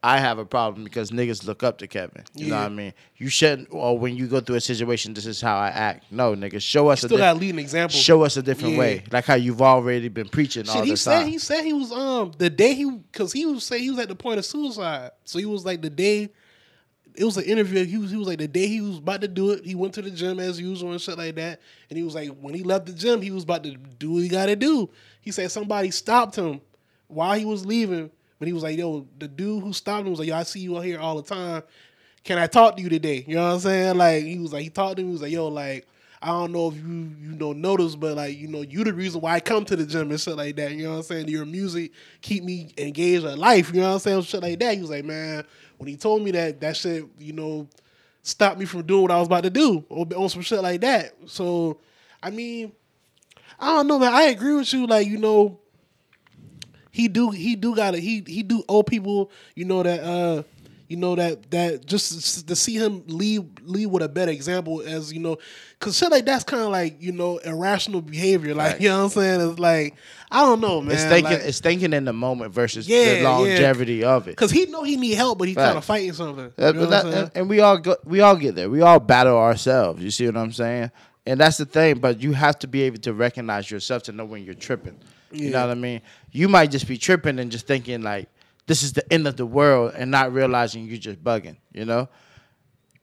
[SPEAKER 3] I have a problem because niggas look up to Kevin. You know
[SPEAKER 1] Yeah.
[SPEAKER 3] what I mean? You shouldn't, or when you go through a situation, this is how I act. No, nigga, show us a
[SPEAKER 1] still got to
[SPEAKER 3] different
[SPEAKER 1] lead an example.
[SPEAKER 3] Show us a different
[SPEAKER 1] Yeah.
[SPEAKER 3] way, like how you've already been preaching all
[SPEAKER 1] Shit, he
[SPEAKER 3] this
[SPEAKER 1] said
[SPEAKER 3] time.
[SPEAKER 1] he said he was um the day he because he was say he was at the point of suicide. So he was like the day it was an interview. He was he was like the day he was about to do it, he went to the gym as usual and shit like that. And he was like, when he left the gym, he was about to do what he gotta do. He said somebody stopped him while he was leaving, but he was like, yo, the dude who stopped him was like, yo, I see you out here all the time. Can I talk to you today? You know what I'm saying? Like he was like, he talked to me, he was like, yo, like I don't know if you you know notice, but like you know you the reason why I come to the gym and shit like that. You know what I'm saying? Your music keep me engaged in life. You know what I'm saying? Shit like that. He was like, man, when he told me that, that shit you know stopped me from doing what I was about to do or on some shit like that. So, I mean, I don't know, man. I agree with you. Like you know, he do he do gotta he he do owe people you know that uh you know that that just to see him leave leave with a better example as you know because shit like that's kind of like you know irrational behavior like you know what i'm saying it's like i don't know man
[SPEAKER 3] It's thinking,
[SPEAKER 1] like,
[SPEAKER 3] it's thinking in the moment versus
[SPEAKER 1] Yeah,
[SPEAKER 3] the
[SPEAKER 1] yeah.
[SPEAKER 3] longevity of it.
[SPEAKER 1] Cause he know he need help, but he trying to
[SPEAKER 3] Facts.
[SPEAKER 1] fight something.
[SPEAKER 3] That-
[SPEAKER 1] you know what I'm
[SPEAKER 3] Uh, but that-
[SPEAKER 1] saying?
[SPEAKER 3] and, and we all go, we all get there. We all battle ourselves. You see what I'm saying? And that's the thing. But you have to be able to recognize yourself to know when you're tripping. You know
[SPEAKER 1] Yeah.
[SPEAKER 3] what I mean? You might just be tripping and just thinking like this is the end of the world, and not realizing you're just bugging. You know?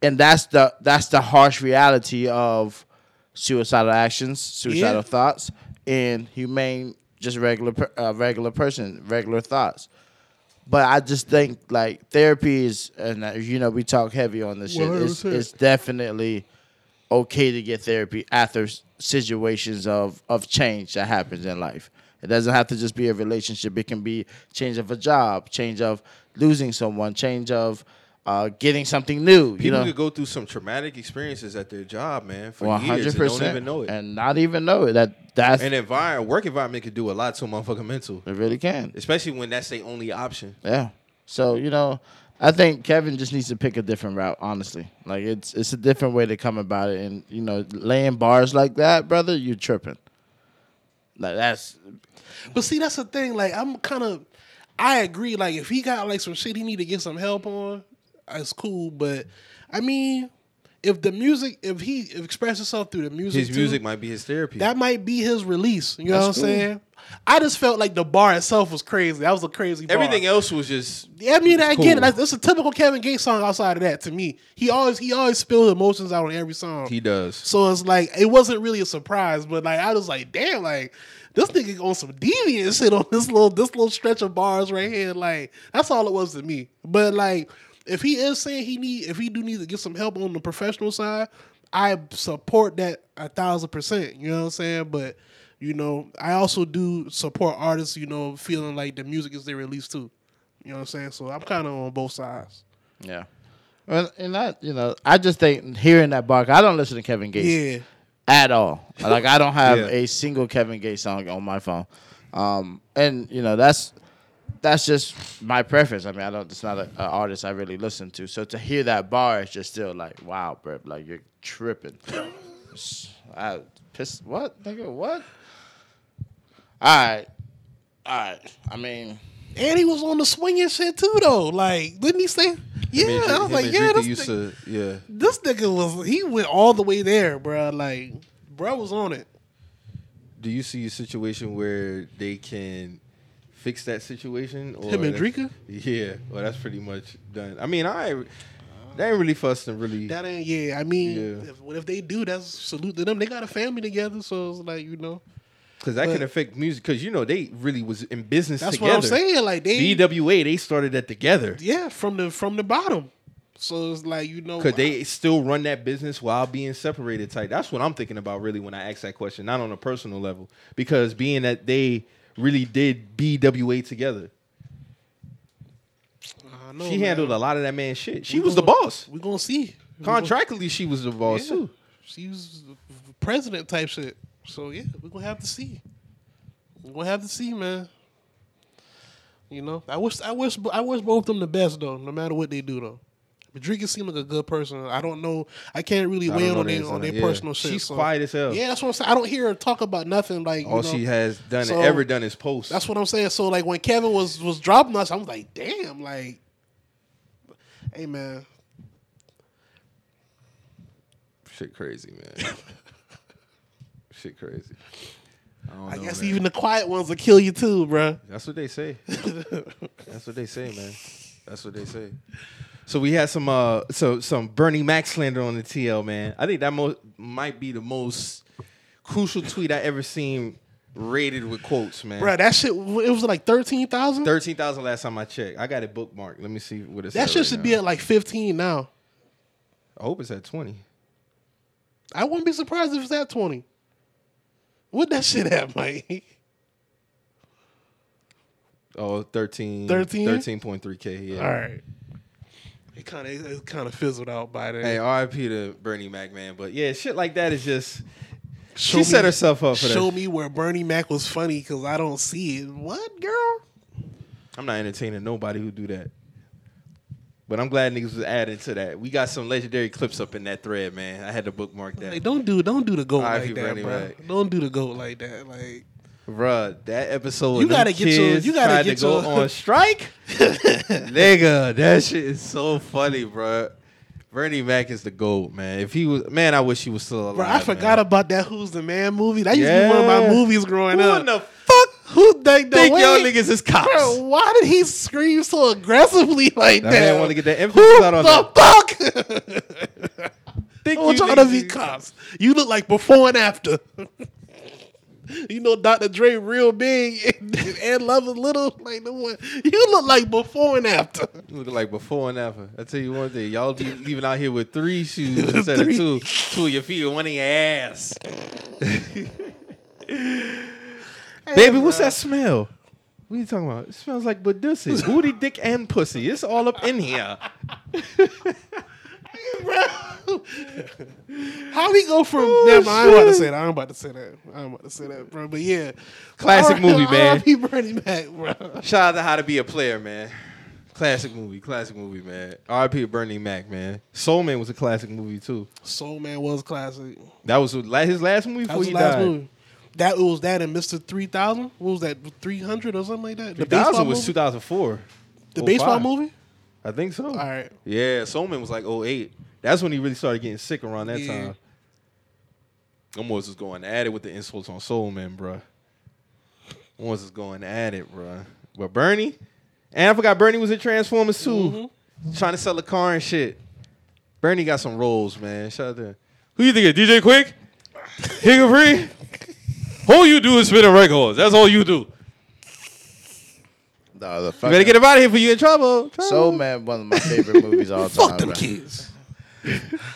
[SPEAKER 3] And that's the that's the harsh reality of suicidal actions, suicidal
[SPEAKER 1] Yeah.
[SPEAKER 3] thoughts, and humane just regular per- uh, regular person, regular thoughts. But I just think like therapy is, and uh, you know, we talk heavy on this shit. It's,
[SPEAKER 1] 100%.
[SPEAKER 3] it's definitely okay to get therapy after s- situations of of change that happens in life. It doesn't have to just be a relationship. It can be change of a job, change of losing someone, change of uh, getting something new. you
[SPEAKER 2] People
[SPEAKER 3] know,
[SPEAKER 2] could go through some traumatic experiences at their job, man, for years and don't even know it.
[SPEAKER 3] and not even know it. That that's
[SPEAKER 2] An environment, work environment could do a lot to a motherfucking mental,
[SPEAKER 3] it really can.
[SPEAKER 2] especially when that's their only option.
[SPEAKER 3] Yeah. So you know, I think Kevin just needs to pick a different route. Honestly, like it's it's a different way to come about it, and you know, laying bars like that, brother, you tripping. Like that's
[SPEAKER 1] But see, that's the thing. Like, I'm kind of, I agree. Like, if he got like some shit he need to get some help on, it's cool. But I mean, if the music, if he expresses himself through the music,
[SPEAKER 2] His
[SPEAKER 1] too,
[SPEAKER 2] music might be his therapy.
[SPEAKER 1] that might be his release. You know what I'm
[SPEAKER 3] That's cool.
[SPEAKER 1] saying? I just felt like the bar itself was crazy. That was a crazy. Bar.
[SPEAKER 2] Everything else was just
[SPEAKER 1] Yeah, I mean, I
[SPEAKER 2] Cool.
[SPEAKER 1] get it. That's, that's a typical Kevin Gates song. Outside of that, to me, he always he always spills emotions out on every song.
[SPEAKER 2] he does.
[SPEAKER 1] So it's like it wasn't really a surprise, but like I was like, damn, like this nigga on some deviant shit on this little this little stretch of bars right here. Like that's all it was to me. But like if he is saying he need if he do need to get some help on the professional side, I support that a thousand percent. You know what I'm saying? But you know, I also do support artists. You know, feeling like the music is their release too. You know what I'm saying? So I'm kind of on both sides.
[SPEAKER 3] yeah. Well, and I, you know, I just think hearing that bark, I don't listen to Kevin Gates.
[SPEAKER 1] Yeah.
[SPEAKER 3] at all. Like I don't have
[SPEAKER 2] Yeah.
[SPEAKER 3] a single Kevin Gates song on my phone. Um, and you know that's that's just my preference. I mean, I don't. It's not an artist I really listen to. So to hear that bar is just still like, wow, bro, like you're tripping. I pissed. What nigga? What? All right, all right. I mean,
[SPEAKER 1] And he was on the swinging shit too, though. Like, didn't he say? Yeah,
[SPEAKER 2] Him and-
[SPEAKER 1] I was
[SPEAKER 2] him
[SPEAKER 1] like,
[SPEAKER 2] and
[SPEAKER 1] yeah,
[SPEAKER 2] Drake
[SPEAKER 1] this,
[SPEAKER 2] used
[SPEAKER 1] nigga,
[SPEAKER 2] to, yeah.
[SPEAKER 1] this nigga was. He went all the way there, bruh. Like, bruh was on it.
[SPEAKER 2] Do you see a situation where they can fix that situation? Or
[SPEAKER 1] Him and
[SPEAKER 2] that's-
[SPEAKER 1] Drika?
[SPEAKER 2] Yeah, well, that's pretty much done. I mean, I they ain't really fussing, really.
[SPEAKER 1] That ain't. Yeah, I mean,
[SPEAKER 2] Yeah.
[SPEAKER 1] if, if they do, that's salute to them. They got a family together, so it's like you know.
[SPEAKER 2] Because that can
[SPEAKER 1] But-
[SPEAKER 2] affect music. Because you know they really was in business
[SPEAKER 1] That's
[SPEAKER 2] together.
[SPEAKER 1] what I'm saying. Like they,
[SPEAKER 2] BWA they started that together.
[SPEAKER 1] yeah, from the from the bottom. So it's like you know,
[SPEAKER 2] Could they still run that business while being separated? Type. That's what I'm thinking about really when I ask that question. Not on a personal level, because being that they really did BWA together,
[SPEAKER 1] I know,
[SPEAKER 2] she
[SPEAKER 1] man.
[SPEAKER 2] handled a lot of that man's shit. She
[SPEAKER 1] We
[SPEAKER 2] was the
[SPEAKER 1] gonna-
[SPEAKER 2] boss.
[SPEAKER 1] We gonna see We gonna-
[SPEAKER 2] Contractually, she was the boss
[SPEAKER 1] Yeah.
[SPEAKER 2] too.
[SPEAKER 1] She was the president type shit. So yeah, we're gonna have to see. We're gonna have to see, man. You know, I wish I wish I wish both of them the best though, no matter what they do though. Madriga seemed like a good person. I don't know. I can't really
[SPEAKER 2] I
[SPEAKER 1] weigh
[SPEAKER 2] don't
[SPEAKER 1] in
[SPEAKER 2] know
[SPEAKER 1] on
[SPEAKER 2] the
[SPEAKER 1] their
[SPEAKER 2] ins
[SPEAKER 1] on
[SPEAKER 2] and
[SPEAKER 1] their
[SPEAKER 2] outs. Yeah.
[SPEAKER 1] personal shit.
[SPEAKER 2] She's
[SPEAKER 1] so-
[SPEAKER 2] quiet as hell.
[SPEAKER 1] Yeah, that's what I'm saying. I don't hear her talk about nothing. Like you
[SPEAKER 2] All
[SPEAKER 1] know,
[SPEAKER 2] she has done
[SPEAKER 1] So-
[SPEAKER 2] and ever done is post.
[SPEAKER 1] that's what I'm saying. So like when Kevin was was dropping us, I was like, damn, like, hey man,
[SPEAKER 2] shit crazy, man. shit crazy. I, don't
[SPEAKER 1] I
[SPEAKER 2] know,
[SPEAKER 1] guess
[SPEAKER 2] man.
[SPEAKER 1] even the quiet ones will kill you too, bruh.
[SPEAKER 2] That's what they say. That's what they say, man. That's what they say. So we had some uh so some Bernie Mac slander on the TL man. I think that most might be the most crucial tweet I ever seen rated with quotes, man.
[SPEAKER 1] Bro, that shit, it was like 13,000?
[SPEAKER 2] Thirteen thousand last time I checked. I got it bookmarked. Let me see what it's.
[SPEAKER 1] That
[SPEAKER 2] at
[SPEAKER 1] shit
[SPEAKER 2] right
[SPEAKER 1] should
[SPEAKER 2] now.
[SPEAKER 1] be at like 15 now.
[SPEAKER 2] I hope it's at twenty.
[SPEAKER 1] I wouldn't be surprised if it's at 20. What that shit at, Mike?
[SPEAKER 2] Oh, 13,
[SPEAKER 1] 13?
[SPEAKER 2] 13.3K. Yeah.
[SPEAKER 1] All right. It kind of it kind of fizzled out by then.
[SPEAKER 2] Hey, RIP to Bernie Mac, man. But yeah, shit like that is just.
[SPEAKER 1] Show
[SPEAKER 2] she set herself up for that.
[SPEAKER 1] Show me where Bernie Mac was funny because I don't see it. What girl?
[SPEAKER 2] I'm not entertaining nobody who do that. But I'm glad niggas was added to that. We got some legendary clips up in that thread, man. I had to bookmark
[SPEAKER 1] Hey,
[SPEAKER 2] that.
[SPEAKER 1] don't do don't do the goat
[SPEAKER 2] All right,
[SPEAKER 1] like
[SPEAKER 2] keep
[SPEAKER 1] that,
[SPEAKER 2] Bernie
[SPEAKER 1] bro.
[SPEAKER 2] Mac.
[SPEAKER 1] Don't do the goat like that. Like
[SPEAKER 2] Bruh, that episode.
[SPEAKER 1] You
[SPEAKER 2] You gotta
[SPEAKER 1] gotta get your-
[SPEAKER 2] kids
[SPEAKER 1] you gotta
[SPEAKER 2] tried
[SPEAKER 1] get
[SPEAKER 2] to go
[SPEAKER 1] your-
[SPEAKER 2] on strike. Nigga, that shit is so funny, bruh. Bernie Mac is the gold, man. If he was, man, I wish he was still alive.
[SPEAKER 1] Bro, I forgot
[SPEAKER 2] man.
[SPEAKER 1] about that Who's the Man movie. That used to be one of my
[SPEAKER 2] Yeah.
[SPEAKER 1] movies growing
[SPEAKER 2] Who
[SPEAKER 1] up.
[SPEAKER 2] in the fuck
[SPEAKER 1] Who think the
[SPEAKER 2] think
[SPEAKER 1] way-
[SPEAKER 2] y'all niggas is cops?
[SPEAKER 1] Bro, why did he scream so aggressively like
[SPEAKER 2] That
[SPEAKER 1] that?
[SPEAKER 2] man wanna get that emphasis
[SPEAKER 1] Who
[SPEAKER 2] out on
[SPEAKER 1] the fuck?
[SPEAKER 2] Think
[SPEAKER 1] I want
[SPEAKER 2] you
[SPEAKER 1] y'all to
[SPEAKER 2] niggas
[SPEAKER 1] be
[SPEAKER 2] is-
[SPEAKER 1] cops. You look like before and after. you know Dr. Dre real big and, and Love is little. Like the one you look like before and after.
[SPEAKER 2] Look like before and after. I tell you one thing, y'all be leaving out here with three shoes instead of
[SPEAKER 1] Three.
[SPEAKER 2] two. Two of your feet and one in your ass. Baby, what's that smell? What are you talking about? It smells like Badusi. Booty, dick, and pussy. It's all up in here.
[SPEAKER 1] Bro. How we go from?
[SPEAKER 2] Oh,
[SPEAKER 1] never, mind, I'm about to
[SPEAKER 2] shit.
[SPEAKER 1] say that. I'm about to say that. I'm about to say that, bro. But yeah,
[SPEAKER 2] Classic
[SPEAKER 1] R-
[SPEAKER 2] movie, man.
[SPEAKER 1] R.I.P. Bernie Mac, bro.
[SPEAKER 2] Shout out to How to Be a Player, man. Classic movie, classic movie, man. R.I.P. Bernie Mac, man. Soul Man was a classic movie too.
[SPEAKER 1] Soul Man was classic.
[SPEAKER 2] That was his la- his last movie
[SPEAKER 1] That
[SPEAKER 2] before
[SPEAKER 1] was
[SPEAKER 2] he
[SPEAKER 1] the last
[SPEAKER 2] died.
[SPEAKER 1] movie. That it was that and Mister Three Thousand. What was that? Three hundred or something like that. The
[SPEAKER 2] 2000
[SPEAKER 1] baseball
[SPEAKER 2] was
[SPEAKER 1] movie.
[SPEAKER 2] 2004.
[SPEAKER 1] The baseball
[SPEAKER 2] 05.
[SPEAKER 1] movie.
[SPEAKER 2] I think so. All
[SPEAKER 1] right.
[SPEAKER 2] Yeah, Soulman was like 08. That's when he really started getting sick around that
[SPEAKER 1] Yeah.
[SPEAKER 2] time. Them was just going at it with the insults on Soulman, bruh. Them was just going at it, bruh. But Bernie, and I forgot Bernie was in Transformers too,
[SPEAKER 1] Mm-hmm.
[SPEAKER 2] trying to sell a car and shit. Bernie got some roles, man. Shout out to who you think is DJ Quick, Hickory. All you do is spinning records. That's all you do.
[SPEAKER 3] Nah, the
[SPEAKER 2] You
[SPEAKER 3] fucking
[SPEAKER 2] better get up out of here, for you in trouble. trouble.
[SPEAKER 3] Soul Man, one of my favorite movies of all time.
[SPEAKER 1] Fuck them
[SPEAKER 3] bro.
[SPEAKER 1] kids.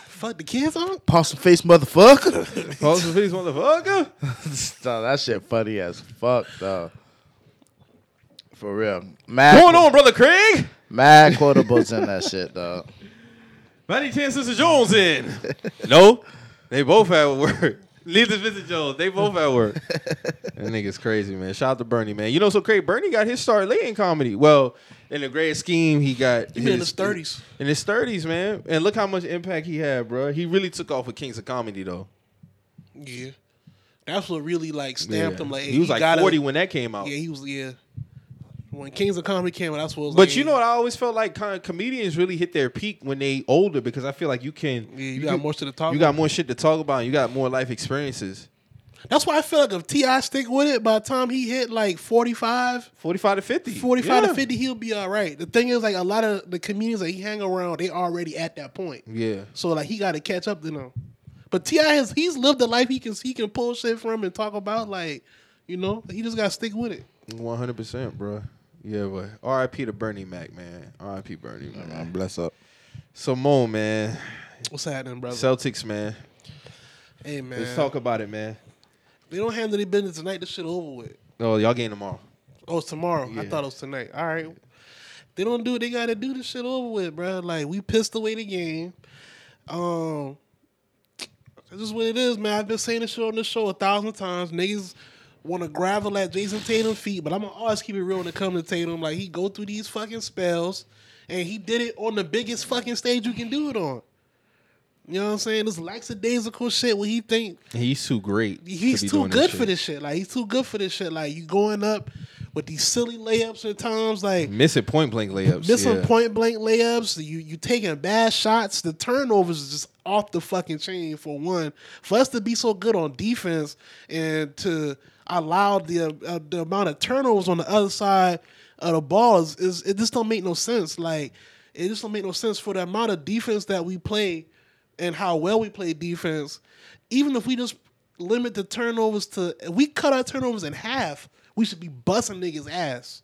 [SPEAKER 1] Fuck the kids on.
[SPEAKER 3] Pump some face, motherfucker.
[SPEAKER 2] Pause the piece, motherfucker.
[SPEAKER 3] nah, that shit funny as fuck, though. For real. Mad,
[SPEAKER 2] Going on, brother Craig.
[SPEAKER 3] mad quotables in that shit, though.
[SPEAKER 2] By any chance, Mr. Jones in? no, they both at work. Leave this Mr. Jones. They both at work. that nigga's crazy, man. Shout out to Bernie, man. You know, so crazy. Bernie got his start late in comedy. Well, in the grand scheme, he got
[SPEAKER 1] He been in his 30s.
[SPEAKER 2] In his thirties, man. And look how much impact he had, bro. He really took off with Kings of Comedy, though.
[SPEAKER 1] Yeah, that's what really like stamped
[SPEAKER 2] Yeah.
[SPEAKER 1] him. Like
[SPEAKER 2] he was like
[SPEAKER 1] got
[SPEAKER 2] forty when that came out.
[SPEAKER 1] Yeah, he was. Yeah, when Kings of Comedy came out, that's what. It was
[SPEAKER 2] But
[SPEAKER 1] like,
[SPEAKER 2] you know what? I always felt like kind of comedians really hit their peak when they older because I feel like you can.
[SPEAKER 1] Yeah, you got
[SPEAKER 2] can-
[SPEAKER 1] more shit to talk
[SPEAKER 2] You got
[SPEAKER 1] about.
[SPEAKER 2] more shit to talk about. And you got more life experiences.
[SPEAKER 1] That's why I feel like if Ti stick with it, by the time he hit like 45,
[SPEAKER 2] Forty-five to fifty.
[SPEAKER 1] 45
[SPEAKER 2] Yeah.
[SPEAKER 1] to fifty, he'll be all right. The thing is, like a lot of the comedians that he hang around, they already at that point.
[SPEAKER 2] Yeah.
[SPEAKER 1] So like he got to catch up to them. But Ti has he's lived a life he can he can pull shit from and talk about. Like you know, he just got to stick with it.
[SPEAKER 2] One hundred percent, bro. Yeah, but R.I.P. to Bernie Mac, man. R.I.P. Bernie, man.
[SPEAKER 3] Bless up.
[SPEAKER 2] Simone, man.
[SPEAKER 1] What's happening, brother?
[SPEAKER 2] Celtics, man.
[SPEAKER 1] hey man,
[SPEAKER 2] Let's talk about it, man.
[SPEAKER 1] they don't handle their business tonight. This shit over with.
[SPEAKER 2] Oh, y'all game tomorrow.
[SPEAKER 1] Oh, it's tomorrow. I
[SPEAKER 2] Yeah.
[SPEAKER 1] thought it was tonight. All right. They don't do it. They got to do this shit over with, bro. Like, we pissed away the game. Um, That's just what it is, man. I've been saying this shit on this show a thousand times. Niggas want to gravel at Jason Tatum's feet, but I'm gonna always keep it real when it comes to Tatum. Like he go through these fucking spells, and he did it on the biggest fucking stage you can do it on. You know what I'm saying? This lackadaisical shit where he think
[SPEAKER 2] He's too great. to
[SPEAKER 1] he's
[SPEAKER 2] be
[SPEAKER 1] too
[SPEAKER 2] doing
[SPEAKER 1] good for this shit. Like he's too good for this shit. Like you going up with these silly layups at times, like
[SPEAKER 2] Missing point blank layups.
[SPEAKER 1] missing
[SPEAKER 2] yeah.
[SPEAKER 1] point blank layups. You you taking bad shots. The turnovers is just off the fucking chain for one. For us to be so good on defense and to allow the uh, the amount of turnovers on the other side of the ball is, is it just don't make no sense. Like It just don't make no sense for the amount of defense that we play and how well we play defense. Even if we just limit the turnovers to, if we cut our turnovers in half, we should be busting niggas' ass.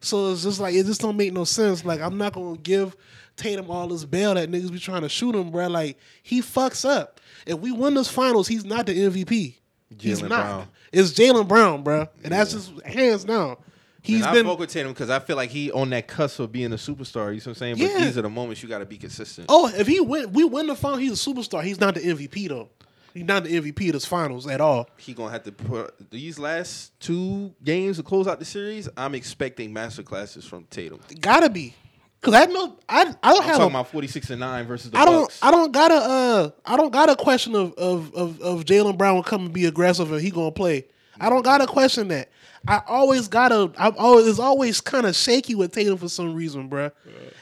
[SPEAKER 1] So it's just like it just don't make no sense. Like I'm not gonna give Tatum all this bail that niggas be trying to shoot him, bro. Like he fucks up. If we win this finals, he's not the MVP. he's
[SPEAKER 2] Jaylen
[SPEAKER 1] not.
[SPEAKER 2] Brown.
[SPEAKER 1] It's Jalen Brown, bro, and that's just hands down. He's
[SPEAKER 2] And I
[SPEAKER 1] been
[SPEAKER 2] fuck with Tatum because I feel like he on that cusp of being a superstar. You see what I'm saying? But
[SPEAKER 1] Yeah.
[SPEAKER 2] these are the moments you got to be consistent.
[SPEAKER 1] Oh, if he win, we win the final. He's a superstar. He's not the MVP though. He's not the MVP of this finals at all.
[SPEAKER 2] He gonna have to put these last two games to close out the series. I'm expecting master classes from Tatum.
[SPEAKER 1] Gotta be, cause I know I I don't
[SPEAKER 2] I'm
[SPEAKER 1] have
[SPEAKER 2] talking
[SPEAKER 1] a
[SPEAKER 2] about 46 and nine versus the
[SPEAKER 1] I don't.
[SPEAKER 2] Bucks.
[SPEAKER 1] I don't got a. Uh, I don't got a question of of of, of Jalen Brown will come and be aggressive and he gonna play. I don't got to question that. I always gotta. I'm always. It's always kind of shaky with Tatum for some reason, bruh.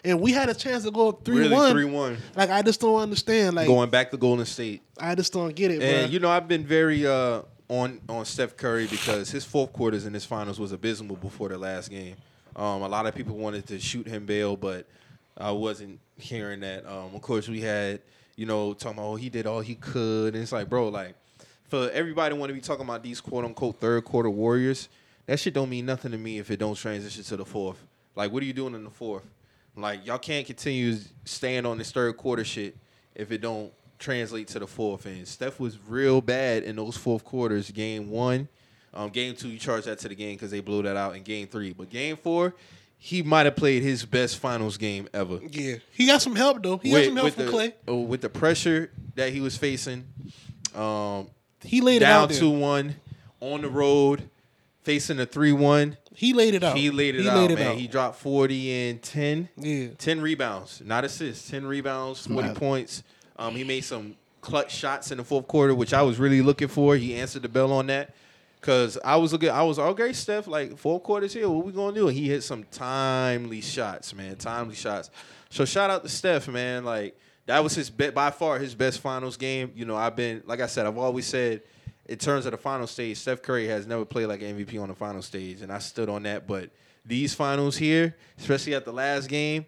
[SPEAKER 1] And we had a chance to go up three
[SPEAKER 2] Really,
[SPEAKER 1] one.
[SPEAKER 2] 3-1.
[SPEAKER 1] Like I just don't understand. Like
[SPEAKER 2] going back to Golden State.
[SPEAKER 1] I just don't get it,
[SPEAKER 2] And
[SPEAKER 1] bruh.
[SPEAKER 2] you know, I've been very uh, on on Steph Curry because his fourth quarters in his finals was abysmal before the last game. Um, a lot of people wanted to shoot him bail, but I wasn't hearing that. Um, of course, we had you know talking about oh, he did all he could, and it's like, bro, like for everybody want to be talking about these quote unquote third quarter warriors, that shit don't mean nothing to me if it don't transition to the fourth. Like, what are you doing in the fourth? Like, y'all can't continue staying on this third quarter shit if it don't translate to the fourth. And Steph was real bad in those fourth quarters. Game one, um, game two, you charge that to the game because they blew that out in game three. But game four, he might have played his best finals game ever
[SPEAKER 1] yeah, he got some help though. He got some help from
[SPEAKER 2] the,
[SPEAKER 1] Clay.
[SPEAKER 2] oh, with the pressure that he was facing. Um,
[SPEAKER 1] He laid it out
[SPEAKER 2] down
[SPEAKER 1] there.
[SPEAKER 2] two one on the road, facing a three one.
[SPEAKER 1] He laid it out.
[SPEAKER 2] He laid it out, man. He dropped forty and ten.
[SPEAKER 1] Yeah.
[SPEAKER 2] ten rebounds, not assists. Ten rebounds, forty points. Um, he made some clutch shots in the fourth quarter, which I was really looking for. He answered the bell on that. Cause I was looking, I was okay, Steph. Like four quarters here, what we gonna do? And he hit some timely shots, man. Timely shots. So shout out to Steph, man. Like that was his be- by far his best finals game. You know, I've been like I said, I've always said in terms of the final stage, Steph Curry has never played like an MVP on the final stage, and I stood on that. But these finals here, especially at the last game,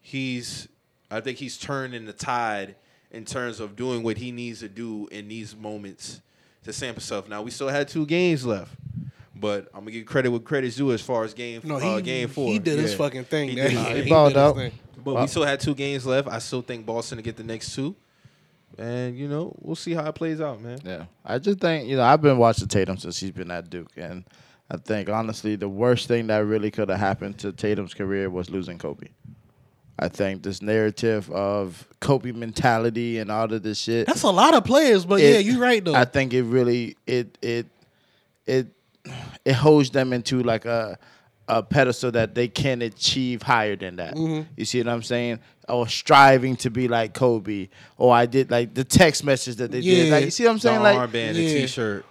[SPEAKER 2] he's I think he's turning the tide in terms of doing what he needs to do in these moments to stamp himself. Now we still had two games left. But I'm gonna give credit with credit's due as far as game
[SPEAKER 1] No, he
[SPEAKER 2] uh, game four.
[SPEAKER 1] He did his
[SPEAKER 2] Yeah.
[SPEAKER 1] fucking thing.
[SPEAKER 2] He
[SPEAKER 1] man.
[SPEAKER 2] did his
[SPEAKER 1] He
[SPEAKER 2] thing.
[SPEAKER 1] did
[SPEAKER 3] balled
[SPEAKER 1] his
[SPEAKER 3] out.
[SPEAKER 1] thing.
[SPEAKER 2] But we still had two games left. I still think Boston to get the next two, and you know we'll see how it plays out, man.
[SPEAKER 3] Yeah, I just think you know I've been watching Tatum since he's been at Duke, and I think honestly the worst thing that really could have happened to Tatum's career was losing Kobe. I think this narrative of Kobe mentality and all of this shit.
[SPEAKER 1] That's a lot of players, but
[SPEAKER 3] it-
[SPEAKER 1] Oh, yeah, you're right though.
[SPEAKER 3] I think it really it it it it holds them into like a a pedestal that they can achieve higher than that.
[SPEAKER 1] Mm-hmm.
[SPEAKER 3] You see what I'm saying? Or striving to be like Kobe. Or I did like the text message that they did.
[SPEAKER 1] Yeah.
[SPEAKER 3] Like you see what I'm
[SPEAKER 2] The
[SPEAKER 3] saying? like
[SPEAKER 2] armband,
[SPEAKER 1] yeah.
[SPEAKER 2] the T-shirt.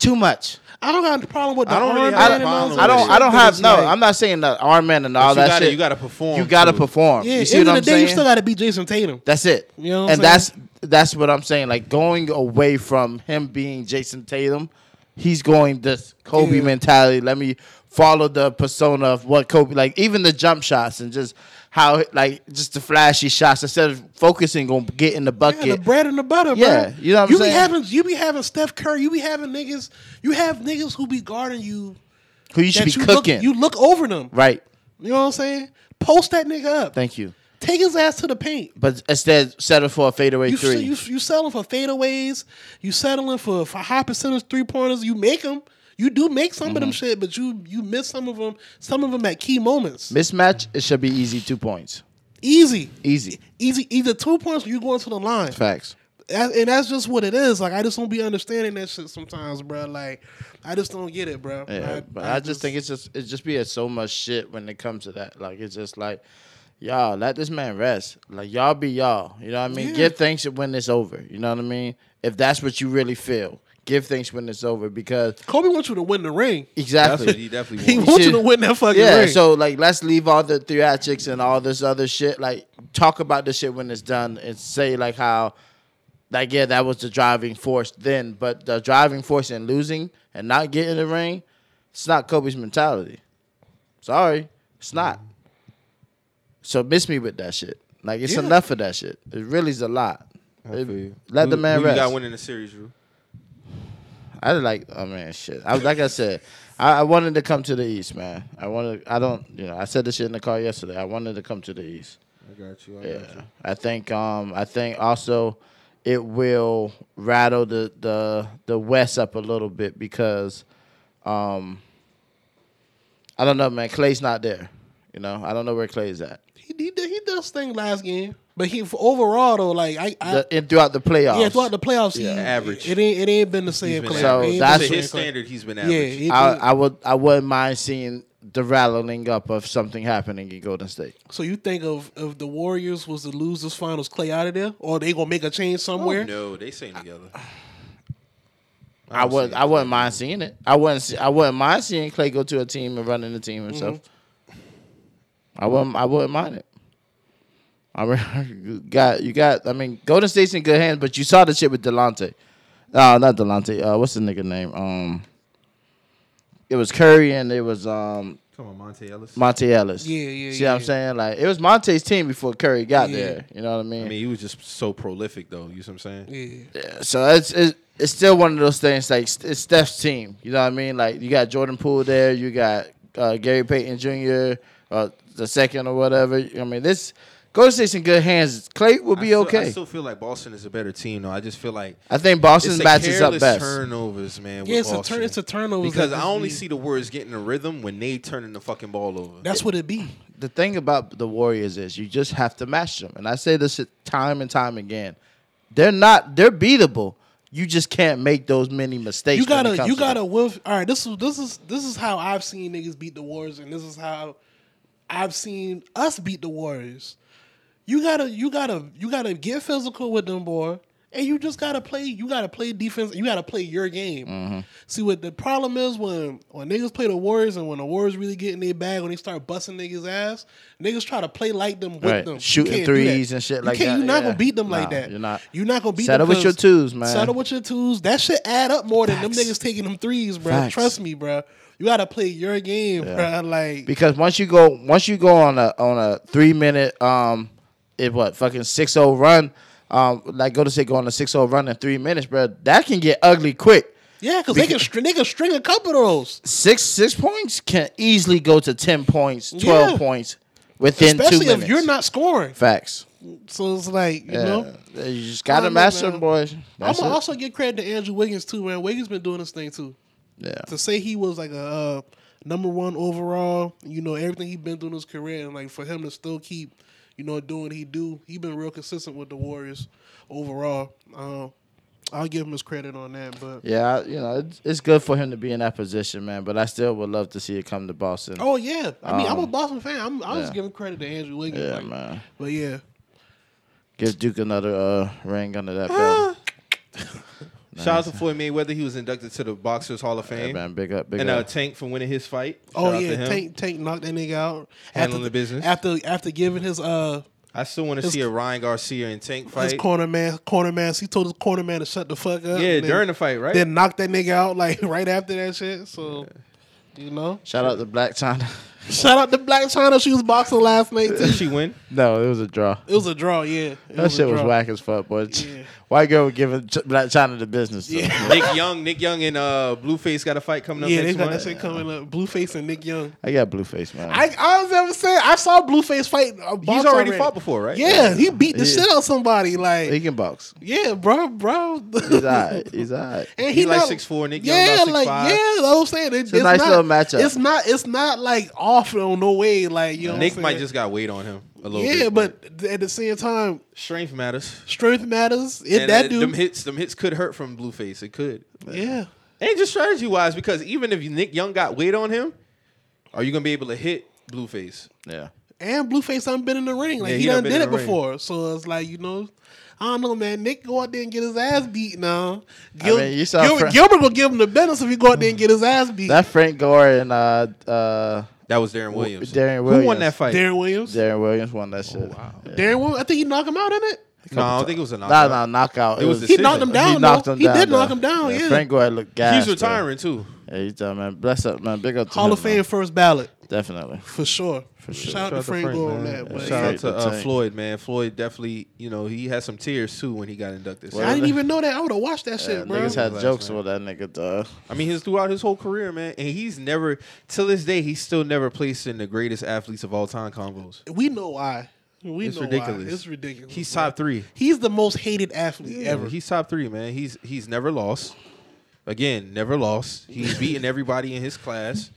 [SPEAKER 3] too much.
[SPEAKER 1] I don't got a problem with the
[SPEAKER 2] I don't really
[SPEAKER 1] armband
[SPEAKER 2] have a
[SPEAKER 1] and all
[SPEAKER 2] problem
[SPEAKER 1] that
[SPEAKER 2] with
[SPEAKER 3] I don't.
[SPEAKER 1] shit,
[SPEAKER 3] I don't
[SPEAKER 1] but
[SPEAKER 3] have
[SPEAKER 1] it's
[SPEAKER 3] no.
[SPEAKER 1] like-
[SPEAKER 3] I'm not saying the arm man and
[SPEAKER 2] But
[SPEAKER 3] all
[SPEAKER 2] you
[SPEAKER 3] that
[SPEAKER 2] gotta-
[SPEAKER 3] shit.
[SPEAKER 2] you gotta perform,
[SPEAKER 3] You gotta
[SPEAKER 2] too.
[SPEAKER 3] perform.
[SPEAKER 1] Yeah,
[SPEAKER 3] you see
[SPEAKER 1] end
[SPEAKER 3] what I'm
[SPEAKER 1] of the day,
[SPEAKER 3] saying?
[SPEAKER 1] you still got to be Jason Tatum.
[SPEAKER 3] that's it.
[SPEAKER 1] You know what I'm
[SPEAKER 3] and that's that's what I'm saying. Like going away from him being Jason Tatum, he's going this Kobe
[SPEAKER 1] Yeah.
[SPEAKER 3] mentality. Let me follow the persona of what Kobe like. Even the jump shots and just how like just the flashy shots instead of focusing on getting the
[SPEAKER 1] Yeah,
[SPEAKER 3] bucket.
[SPEAKER 1] the bread and the butter,
[SPEAKER 3] Yeah,
[SPEAKER 1] bro.
[SPEAKER 3] you know what I'm
[SPEAKER 1] you
[SPEAKER 3] saying?
[SPEAKER 1] Be having, you be having Steph Curry. You be having niggas. You have niggas who be guarding you.
[SPEAKER 3] who you should
[SPEAKER 1] that
[SPEAKER 3] be
[SPEAKER 1] you
[SPEAKER 3] cooking.
[SPEAKER 1] Look, you look over them.
[SPEAKER 3] right.
[SPEAKER 1] You know what I'm saying? Post that nigga up.
[SPEAKER 3] Thank you.
[SPEAKER 1] Take his ass to the paint.
[SPEAKER 3] But instead, settle for a fadeaway
[SPEAKER 1] You,
[SPEAKER 3] three.
[SPEAKER 1] you you settling for fadeaways. You settling for for high percentage three pointers. You make them. You do make some
[SPEAKER 3] Mm-hmm.
[SPEAKER 1] of them shit, but you you miss some of them. Some of them at key moments.
[SPEAKER 3] Mismatch. It should be easy. Two points.
[SPEAKER 1] Easy,
[SPEAKER 3] Easy.
[SPEAKER 1] easy. Either two points or you going to the line.
[SPEAKER 3] Facts.
[SPEAKER 1] That- and that's just what it is. Like I just don't be understanding that shit sometimes, bro. Like I just don't get it, bro.
[SPEAKER 3] Yeah, but I, just, think it's just it's just be at so much shit when it comes to that. Like it's just like, y'all let this man rest. Like y'all be y'all. You know what I mean?
[SPEAKER 1] Yeah.
[SPEAKER 3] Give thanks when it's over. You know what I mean? If that's what you really feel, give thanks when it's over because
[SPEAKER 1] Kobe wants you to win the ring.
[SPEAKER 2] That's what
[SPEAKER 3] exactly.
[SPEAKER 2] he definitely
[SPEAKER 1] He
[SPEAKER 2] wants.
[SPEAKER 1] wants you
[SPEAKER 3] should-
[SPEAKER 1] to win that fucking
[SPEAKER 3] Yeah,
[SPEAKER 1] ring.
[SPEAKER 3] so like let's leave all the theatrics and all this other shit. Like talk about the shit when it's done and say like how like yeah, that was the driving force then, but the driving force in losing and not getting the ring, it's not Kobe's mentality. Sorry, it's not. So miss me with that shit. Like it's
[SPEAKER 2] Yeah.
[SPEAKER 3] enough of that shit. It really is a lot.
[SPEAKER 2] I
[SPEAKER 3] It-
[SPEAKER 2] feel you.
[SPEAKER 3] let the
[SPEAKER 2] Who-
[SPEAKER 3] man
[SPEAKER 2] who
[SPEAKER 3] rest.
[SPEAKER 2] You got winning the series, Rue.
[SPEAKER 3] I did like, oh man, shit. I, like I said, I, I wanted to come to the East, man. I wanted, I don't, you know, I said this shit in the car yesterday. I wanted to come to the East.
[SPEAKER 2] I got you. I
[SPEAKER 3] Yeah,
[SPEAKER 2] got you.
[SPEAKER 3] I think, um, I think also it will rattle the the the West up a little bit because, um, I don't know, man. Clay's not there. You know, I don't know where Clay's at.
[SPEAKER 1] He he, did, he does thing last game, but he for overall though, like I, I
[SPEAKER 3] The, and throughout the playoffs,
[SPEAKER 1] yeah throughout the playoffs, he,
[SPEAKER 3] Yeah.
[SPEAKER 2] Average.
[SPEAKER 1] It ain't it ain't been the same.
[SPEAKER 2] been
[SPEAKER 1] Clay.
[SPEAKER 3] So
[SPEAKER 1] It ain't been
[SPEAKER 3] that's-
[SPEAKER 1] the
[SPEAKER 2] to
[SPEAKER 1] same
[SPEAKER 2] his
[SPEAKER 1] Clay.
[SPEAKER 2] standard. He's been
[SPEAKER 1] Yeah,
[SPEAKER 2] average.
[SPEAKER 1] it-
[SPEAKER 3] I, I would, I wouldn't mind seeing the rattling up of something happening in Golden State.
[SPEAKER 1] So you think of if the Warriors was to lose this finals, Clay out of there, or they gonna make a change
[SPEAKER 3] Oh,
[SPEAKER 1] somewhere?
[SPEAKER 2] No, they sing together.
[SPEAKER 3] I
[SPEAKER 2] don't
[SPEAKER 3] would
[SPEAKER 2] see
[SPEAKER 3] I
[SPEAKER 2] it.
[SPEAKER 3] wouldn't mind seeing it. I wouldn't see, I wouldn't mind seeing Clay go to a team and running the team himself.
[SPEAKER 1] Mm-hmm.
[SPEAKER 3] I wouldn't I wouldn't mind it. I mean, you got you got I mean Golden State's in good hands, but you saw the shit with Delonte. No, not Delonte. Uh, what's the nigga name? Um, it was Curry and it was um
[SPEAKER 2] Come on, Monte Ellis.
[SPEAKER 3] Monte Ellis.
[SPEAKER 1] Yeah, yeah,
[SPEAKER 3] See what I'm
[SPEAKER 1] yeah.
[SPEAKER 3] saying? Like it was Monte's team before Curry got
[SPEAKER 1] Yeah.
[SPEAKER 3] there. You know what I mean?
[SPEAKER 2] I mean, he was just so prolific, though. You see what I'm saying?
[SPEAKER 1] Yeah.
[SPEAKER 3] So it's, it's it's still one of those things like it's Steph's team. You know what I mean? Like you got Jordan Poole there, you got uh, Gary Payton Jr. Uh, the second or whatever. I mean this Golden State's in good hands. Clay will
[SPEAKER 2] I
[SPEAKER 3] be
[SPEAKER 2] still-
[SPEAKER 3] okay.
[SPEAKER 2] I still feel like Boston is a better team, though. I just feel like
[SPEAKER 3] I think Boston
[SPEAKER 2] it's
[SPEAKER 3] matches
[SPEAKER 2] a
[SPEAKER 3] up
[SPEAKER 2] careless
[SPEAKER 3] best.
[SPEAKER 2] turnovers, man.
[SPEAKER 1] Yeah,
[SPEAKER 2] with
[SPEAKER 1] it's a
[SPEAKER 2] Boston.
[SPEAKER 1] turn. It's a turnover
[SPEAKER 2] because I only see the Warriors getting a rhythm when they turning the fucking ball over.
[SPEAKER 1] That's what it be.
[SPEAKER 3] The thing about the Warriors is you just have to match them, and I say this time and time again. They're not. They're beatable. You just can't make those many mistakes.
[SPEAKER 1] You
[SPEAKER 3] when it
[SPEAKER 1] gotta,
[SPEAKER 3] comes
[SPEAKER 1] you
[SPEAKER 3] to them.
[SPEAKER 1] gotta. With all right, this is this is this is how I've seen niggas beat the Warriors, and this is how I've seen us beat the Warriors. You gotta, you gotta, you gotta get physical with them, boy, and you just gotta play. You gotta play defense. You gotta play your game.
[SPEAKER 3] Mm-hmm.
[SPEAKER 1] See what the problem is when when niggas play the Warriors and when the Warriors really get in their bag when they start busting niggas ass, niggas try to play like them with
[SPEAKER 3] Right.
[SPEAKER 1] them, You
[SPEAKER 3] Shooting
[SPEAKER 1] can't do that.
[SPEAKER 3] threes and shit
[SPEAKER 1] You
[SPEAKER 3] like
[SPEAKER 1] can't-
[SPEAKER 3] that,
[SPEAKER 1] You're not
[SPEAKER 3] yeah.
[SPEAKER 1] gonna beat them like
[SPEAKER 3] Nah,
[SPEAKER 1] that.
[SPEAKER 3] you're not.
[SPEAKER 1] You're not gonna beat
[SPEAKER 3] Settle
[SPEAKER 1] them
[SPEAKER 3] with your
[SPEAKER 1] 'cause-
[SPEAKER 3] twos, man.
[SPEAKER 1] Settle with your twos. That should add up more than
[SPEAKER 3] Facts.
[SPEAKER 1] them niggas taking them threes, bro.
[SPEAKER 3] Facts.
[SPEAKER 1] Trust me, bro. You gotta play your game,
[SPEAKER 3] Yeah.
[SPEAKER 1] bro. Like
[SPEAKER 3] because once you go once you go on a on a three minute um it what fucking 6-0 run um like go to say go on a 6-0 run in three minutes bro that can get ugly quick
[SPEAKER 1] yeah, because they can str- they can string a couple of those,
[SPEAKER 3] six six points can easily go to 10 points 12
[SPEAKER 1] Yeah.
[SPEAKER 3] points within two
[SPEAKER 1] especially
[SPEAKER 3] minutes
[SPEAKER 1] if you're not scoring.
[SPEAKER 3] facts
[SPEAKER 1] So it's like you
[SPEAKER 3] yeah.
[SPEAKER 1] know.
[SPEAKER 3] you, just
[SPEAKER 1] I
[SPEAKER 3] gotta
[SPEAKER 1] don't know,
[SPEAKER 3] match them
[SPEAKER 1] man.
[SPEAKER 3] boys
[SPEAKER 1] I'm
[SPEAKER 3] That's
[SPEAKER 1] gonna
[SPEAKER 3] it.
[SPEAKER 1] also give credit to Andrew Wiggins too, man. Wiggins been doing this thing too.
[SPEAKER 3] yeah
[SPEAKER 1] To say he was like a uh, number one overall, you know everything he been doing his career, and like for him to still keep, you know, doing what he do, he been real consistent with the Warriors overall. Um, I'll give him his credit on that, but
[SPEAKER 3] yeah, I- you know it's, it's good for him to be in that position, man. But I still would love to see it come to Boston.
[SPEAKER 1] Oh yeah, I mean I'm a
[SPEAKER 3] Um,
[SPEAKER 1] Boston fan. I'm, I was
[SPEAKER 3] yeah.
[SPEAKER 1] giving credit to Andrew Wiggins.
[SPEAKER 3] yeah,
[SPEAKER 1] like,
[SPEAKER 3] man.
[SPEAKER 1] But yeah,
[SPEAKER 3] Give Duke another uh, ring under
[SPEAKER 1] Ah.
[SPEAKER 3] that belt.
[SPEAKER 2] Shout out to Floyd Mayweather. He was inducted to the Boxers Hall of
[SPEAKER 3] Yeah,
[SPEAKER 2] Fame.
[SPEAKER 3] man, big up, big
[SPEAKER 2] and uh,
[SPEAKER 3] up.
[SPEAKER 2] Tank for winning his fight. Shout
[SPEAKER 1] oh
[SPEAKER 2] out to
[SPEAKER 1] yeah,
[SPEAKER 2] him.
[SPEAKER 1] Tank Tank knocked that nigga out.
[SPEAKER 2] Handling
[SPEAKER 1] after,
[SPEAKER 2] the business.
[SPEAKER 1] after after giving his uh
[SPEAKER 2] I still want to see a Ryan Garcia and Tank
[SPEAKER 1] his
[SPEAKER 2] fight.
[SPEAKER 1] corner man corner man. He told his corner man to shut the fuck up.
[SPEAKER 2] yeah,
[SPEAKER 1] and then-
[SPEAKER 2] during the fight, right?
[SPEAKER 1] then knocked that nigga out like right after that shit. So. You know,
[SPEAKER 3] Shout out to Black China.
[SPEAKER 1] shout out to Black China. She was boxing last night. Too.
[SPEAKER 2] Did she win?
[SPEAKER 3] no, it was a draw.
[SPEAKER 1] It was a draw. Yeah, It
[SPEAKER 3] That shit
[SPEAKER 1] a
[SPEAKER 3] was
[SPEAKER 1] draw.
[SPEAKER 3] whack as fuck, boy.
[SPEAKER 1] Yeah.
[SPEAKER 3] White girl was giving Ch- Black China the business. though.
[SPEAKER 1] Yeah.
[SPEAKER 2] Nick Young, Nick Young and uh, Blueface got a fight coming up
[SPEAKER 1] Yeah, they
[SPEAKER 2] next
[SPEAKER 1] got that
[SPEAKER 2] month.
[SPEAKER 1] shit coming up. Blueface and Nick Young.
[SPEAKER 3] I got Blueface, man.
[SPEAKER 1] I, I was ever saying I saw Blueface fight. uh, A
[SPEAKER 2] He's
[SPEAKER 1] boxer
[SPEAKER 2] already fought before, right?
[SPEAKER 1] Yeah, he beat the
[SPEAKER 3] Yeah.
[SPEAKER 1] shit out somebody.
[SPEAKER 3] he
[SPEAKER 1] Like,
[SPEAKER 3] can box.
[SPEAKER 1] yeah, bro, bro.
[SPEAKER 3] He's all right. He's all right.
[SPEAKER 1] and
[SPEAKER 2] He like
[SPEAKER 1] not-
[SPEAKER 2] 6'4", Nick Young
[SPEAKER 1] yeah,
[SPEAKER 2] about 6'5".
[SPEAKER 1] like yeah, that's what I'm saying. It- it's
[SPEAKER 3] a nice
[SPEAKER 1] not,
[SPEAKER 3] little matchup.
[SPEAKER 1] It's not, it's not like off on no way. Like you know, what
[SPEAKER 2] Nick
[SPEAKER 1] I'm
[SPEAKER 2] might
[SPEAKER 1] saying?
[SPEAKER 2] just got weight on him a little
[SPEAKER 1] yeah,
[SPEAKER 2] bit.
[SPEAKER 1] but at the same time,
[SPEAKER 2] strength matters.
[SPEAKER 1] strength matters. It
[SPEAKER 2] And,
[SPEAKER 1] that
[SPEAKER 2] uh,
[SPEAKER 1] dude,
[SPEAKER 2] them hits, them hits could hurt from Blueface. It could.
[SPEAKER 1] yeah.
[SPEAKER 2] And just strategy wise, because even if Nick Young got weight on him, are you gonna be able to hit Blueface?
[SPEAKER 3] Yeah.
[SPEAKER 1] And Blueface, I've been in the ring. Like
[SPEAKER 2] Yeah,
[SPEAKER 1] he,
[SPEAKER 2] he done
[SPEAKER 1] done,
[SPEAKER 2] been
[SPEAKER 1] did
[SPEAKER 2] in
[SPEAKER 1] it
[SPEAKER 2] the ring.
[SPEAKER 1] before. So it's like you know. I don't know, man. Nick go out there and get his ass beat now.
[SPEAKER 3] I mean, you saw
[SPEAKER 1] Gilbert,
[SPEAKER 3] Fra-
[SPEAKER 1] Gilbert gonna give him the business if he go out there and get his ass beat.
[SPEAKER 3] That Frank Gore and uh, uh,
[SPEAKER 2] That was Darren Williams.
[SPEAKER 3] Darren
[SPEAKER 2] Who won
[SPEAKER 3] Williams.
[SPEAKER 2] that fight?
[SPEAKER 1] Darren Williams.
[SPEAKER 3] Darren Williams won that shit. wow.
[SPEAKER 1] Darren Williams. I think Oh, he knocked him out in it.
[SPEAKER 2] no, I don't think it was a
[SPEAKER 3] Nah,
[SPEAKER 2] knockout.
[SPEAKER 3] nah, knockout.
[SPEAKER 2] It was
[SPEAKER 1] He
[SPEAKER 2] Decision.
[SPEAKER 1] knocked him down.
[SPEAKER 3] He knocked
[SPEAKER 1] though.
[SPEAKER 3] him
[SPEAKER 1] he
[SPEAKER 3] down.
[SPEAKER 1] did knock
[SPEAKER 3] though.
[SPEAKER 1] him down. Yeah.
[SPEAKER 3] Frank Gore looked gas.
[SPEAKER 2] He's retiring too.
[SPEAKER 3] Yeah, he's done, man. Bless up, man. Big up to
[SPEAKER 1] Hall
[SPEAKER 3] him,
[SPEAKER 1] of Fame
[SPEAKER 3] man.
[SPEAKER 1] first ballot.
[SPEAKER 3] Definitely.
[SPEAKER 1] for sure. For
[SPEAKER 3] sure.
[SPEAKER 1] Shout out to Frank, Gore on that.
[SPEAKER 2] man.
[SPEAKER 1] But
[SPEAKER 2] Shout out
[SPEAKER 3] Frank
[SPEAKER 2] to
[SPEAKER 3] the
[SPEAKER 2] uh,
[SPEAKER 3] Tank.
[SPEAKER 2] Floyd, man. Floyd definitely, you know, he had some tears too when he got inducted. So,
[SPEAKER 1] I didn't even know that. I would have watched that
[SPEAKER 3] Yeah,
[SPEAKER 1] shit, bro.
[SPEAKER 3] niggas had
[SPEAKER 2] Last
[SPEAKER 3] jokes
[SPEAKER 2] night.
[SPEAKER 3] with that nigga, dog.
[SPEAKER 2] I mean, his throughout his whole career, man, and he's never till this day he's still never placed in the greatest athletes of all time combos.
[SPEAKER 1] we know why. We
[SPEAKER 2] It's
[SPEAKER 1] know
[SPEAKER 2] ridiculous.
[SPEAKER 1] why. It's ridiculous.
[SPEAKER 2] He's
[SPEAKER 1] bro.
[SPEAKER 2] top three.
[SPEAKER 1] He's the most hated athlete ever.
[SPEAKER 2] Ever. He's top three, man. He's he's never lost. Again, never lost. He's beaten everybody in his class.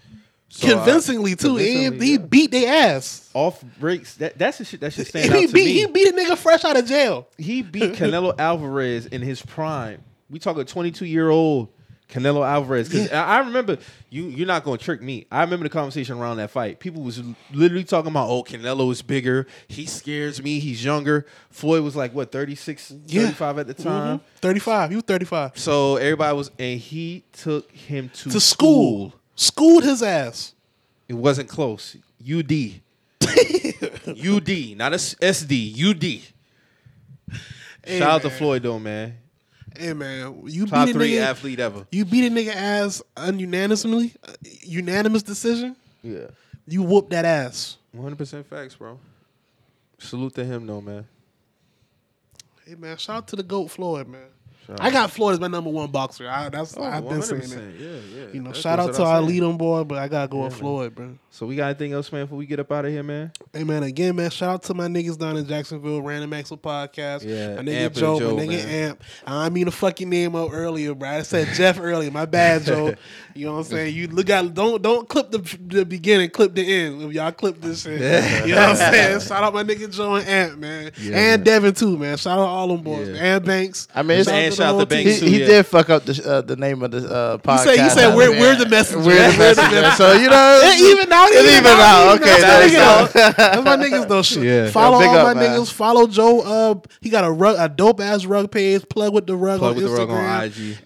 [SPEAKER 2] So I-
[SPEAKER 1] uh, convincingly too. He-
[SPEAKER 2] convincingly,
[SPEAKER 1] he
[SPEAKER 2] yeah.
[SPEAKER 1] beat their ass.
[SPEAKER 2] off breaks. That that's the shit that should stand out
[SPEAKER 1] He
[SPEAKER 2] to
[SPEAKER 1] beat
[SPEAKER 2] me.
[SPEAKER 1] he beat a nigga fresh out of jail.
[SPEAKER 2] He beat Canelo Alvarez in his prime. We talk a 22 year old Canelo Alvarez. Because I I remember you. You're not going to trick me. I remember the conversation around that fight. People was l- literally talking about, oh, Canelo is bigger. He scares me. He's younger. Floyd was like what 36,
[SPEAKER 1] Yeah.
[SPEAKER 2] 35 at the
[SPEAKER 1] Mm-hmm.
[SPEAKER 2] time.
[SPEAKER 1] Thirty five. He was thirty five.
[SPEAKER 2] So everybody was, and he took him to,
[SPEAKER 1] To school. Schooled his ass.
[SPEAKER 2] It wasn't close. UD. UD, not a s- SD. UD.
[SPEAKER 1] Hey,
[SPEAKER 2] Shout out to
[SPEAKER 1] man.
[SPEAKER 2] Floyd though, man.
[SPEAKER 1] Hey man, you
[SPEAKER 2] Top
[SPEAKER 1] beat a
[SPEAKER 2] three
[SPEAKER 1] nigga.
[SPEAKER 2] athlete ever.
[SPEAKER 1] You beat a nigga ass unanimously, uh, unanimous decision.
[SPEAKER 2] Yeah.
[SPEAKER 1] You whooped that ass.
[SPEAKER 2] One hundred percent facts, bro. Salute to him, though, man.
[SPEAKER 1] Hey man, shout out to the goat Floyd man.
[SPEAKER 2] Shout
[SPEAKER 1] I got Floyd as my number one boxer. I, that's
[SPEAKER 2] Oh,
[SPEAKER 1] I've been saying that.
[SPEAKER 2] 100%. Yeah, yeah.
[SPEAKER 1] You know,
[SPEAKER 2] That
[SPEAKER 1] shout out
[SPEAKER 2] goes
[SPEAKER 1] to
[SPEAKER 2] without
[SPEAKER 1] our
[SPEAKER 2] saying.
[SPEAKER 1] lead on board, but I gotta go with Floyd, bro.
[SPEAKER 2] So we got anything else, man? Before we get up out of here, man.
[SPEAKER 1] Hey man, again, man, shout out to my niggas down in Jacksonville, Random Axel Podcast.
[SPEAKER 2] Yeah,
[SPEAKER 1] my
[SPEAKER 2] Amp
[SPEAKER 1] nigga
[SPEAKER 2] and
[SPEAKER 1] Joe,
[SPEAKER 2] Joe,
[SPEAKER 1] my nigga
[SPEAKER 2] man.
[SPEAKER 1] Amp. I didn't mean to fuck your name up earlier, bro. I said Jeff earlier. My bad, Joe. You know what I'm saying? You look out, don't don't clip the the beginning, clip the end. If y'all clip this shit. you know what I'm saying? Shout out my nigga Joe and Amp, man.
[SPEAKER 2] Yeah,
[SPEAKER 1] and
[SPEAKER 2] man.
[SPEAKER 1] Devin too, man. Shout out all them boys.
[SPEAKER 2] Yeah.
[SPEAKER 1] man. And Banks.
[SPEAKER 3] I mean, it's-
[SPEAKER 2] And
[SPEAKER 1] the
[SPEAKER 2] shout out
[SPEAKER 1] whole
[SPEAKER 2] to
[SPEAKER 1] team.
[SPEAKER 2] Banks.
[SPEAKER 3] He,
[SPEAKER 2] too,
[SPEAKER 3] he
[SPEAKER 2] yeah.
[SPEAKER 3] did fuck up the, uh, the name of the uh,
[SPEAKER 1] You
[SPEAKER 3] podcast.
[SPEAKER 1] said you said we're we're the messenger.
[SPEAKER 3] We're the messenger. so you know,
[SPEAKER 1] It even out,
[SPEAKER 3] It even out.
[SPEAKER 1] that's,
[SPEAKER 3] Okay, there you
[SPEAKER 1] my niggas, though. that's my niggas though. Shit.
[SPEAKER 2] Yeah.
[SPEAKER 1] Follow
[SPEAKER 3] Big
[SPEAKER 1] all
[SPEAKER 3] up,
[SPEAKER 1] my
[SPEAKER 3] man.
[SPEAKER 1] niggas. Follow Joe. Uh, he got a rug, a dope ass rug page. Plug with the rug
[SPEAKER 2] Plug
[SPEAKER 1] on
[SPEAKER 2] with the
[SPEAKER 1] Instagram
[SPEAKER 2] rug on IG.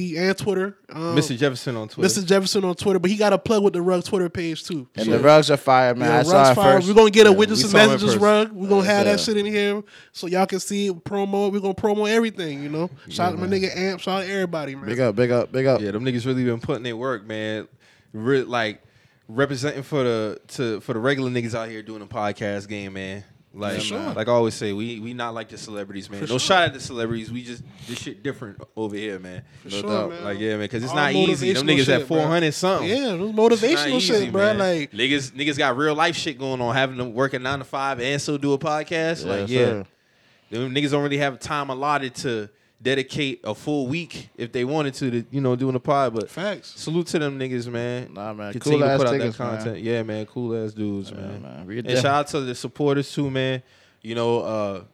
[SPEAKER 1] and IG and Twitter. Um,
[SPEAKER 2] Mr. Jefferson on Twitter.
[SPEAKER 1] Mr. Jefferson on Twitter, but he got a plug with the rug Twitter page too.
[SPEAKER 3] And the rugs are fire, man.
[SPEAKER 1] Yeah,
[SPEAKER 3] I
[SPEAKER 1] rug's
[SPEAKER 3] saw it
[SPEAKER 1] fire.
[SPEAKER 3] first.
[SPEAKER 1] We're gonna get a
[SPEAKER 2] Yeah, we
[SPEAKER 1] witness and
[SPEAKER 2] saw it
[SPEAKER 1] messages
[SPEAKER 2] first.
[SPEAKER 1] rug. We're gonna have that
[SPEAKER 3] yeah.
[SPEAKER 1] shit in here so y'all can see it, promo. We're gonna promo everything. You know, shout out to my nigga Amp. Shout out to everybody, man.
[SPEAKER 3] Big up, big up, big up.
[SPEAKER 2] Yeah, them niggas really been putting in work, man. Re- like representing for the to for the regular niggas out here doing the podcast game, man. Like,
[SPEAKER 1] sure.
[SPEAKER 2] like I always say, we we not like the celebrities, man. no
[SPEAKER 1] sure.
[SPEAKER 2] shot at the celebrities. We just this shit different over here, man.
[SPEAKER 1] For
[SPEAKER 2] no
[SPEAKER 1] sure,
[SPEAKER 2] doubt.
[SPEAKER 1] man.
[SPEAKER 2] Like, yeah, man, because it's
[SPEAKER 1] All
[SPEAKER 2] not easy. Them
[SPEAKER 1] motivational
[SPEAKER 2] niggas
[SPEAKER 1] shit,
[SPEAKER 2] at
[SPEAKER 1] bro.
[SPEAKER 2] four hundred something.
[SPEAKER 1] Yeah, those
[SPEAKER 2] It's
[SPEAKER 1] motivational
[SPEAKER 2] not easy,
[SPEAKER 1] shit, bro.
[SPEAKER 2] man.
[SPEAKER 1] Like
[SPEAKER 2] niggas, niggas got real life shit going on, having to work a nine to five and still do a podcast. like, yeah,
[SPEAKER 3] sir.
[SPEAKER 2] them niggas don't really have time allotted to dedicate a full week if they wanted to, to you know, doing a pod. But
[SPEAKER 1] facts.
[SPEAKER 2] salute to them niggas, man.
[SPEAKER 3] Nah, man.
[SPEAKER 2] Continue
[SPEAKER 3] Cool
[SPEAKER 2] to
[SPEAKER 3] ass
[SPEAKER 2] put out
[SPEAKER 3] niggas,
[SPEAKER 2] that content.
[SPEAKER 3] man.
[SPEAKER 2] Yeah, man. Cool ass dudes, man.
[SPEAKER 3] man. We
[SPEAKER 2] And
[SPEAKER 3] def-
[SPEAKER 2] shout out to the supporters too, man. You know, uh,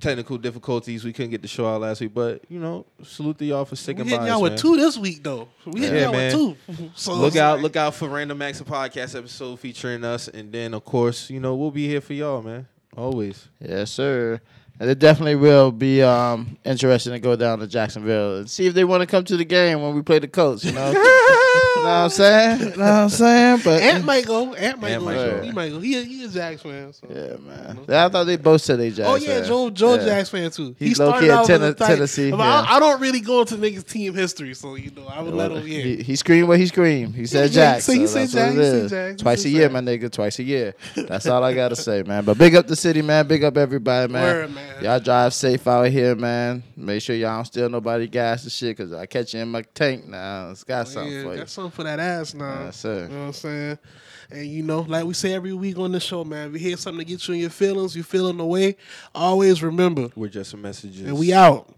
[SPEAKER 2] technical difficulties. We couldn't get the show out last week, but you know, salute to y'all for
[SPEAKER 1] We
[SPEAKER 2] sticking by
[SPEAKER 1] hitting
[SPEAKER 2] us,
[SPEAKER 1] y'all with
[SPEAKER 2] man.
[SPEAKER 1] two this week though. We hitting
[SPEAKER 2] Yeah,
[SPEAKER 1] y'all
[SPEAKER 2] man.
[SPEAKER 1] with two. So
[SPEAKER 2] Look
[SPEAKER 1] it's
[SPEAKER 2] out!
[SPEAKER 1] like-
[SPEAKER 2] Look out for Random Acts of podcast episode featuring us, and then of course, you know we'll be here for y'all, man. Always.
[SPEAKER 3] Yes, sir. And it definitely will be um, interesting to go down to Jacksonville and see if they want to come to the game when we play the Colts. You know, you know what I'm saying? You know what I'm saying? But
[SPEAKER 1] Ant might go. Ant might
[SPEAKER 2] Ant
[SPEAKER 1] go.
[SPEAKER 2] might
[SPEAKER 3] go.
[SPEAKER 1] He might go. He, he a Jags fan. So.
[SPEAKER 3] yeah, man. I thought they both said they Jags.
[SPEAKER 1] Oh yeah,
[SPEAKER 3] fan.
[SPEAKER 1] Joe Joe
[SPEAKER 3] Yeah.
[SPEAKER 1] Jags fan too.
[SPEAKER 3] He's low-key in
[SPEAKER 1] as a
[SPEAKER 3] Tenn-
[SPEAKER 1] tight-
[SPEAKER 3] Tennessee,
[SPEAKER 1] But I,
[SPEAKER 3] yeah.
[SPEAKER 1] I don't really go into niggas team history, so you know I would let him. Yeah,
[SPEAKER 3] He, he screamed what he screamed. He said
[SPEAKER 1] Yeah, yeah,
[SPEAKER 3] Jack.
[SPEAKER 1] so you said
[SPEAKER 3] that's what
[SPEAKER 1] Jack,
[SPEAKER 3] it
[SPEAKER 1] you said
[SPEAKER 3] is.
[SPEAKER 1] Jack, you
[SPEAKER 3] Twice
[SPEAKER 1] said
[SPEAKER 3] a year,
[SPEAKER 1] Jack.
[SPEAKER 3] my nigga. Twice a year. That's all I gotta say, man. But big up the city, man. Big up everybody, man.
[SPEAKER 1] Word, man.
[SPEAKER 3] Y'all drive safe out here, man. Make sure y'all don't steal nobody gas and shit, cause I catch you in my tank now. It's got something
[SPEAKER 1] Oh, yeah
[SPEAKER 3] for you.
[SPEAKER 1] that's something for that ass now.
[SPEAKER 3] Yes, sir.
[SPEAKER 1] You know what I'm saying? And you know, like we say every week on the show, man, if you hear something to get you in your feelings, you feeling the way, always remember,
[SPEAKER 2] We're just some messages.
[SPEAKER 1] and we out.